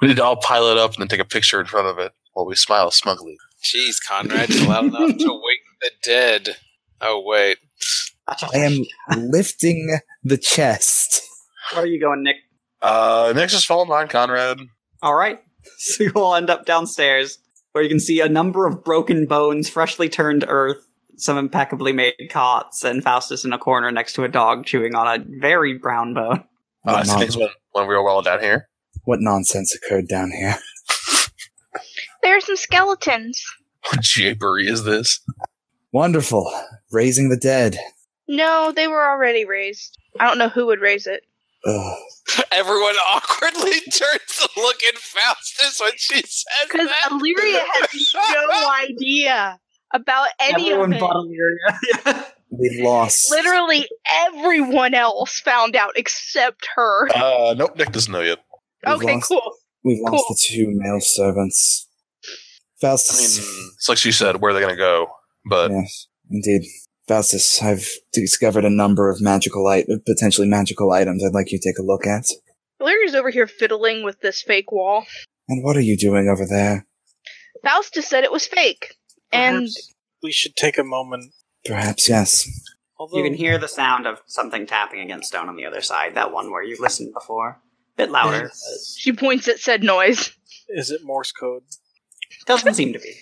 We need to all pile it up and then take a picture in front of it while we smile smugly.
Jeez, Conrad, you're loud enough to wake the dead. Oh wait,
I am lifting the chest.
Where are you going, Nick?
Uh, next is fall nine, Conrad.
All right. So you all end up downstairs, where you can see a number of broken bones, freshly turned earth, some impeccably made cots, and Faustus in a corner next to a dog chewing on a very brown bone.
Uh,
What, non-
today's when when we were all down here.
what nonsense occurred down here?
There are some skeletons.
What japery is this?
Wonderful. Raising the dead.
No, they were already raised. I don't know who would raise it.
Ugh.
everyone awkwardly turns to look at Faustus when she says
Because
that.
Illyria has no idea about any
Everyone
of it.
but Illyria.
We lost.
Literally everyone else found out except her.
Uh, nope, Nick doesn't know yet.
We've
Okay,
lost-
cool.
We've lost
Cool.
the two male servants.
I
Faustus.
mean, it's like she said, where are they going to go? But
Yes, indeed. Faustus, I've discovered a number of magical i- potentially magical items I'd like you to take a look at.
Illyria's over here fiddling with this fake wall.
And what are you doing over there?
Faustus said it was fake. And
Perhaps we should take a moment.
Perhaps, yes.
Although
you can hear the sound of something tapping against stone on the other side, that one where you listened before. Bit louder.
Is,
she points at said noise.
is it Morse code?
Doesn't seem to be.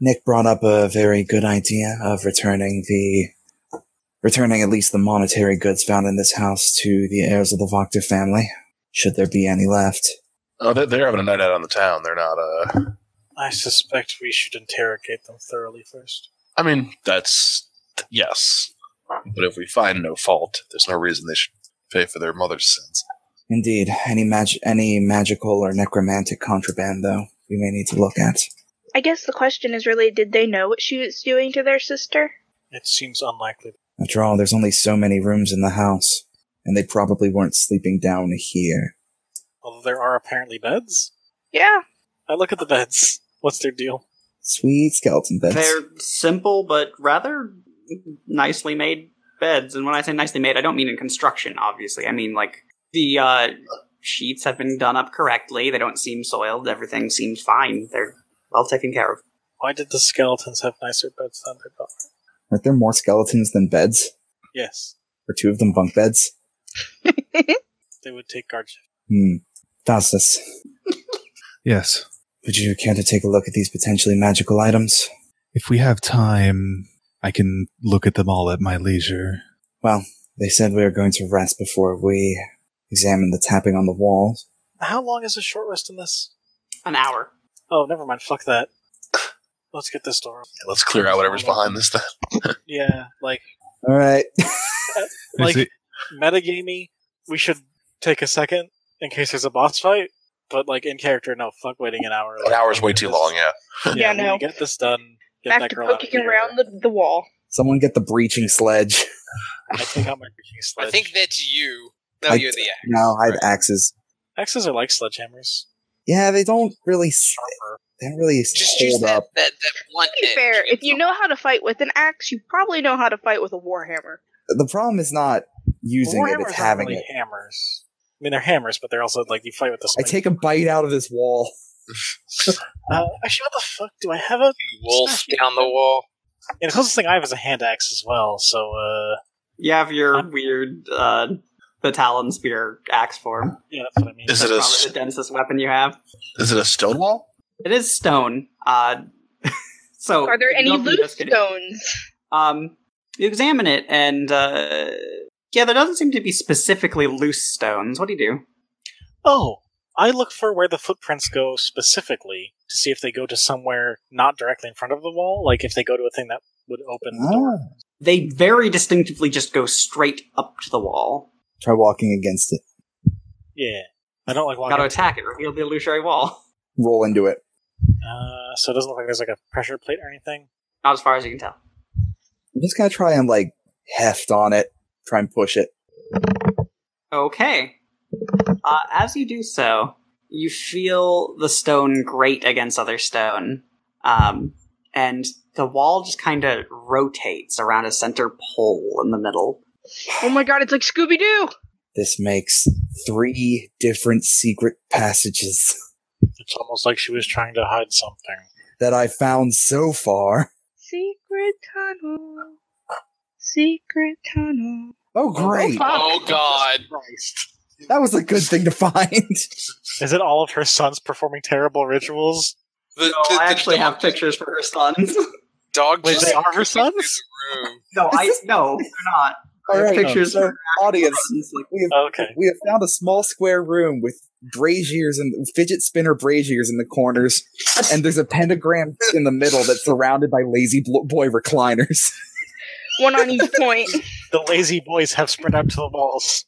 Nick brought up a very good idea of returning the returning at least the monetary goods found in this house to the heirs of the Voctor family, should there be any left.
oh, they're, they're having a night out on the town. They're not. Uh,
I suspect we should interrogate them thoroughly first.
I mean, that's yes. But if we find no fault, there's no reason they should pay for their mother's sins.
Indeed, any mag- any magical or necromantic contraband though, we may need to look at.
I guess the question is really did they know what she was doing to their sister?
It seems unlikely.
After all, there's only so many rooms in the house, and they probably weren't sleeping down here.
Although there are apparently beds.
Yeah.
I look at the beds. What's their deal?
Sweet skeleton beds.
They're simple but rather nicely made beds. And when I say nicely made, I don't mean in construction, obviously. I mean like the uh, sheets have been done up correctly. They don't seem soiled. Everything seems fine. They're well taken care of.
Why did the skeletons have nicer beds than their daughter?
Aren't there more skeletons than beds?
Yes,
Or two of them bunk beds?
they would take guard shift.
Hmm. Faustus,
Yes.
would you care to take a look at these potentially magical items?
If we have time, I can look at them all at my leisure.
They said we were going to rest before we examined the tapping on the wall.
How long is a short rest in this?
An hour.
Oh, never mind. Fuck that. Let's get this door.
Yeah, let's clear out whatever's behind this thing.
Yeah, like
All right.
Like-
Is it-
metagamey, we should take a second in case there's a boss fight. But like in character, no. Fuck waiting an hour.
An hour's way too long, yeah.
Yeah,
Yeah,
we
no.
Get this done. Get
Back
that
to
girl out of
poking
here.
around the, the wall.
Someone get the breaching sledge.
I take out my breaching sledge.
I think that's you. No,
I-
you're the act.
No, I have axes.
axes are like sledgehammers.
Yeah, they don't really. s-
Sharper.
They don't really
Just use
hold
that,
up.
that that blunt.
To be
edge.
fair, if you know how to fight with an axe, you probably know how to fight with a warhammer.
The problem is not using it; it's
Warhammers aren't
having
really
it.
hammers. I mean, they're hammers, but they're also like you fight with the.
I
Spike.
take a bite out of this wall.
Uh, actually, what the fuck do I have a?
Wolf down the wall.
And the closest thing I have is a hand axe as well. So uh,
You have your weird uh, the talon spear axe form.
yeah, that's what I mean.
Is
That's
it a
probably
s-
the densest weapon you have?
is it a stone wall?
It is stone. Uh, so
Are there any
Oh, nothing
loose
just kidding.
stones?
Um, you examine it, and uh, yeah, there doesn't seem to be specifically loose stones. What do you do?
Oh, I look for where the footprints go specifically to see if they go to somewhere not directly in front of the wall. Like if they go to a thing that would open the door.
Ah.
They very distinctively just go straight up to the wall.
Try walking against it.
Yeah, I don't like
Got to
walking.
attack it. Reveal the illusory wall.
Roll into it.
Uh, so it doesn't look like there's like a pressure plate or anything.
Not as far as you can tell.
I'm just gonna try and like heft on it. Try and push it.
Okay. Uh, as you do so, you feel the stone grate against other stone, um, and the wall just kind of rotates around a center pole in the middle.
Oh my god, it's like Scooby Doo!
This makes three different secret passages
It's almost like she was trying to hide something.
that I found so far.
Secret tunnel. Secret tunnel.
Oh, great!
Oh god.
That was a good thing to find.
Is it all of her sons performing terrible rituals?
The,
No, I actually
dog,
have pictures for her sons.
dog
Wait,
just
they are her sons?
in the room.
no, I no, they're not. I
All
have
right,
pictures
so,
for
audience.
sons. Like,
We have
Okay.
we have found a small square room with braziers and fidget spinner braziers in the corners, and there's a pentagram in the middle that's surrounded by lazy blo- boy recliners.
One on each point.
The lazy boys have spread out to the walls.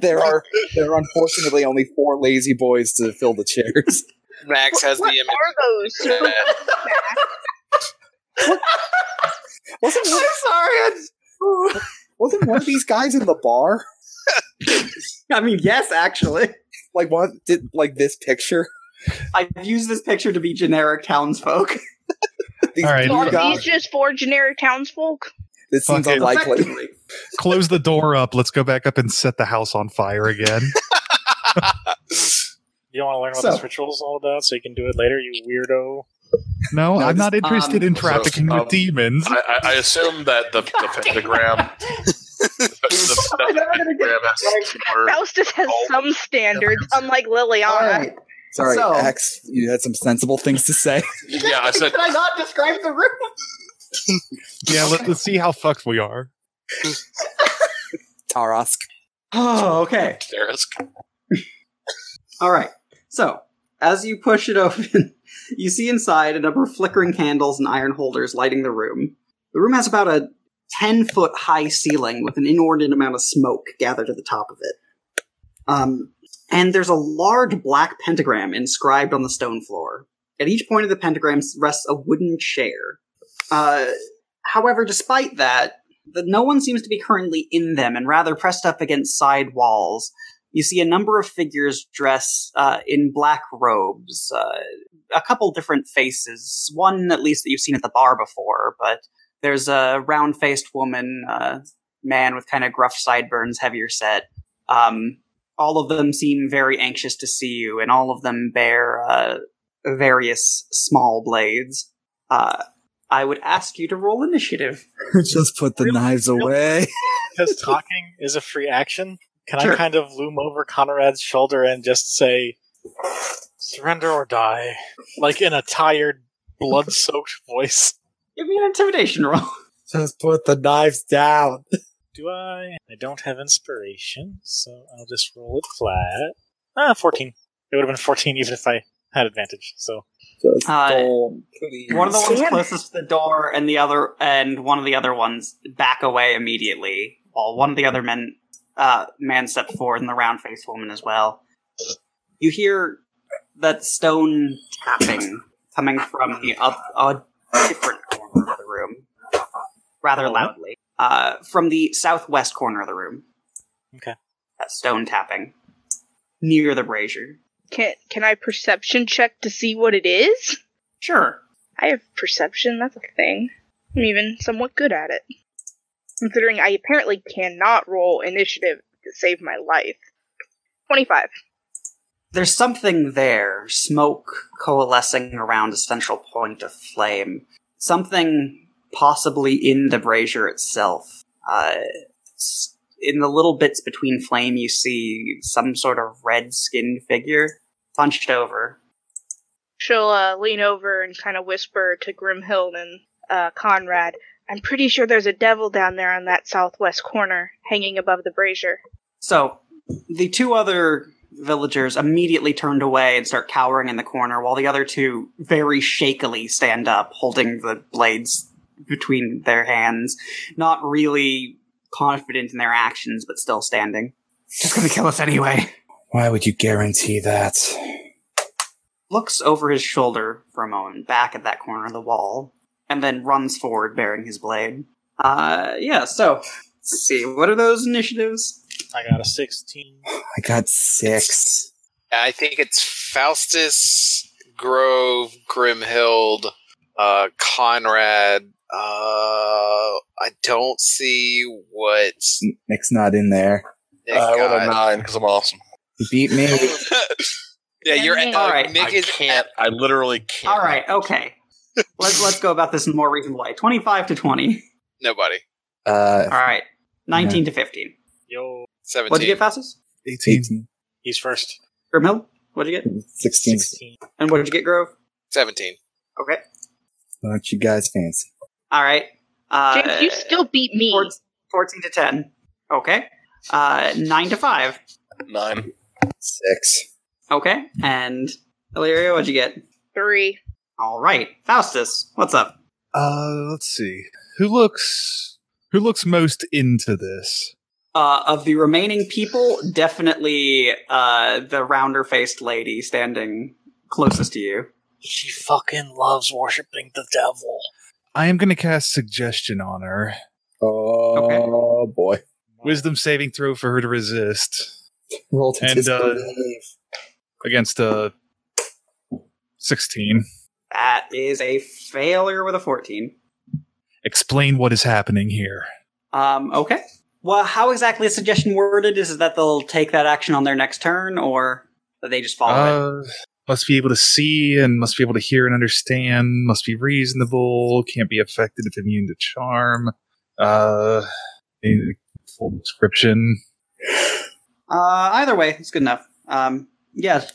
there are there are unfortunately only four lazy boys to fill the chairs.
Max has
what
the image.
are those?
Yeah.
Wasn't
I'm
one,
sorry. I-
wasn't one of these guys in the bar?
I mean, yes, actually,
Like one did like this picture?
I've used this picture to be generic townsfolk.
These
All right,
two
So are
guys-
these just four generic townsfolk?
this seems
Fuck it.
unlikely.
Effectively.
Close the door up. Let's go back up and set the house on fire again.
You don't want to learn what
So-
this ritual is all about, so you can do it later, you weirdo.
No,
No,
I'm
this-
not interested
um,
in trafficking
so,
with
um,
demons.
I, I, I assume that the, the pentagram. the, the,
Oh my God, I'm gonna get-
pentagram has similar-
Faustus has
Oh.
some standards, unlike
All
Liliana.
right.
Sorry,
So-
Axe, you had some sensible things to say.
Yeah, I said
Did I not describe the room?
yeah, let, let's see how fucked we are.
Tarask.
Oh, okay.
asterisk.
All right. So, as you push it open, you see inside a number of flickering candles and iron holders lighting the room. The room has about a 10 foot high ceiling with an inordinate amount of smoke gathered at the top of it. Um, and there's a large black pentagram inscribed on the stone floor. At each point of the pentagram rests a wooden chair. Uh, however, despite that, the, no one seems to be currently in them, and rather pressed up against side walls, you see a number of figures dressed uh, in black robes, uh, a couple different faces. One, at least, that you've seen at the bar before, but there's a round faced woman, uh, man with kind of gruff sideburns, heavier set. Um, all of them seem very anxious to see you, and all of them bear uh, various small blades. Uh, I would ask you to roll initiative.
Just put the knives away.
Because talking is a free action. Can
Sure.
I kind of loom over Conrad's shoulder and just say, surrender or die? Like in a tired, blood soaked voice.
Give me an intimidation roll.
Just put the knives down.
Do I? I don't have inspiration, so I'll just roll it flat. Ah, 14. It would have been 14 even if I had advantage, so.
Just
Uh,
don't, please.
One of the ones
Damn it.
closest to the door, and the other, and one of the other ones back away immediately. While one of the other men, uh, man steps forward, and the round-faced woman as well. You hear that stone tapping coming from the up, a different corner of the room, rather loudly, uh, from the southwest corner of the room.
Okay.
That stone tapping near the brazier.
Can can I perception check to see what it is?
Sure.
I have perception, that's a thing. I'm even somewhat good at it. Considering I apparently cannot roll initiative to save my life. 25.
There's something there, smoke coalescing around a central point of flame. Something possibly in the brazier itself. Uh, s- in the little bits between flame, you see some sort of red skinned figure punched over.
She'll uh, lean over and kind of whisper to Grimhild and uh, Conrad, I'm pretty sure there's a devil down there on that southwest corner, hanging above the brazier.
So the two other villagers immediately turned away and start cowering in the corner, while the other two very shakily stand up, holding the blades between their hands, not really confident in their actions, but still standing. Just gonna kill us anyway.
Why would you guarantee that?
Looks over his shoulder for a moment, back at that corner of the wall, and then runs forward bearing his blade. Uh, yeah, so, let's see, what are those initiatives?
I got a 16.
I got six.
I think it's Faustus, Grove, Grimhild, uh, Conrad. Uh, I don't see what
Nick's not in there.
Nick
uh, I want
got.
a nine because I'm awesome.
He beat me.
yeah, you're
Nick.
uh,
Alright,
Nick
I
is
can't. I literally can't.
All right, okay. let's let's go about this in a more reasonable way. Twenty-five to twenty.
nobody.
All
Uh,
right, nineteen to fifteen.
Yo,
What'd you
Seventeen.
get fastest?
18.
18,
he's first.
Grimhill. What'd you get?
16.
16.
And what did you get, Grove?
Seventeen.
Okay.
Aren't you guys fancy?
All right. Uh,
James, you still beat me.
14, fourteen to ten. Okay. Uh, nine to five.
Nine.
Six.
Okay. And Illyrio, what'd you get?
Three.
All right, Faustus, what's up?
Uh, let's see. Who looks who looks most into this?
Uh, of the remaining people, definitely uh, the rounder-faced lady standing closest to you.
She fucking loves worshipping the devil.
I am going to cast suggestion on her.
Oh boy.
Wisdom saving throw for her to resist
Roll to
And, uh,
disbelieve.
against a 16.
That is a failure with a 14.
Explain what is happening here.
Um, okay. Well, how exactly is suggestion worded? Is it that they'll take that action on their next turn, or that they just follow it?
Uh, must be able to see and must be able to hear and understand. Must be reasonable. Can't be affected if immune to charm. Uh, eh, full description.
Uh, either way, it's good enough. Um, yes.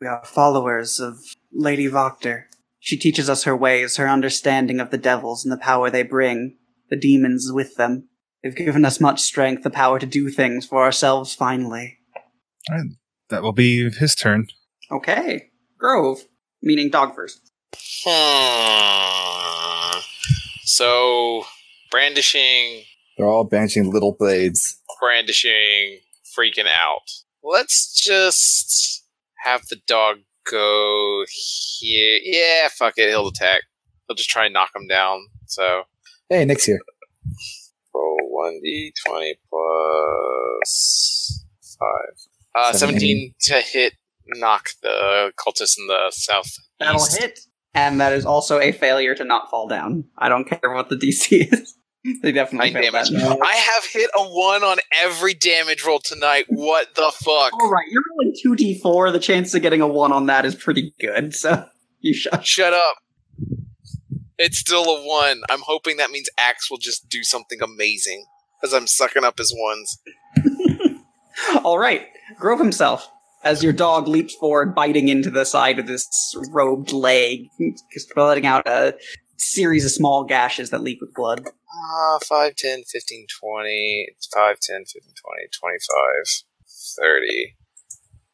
We are followers of Lady Voctor. She teaches us her ways, her understanding of the devils and the power they bring, the demons with them. They've given us much strength, the power to do things for ourselves finally.
That will be his turn.
Okay. Grove, meaning dog first.
Hmm. So brandishing,
They're all benching little blades.
brandishing, freaking out. Let's just have the dog go here. Yeah, fuck it. He'll attack. He'll just try and knock him down. So
Hey, Nick's here.
roll one d twenty plus five. Uh,
Seventeen.
seventeen to hit. Knock the cultist in the south.
That'll hit. And that is also a failure to not fall down. I don't care what the DC is. They definitely
Nine
failed that.
damage. I have hit a one on every damage roll tonight. What the fuck?
All right, you're rolling two d four. The chance of getting a one on that is pretty good. So you shut.
Shut up. It's still a one. I'm hoping that means Axe will just do something amazing as I'm sucking up his ones.
All right, Grove himself as your dog leaps forward, biting into the side of this robed leg, just letting out a series of small gashes that leak with blood.
Ah, 5, 10, 15, 20, 5, 10, 15, 20, 25, 30.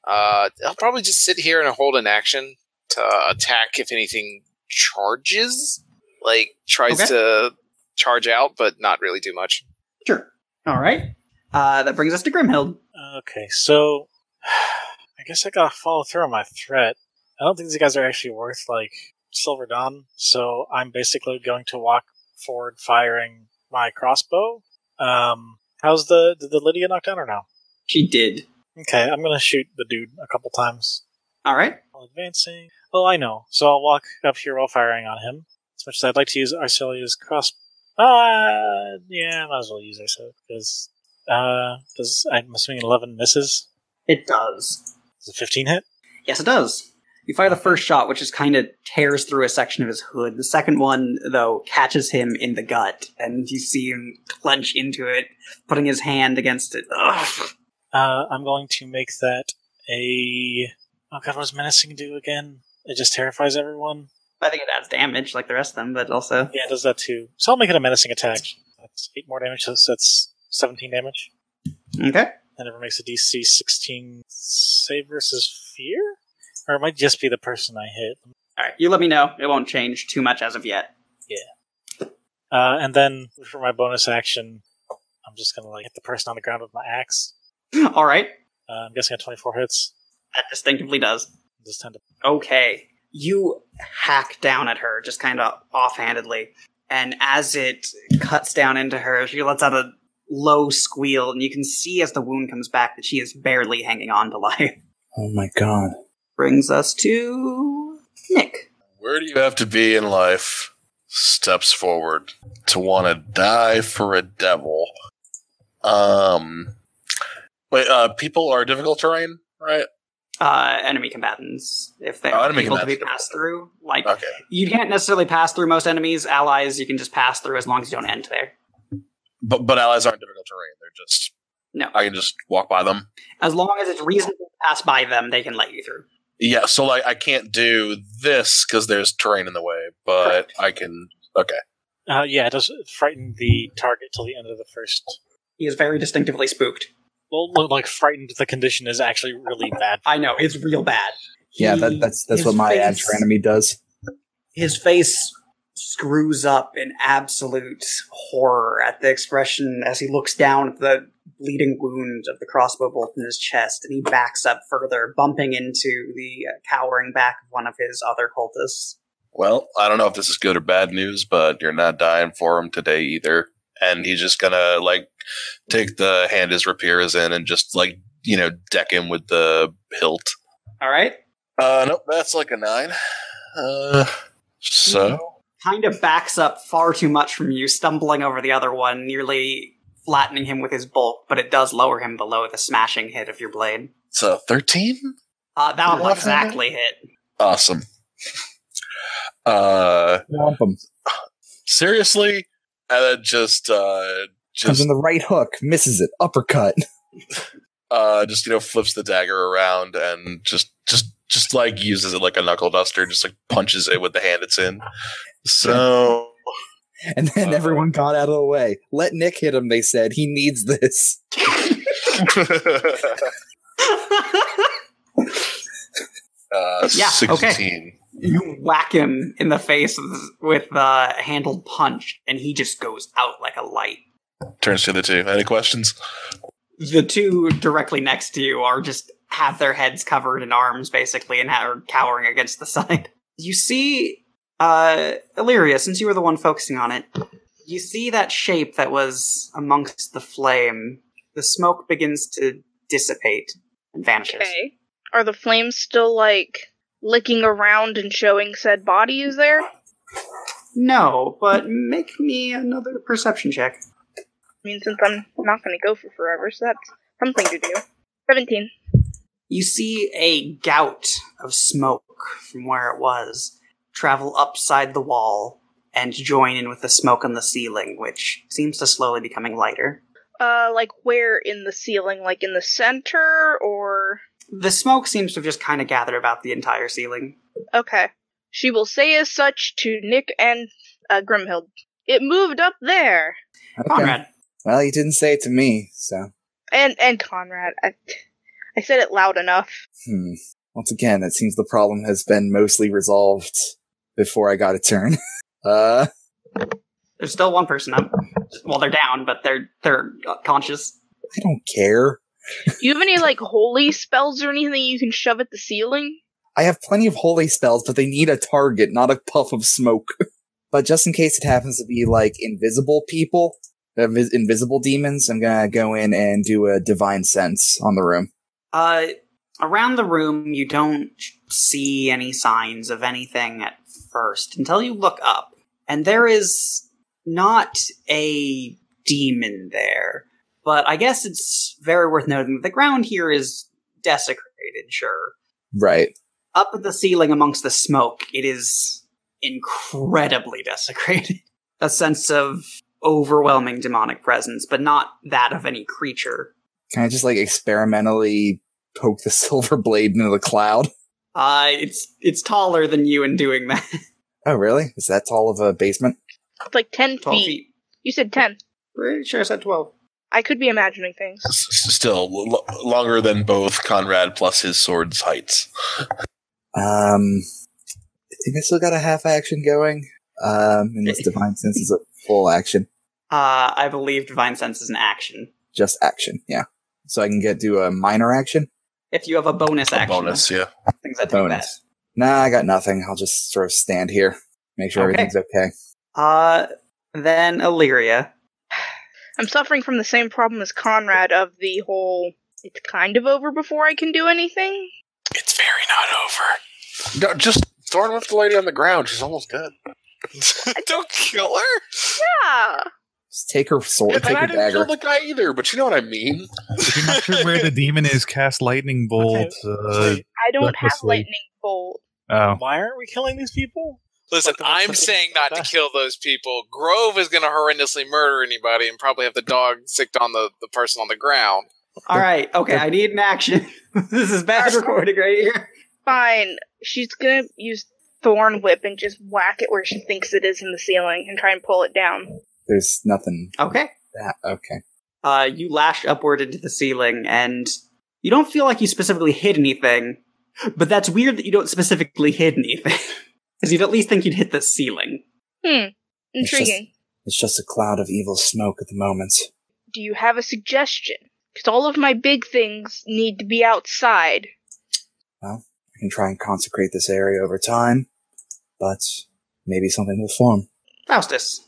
Uh, I'll probably just sit here and hold an action to attack if anything charges. Like, tries
Okay.
to charge out, but not really do much.
Sure. All right. Uh, that brings us to Grimhild.
Okay, so I guess I gotta follow through on my threat. I don't think these guys are actually worth like Silver Dawn, so I'm basically going to walk forward firing my crossbow. Um, how's the did the Lydia knock down or no?
She did.
Okay, I'm gonna shoot the dude a couple times
All right.
while advancing. Oh, I know. So I'll walk up here while firing on him. As much as I'd like to use Arcelia's cross, uh, yeah, I might as well use Arcelia because uh, does I'm assuming eleven misses.
It does.
Does a 15 hit?
Yes, it does. You fire the first shot, which just kind of tears through a section of his hood. The second one, though, catches him in the gut, and you see him clench into it, putting his hand against it. Ugh.
Uh, I'm going to make that a. Oh god, what does menacing do again? It just terrifies everyone.
I think it adds damage like the rest of them, but also
Yeah, it does that too. So I'll make it a menacing attack. That's eight more damage. So that's 17 damage.
okay.
And never makes a DC 16 save versus fear, or it might just be the person I hit.
All right, you let me know. It won't change too much as of yet.
Uh, and then for my bonus action, I'm just gonna like hit the person on the ground with my axe.
All right,
Uh, I'm guessing at 24 hits.
that distinctively does.
Just tend to
Okay, you hack down at her just kind of offhandedly, and as it cuts down into her, she lets out a low squeal, and you can see as the wound comes back that she is barely hanging on to life.
Oh my god.
Brings us to Nick.
Where do you have to be in life? Steps forward to want to die for a devil. Um, wait. Uh, people are difficult terrain, right?
Uh, enemy combatants, if they
Oh,
are
enemy
able to be
combatants. Uh,
passed through, like
Okay.
you can't necessarily pass through most enemies. Allies, you can just pass through as long as you don't end there.
But but allies aren't difficult terrain. They're just
No.
I can just walk by them.
As long as it's reasonable to pass by them, they can let you through.
Yeah. So like I can't do this because there's terrain in the way, but I can. Okay.
Uh, yeah, it does frighten the target till the end of the first.
He is very distinctively spooked.
Well, look, like frightened, the condition is actually really bad.
I know it's real bad.
Yeah,
He-
that, that's that's
his
what my ad
face-
for enemy does.
His face screws up in absolute horror at the expression as he looks down at the bleeding wound of the crossbow bolt in his chest, and he backs up further, bumping into the uh, cowering back of one of his other cultists.
Well, I don't know if this is good or bad news, but you're not dying for him today either. And he's just gonna like take the hand his rapier is in and just like you know deck him with the hilt.
All right,
Uh, nope, that's like a nine. Uh, so
kind of backs up far too much from you, stumbling over the other one, nearly flattening him with his bolt, but it does lower him below the smashing hit of your blade.
it's a thirteen.
Uh, that will
What?
exactly hit.
Awesome. Uh,
Womp 'em.
seriously, and then just uh,
Comes
just
in the right hook, misses it, uppercut.
uh, just you know flips the dagger around and just just just like uses it like a knuckle duster, just like punches it with the hand it's in. So
And then
Uh-oh.
everyone got out of the way. Let Nick hit him, they said. He needs this.
uh,
Yeah, okay.
sixteen.
You whack him in the face with- with the handled punch, and he just goes out like a light.
Turns to the two. Any questions?
The two directly next to you are just have their heads covered in arms, basically, and are cowering against the side. You see, uh, Illyria, since you were the one focusing on it, you see that shape that was amongst the flame. The smoke begins to dissipate and vanishes.
Okay. Are the flames still like licking around and showing said body is there? I
No, but make me another perception check.
mean, since I'm not going to go for forever, so that's something to do. 17.
You see a gout of smoke from where it was travel upside the wall and join in with the smoke on the ceiling, which seems to slowly becoming lighter.
Uh, like where in the ceiling? Like in the center or.
The smoke seems to have just kind of gathered about the entire ceiling.
Okay. She will say as such to Nick and uh, Grimhild. It moved up there.
Okay.
Conrad,
Well, you didn't say it to me, so.
And and Conrad. I, I said it loud enough.
Hmm. Once again, it seems the problem has been mostly resolved before I got a turn. Uh,
there's still one person up. Well, they're down, but they're they're conscious.
I don't care.
Do you have any like holy spells or anything you can shove at the ceiling?
I have plenty of holy spells, but they need a target, not a puff of smoke. but just in case it happens to be like invisible people, invis- invisible demons, I'm gonna go in and do a divine sense on the room.
Uh, around the room, you don't see any signs of anything at first until you look up. And there is not a demon there. But I guess it's very worth noting that the ground here is desecrated, sure.
Right.
Up at the ceiling amongst the smoke, it is incredibly desecrated. A sense of overwhelming demonic presence, but not that of any creature.
Can I just like experimentally poke the silver blade into the cloud?
Uh, it's it's taller than you in doing that.
Oh, really? Is that tall of a basement?
It's like 10
Twelve
feet.
feet.
You said 10.
Pretty sure I said twelve.
I could be imagining things.
S- s- still l- longer than both Conrad plus his sword's heights.
Um, I think I still got a half action going. Um, and this divine sense is a full action,
Uh, I believe divine sense is an action.
just action. Yeah. So I can get do a minor action,
If you have a bonus
A
action,
bonus, yeah.
things that do that.
bonus. Nah, I got nothing. I'll just sort of stand here, make sure
Okay.
everything's okay.
Uh, then Illyria.
I'm suffering from the same problem as Conrad of the whole it's kind of over before I can do anything.
It's very not over.
No, just throwing with the lady on the ground. She's almost dead.
Don't kill her.
Yeah.
Just take her sword,
And
take
I
her
didn't
dagger.
kill the guy either, but you know what I mean.
If you're not sure where the demon is, cast lightning bolt. Uh,
Wait,
I don't have
Recklessly.
lightning bolt.
oh,
why aren't we killing these people?
Listen,
Like the ones
I'm
that-
saying not to kill those people. Grove is going to horrendously murder anybody and probably have the dog sicked on the, the person on the ground.
All right, okay, I need an action. this is bad recording right here.
Fine. She's gonna use Thorn Whip and just whack it where she thinks it is in the ceiling and try and pull it down.
There's nothing.
Okay.
That okay.
Uh, you lash upward into the ceiling, and you don't feel like you specifically hit anything. But that's weird that you don't specifically hit anything, because you'd at least think you'd hit the ceiling.
Hmm.
It's just-
Intriguing.
It's just a cloud of evil smoke at the moment.
Do you have a suggestion? Because all of my big things need to be outside.
I can try and consecrate this area over time, but maybe something will form.
Faustus.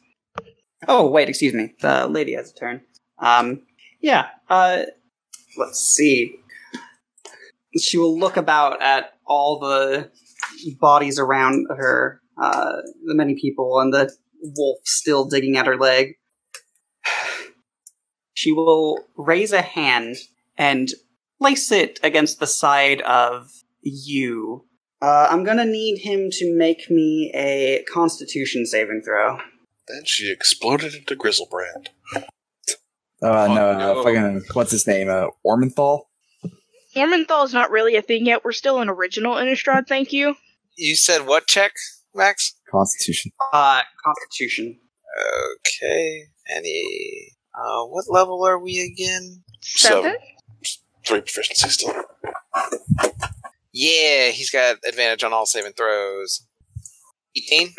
Oh wait, excuse me. The lady has a turn. Um, yeah. Uh, let's see. She will look about at all the bodies around her, uh, the many people, and the wolf still digging at her leg. She will raise a hand and place it against the side of you. Uh, I'm gonna need him to make me a Constitution saving throw.
Then she exploded into Grizzlebrand.
Oh, uh, no,
Oh,
uh,
no.
fucking, what's his name? Uh, Ormenthal?
Ormenthal is not really a thing yet. We're still an original Innistrad, thank you.
You said what check, Max?
Constitution.
Uh, Constitution.
Okay. Any. Uh, what level are we again?
Seven?
Three proficiency still.
Yeah, he's got advantage on all saving throws. 18?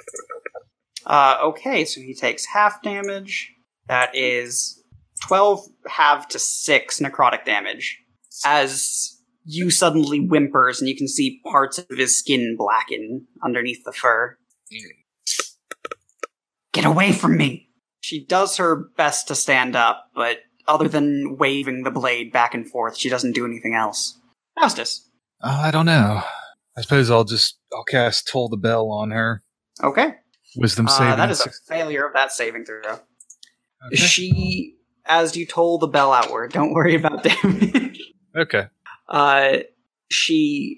Uh, okay, so he takes half damage. That is 12 half to 6 necrotic damage. As you suddenly whimpers and you can see parts of his skin blacken underneath the fur. Get away from me! She does her best to stand up, but other than waving the blade back and forth, she doesn't do anything else. Faustus.
Uh, I don't know. I suppose I'll just I'll cast toll the bell on her.
Okay.
Wisdom
Uh,
saving.
that is a
six-
failure of that saving throw.
okay.
She, as you told the bell outward, don't worry about damage.
okay.
uh, she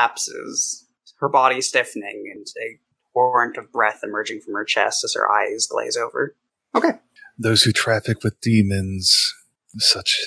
collapses, her body stiffening, and a torrent of breath emerging from her chest as her eyes glaze over.
Those who traffic with demons, such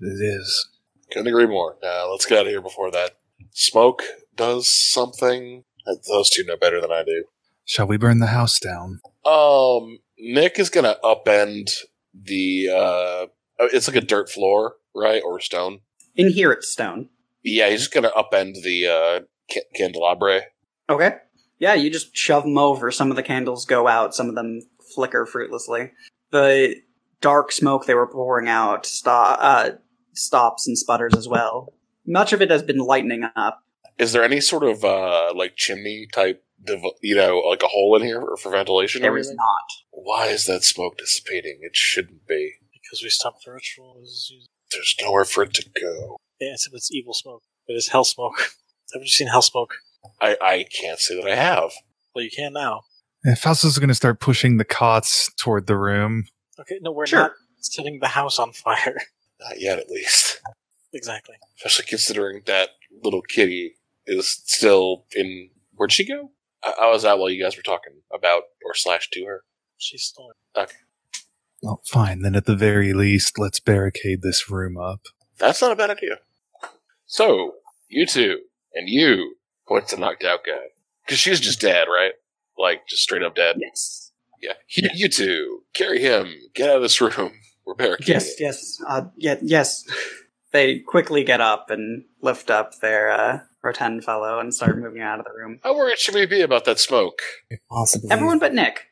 it is.
Couldn't agree more. Now let's get out of here before that smoke does something. Uh, Those two know better than I do.
Shall we burn the house down?
Um, Nick is gonna upend the. uh It's like a dirt floor, right, or stone.
In here, it's stone.
Yeah, he's just gonna upend the uh ca- candelabra.
Okay. Yeah, you just shove them over. Some of the candles go out, some of them flicker fruitlessly. The dark smoke they were pouring out sto- uh, stops and sputters as well. Much of it has been lightening up.
Is there any sort of uh like chimney type, dev- you know, like a hole in here or for ventilation?
There
or
is
anything?
not.
Why is that smoke dissipating? It shouldn't be.
Because we stopped the ritual. It was-
There's nowhere for it to go.
Yeah, except it's evil smoke. It is hell smoke. Haven't you seen hell smoke?
I I can't say that I have.
Well, you can now.
And Faustus is going to start pushing the cots toward the room.
Okay, no, we're
Sure.
not setting the house on fire.
Not yet, at least.
Exactly.
Especially considering that little kitty is still in. Where'd she go? I, I was out while you guys were talking about or slash to her.
She's stolen.
Okay.
Well, fine. Then at the very least, let's barricade this room up.
That's not a bad idea. So, you two and you points to knocked out guy. Because she's just dead, right? Like, just straight up dead.
Yes.
Yeah. You, you two, carry him. Get out of this room. We're barricaded.
Yes, yes, uh, yeah, yes. They quickly get up and lift up their uh, rotund fellow and start moving out of the room.
How worried should we be about that smoke?
Possibly.
Everyone but Nick.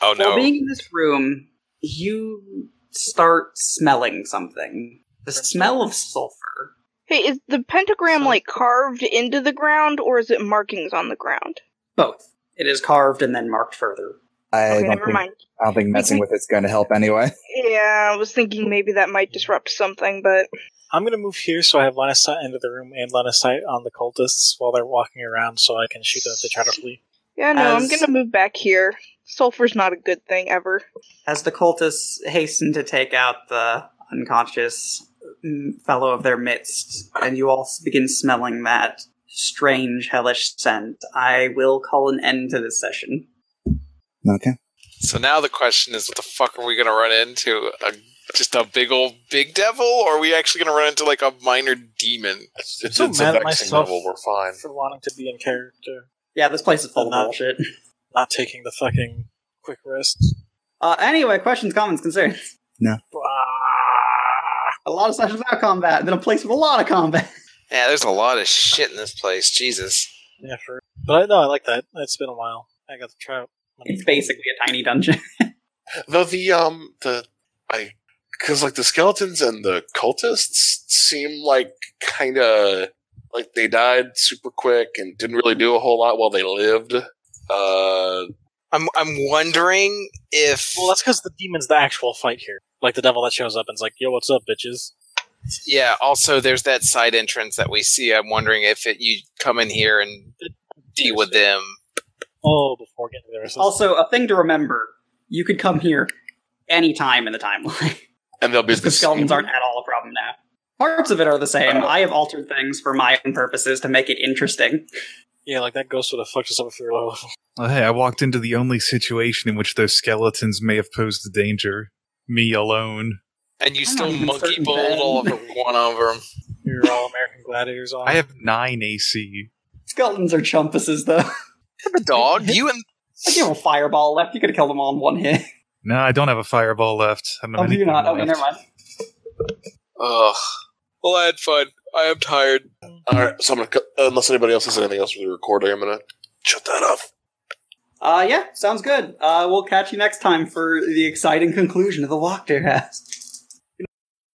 Oh
While
no!
being in this room, you start smelling something. The smell of sulfur.
Hey, is the pentagram like carved into the ground or is it markings on the ground?
Both. It is carved and then marked further.
I,
Okay,
don't
never
think, I
mind.
don't think messing with it's going to help anyway.
Yeah, I was thinking maybe that might disrupt something, but
I'm gonna move here so I have line of sight into the room and line of sight on the cultists while they're walking around, so I can shoot them if they try to flee.
yeah, no,
As-
I'm gonna move back here. Sulfur's not a good thing ever.
As the cultists hasten to take out the unconscious mm, fellow of their midst, and you all s- begin smelling that strange, hellish scent, I will call an end to this session.
Okay.
So now the question is, what the fuck are we gonna run into? A, just a big old big devil, or are we actually gonna run into like a minor demon?
It's, it's,
so
it's
mad
a
at
vexing
myself.
level. We're fine.
For wanting to be in character,
Yeah, this place is full
Not-
of bullshit.
not taking the fucking quick rest.
Uh, anyway, questions, comments, concerns.
Blah.
A lot of sessions without combat, and then a place with a lot of combat.
Yeah, there's a lot of shit in this place. Jesus.
Yeah, for but I know I like that. It's been a while. I got the trout.
It's basically a tiny dungeon.
Though the um the I because like the skeletons and the cultists seem like kind of like they died super quick and didn't really do a whole lot while they lived. Uh,
I'm I'm wondering if
Well, that's because the demon's the actual fight here. Like the devil that shows up and's like, "Yo, what's up, bitches?"
yeah. Also, there's that side entrance that we see. I'm wondering if it, you come in here and deal with them.
Oh, before getting there, so
also, a thing to remember you could come here anytime in the timeline.
and they'll be
the skeletons aren't at all a problem now. Parts of it are the same.
Oh.
I have altered things for my own purposes to make it interesting.
yeah, like that ghost would have fucked us up if we were low level.
Well, Oh, hey, I walked into the only situation in which those skeletons may have posed a danger. Me alone.
And you
I'm
still
not even
monkey
certain,
bowled
Ben.
all over one of them.
We were all American gladiators on.
I have nine AC.
Skeletons are chumpuses, though.
Dog, you and
Like you have a fireball left. You could have killed them all in one hit.
No, I don't have a fireball left. I don't
Oh,
have
do you
anything
not? Okay,
left.
never mind.
ugh. Well, I had fun. I am tired.
All right, so I'm gonna cut- unless anybody else has anything else for the recording, I'm gonna shut that off.
Uh, yeah, sounds good. Uh, we'll catch you next time for the exciting conclusion of the Walk Dare House.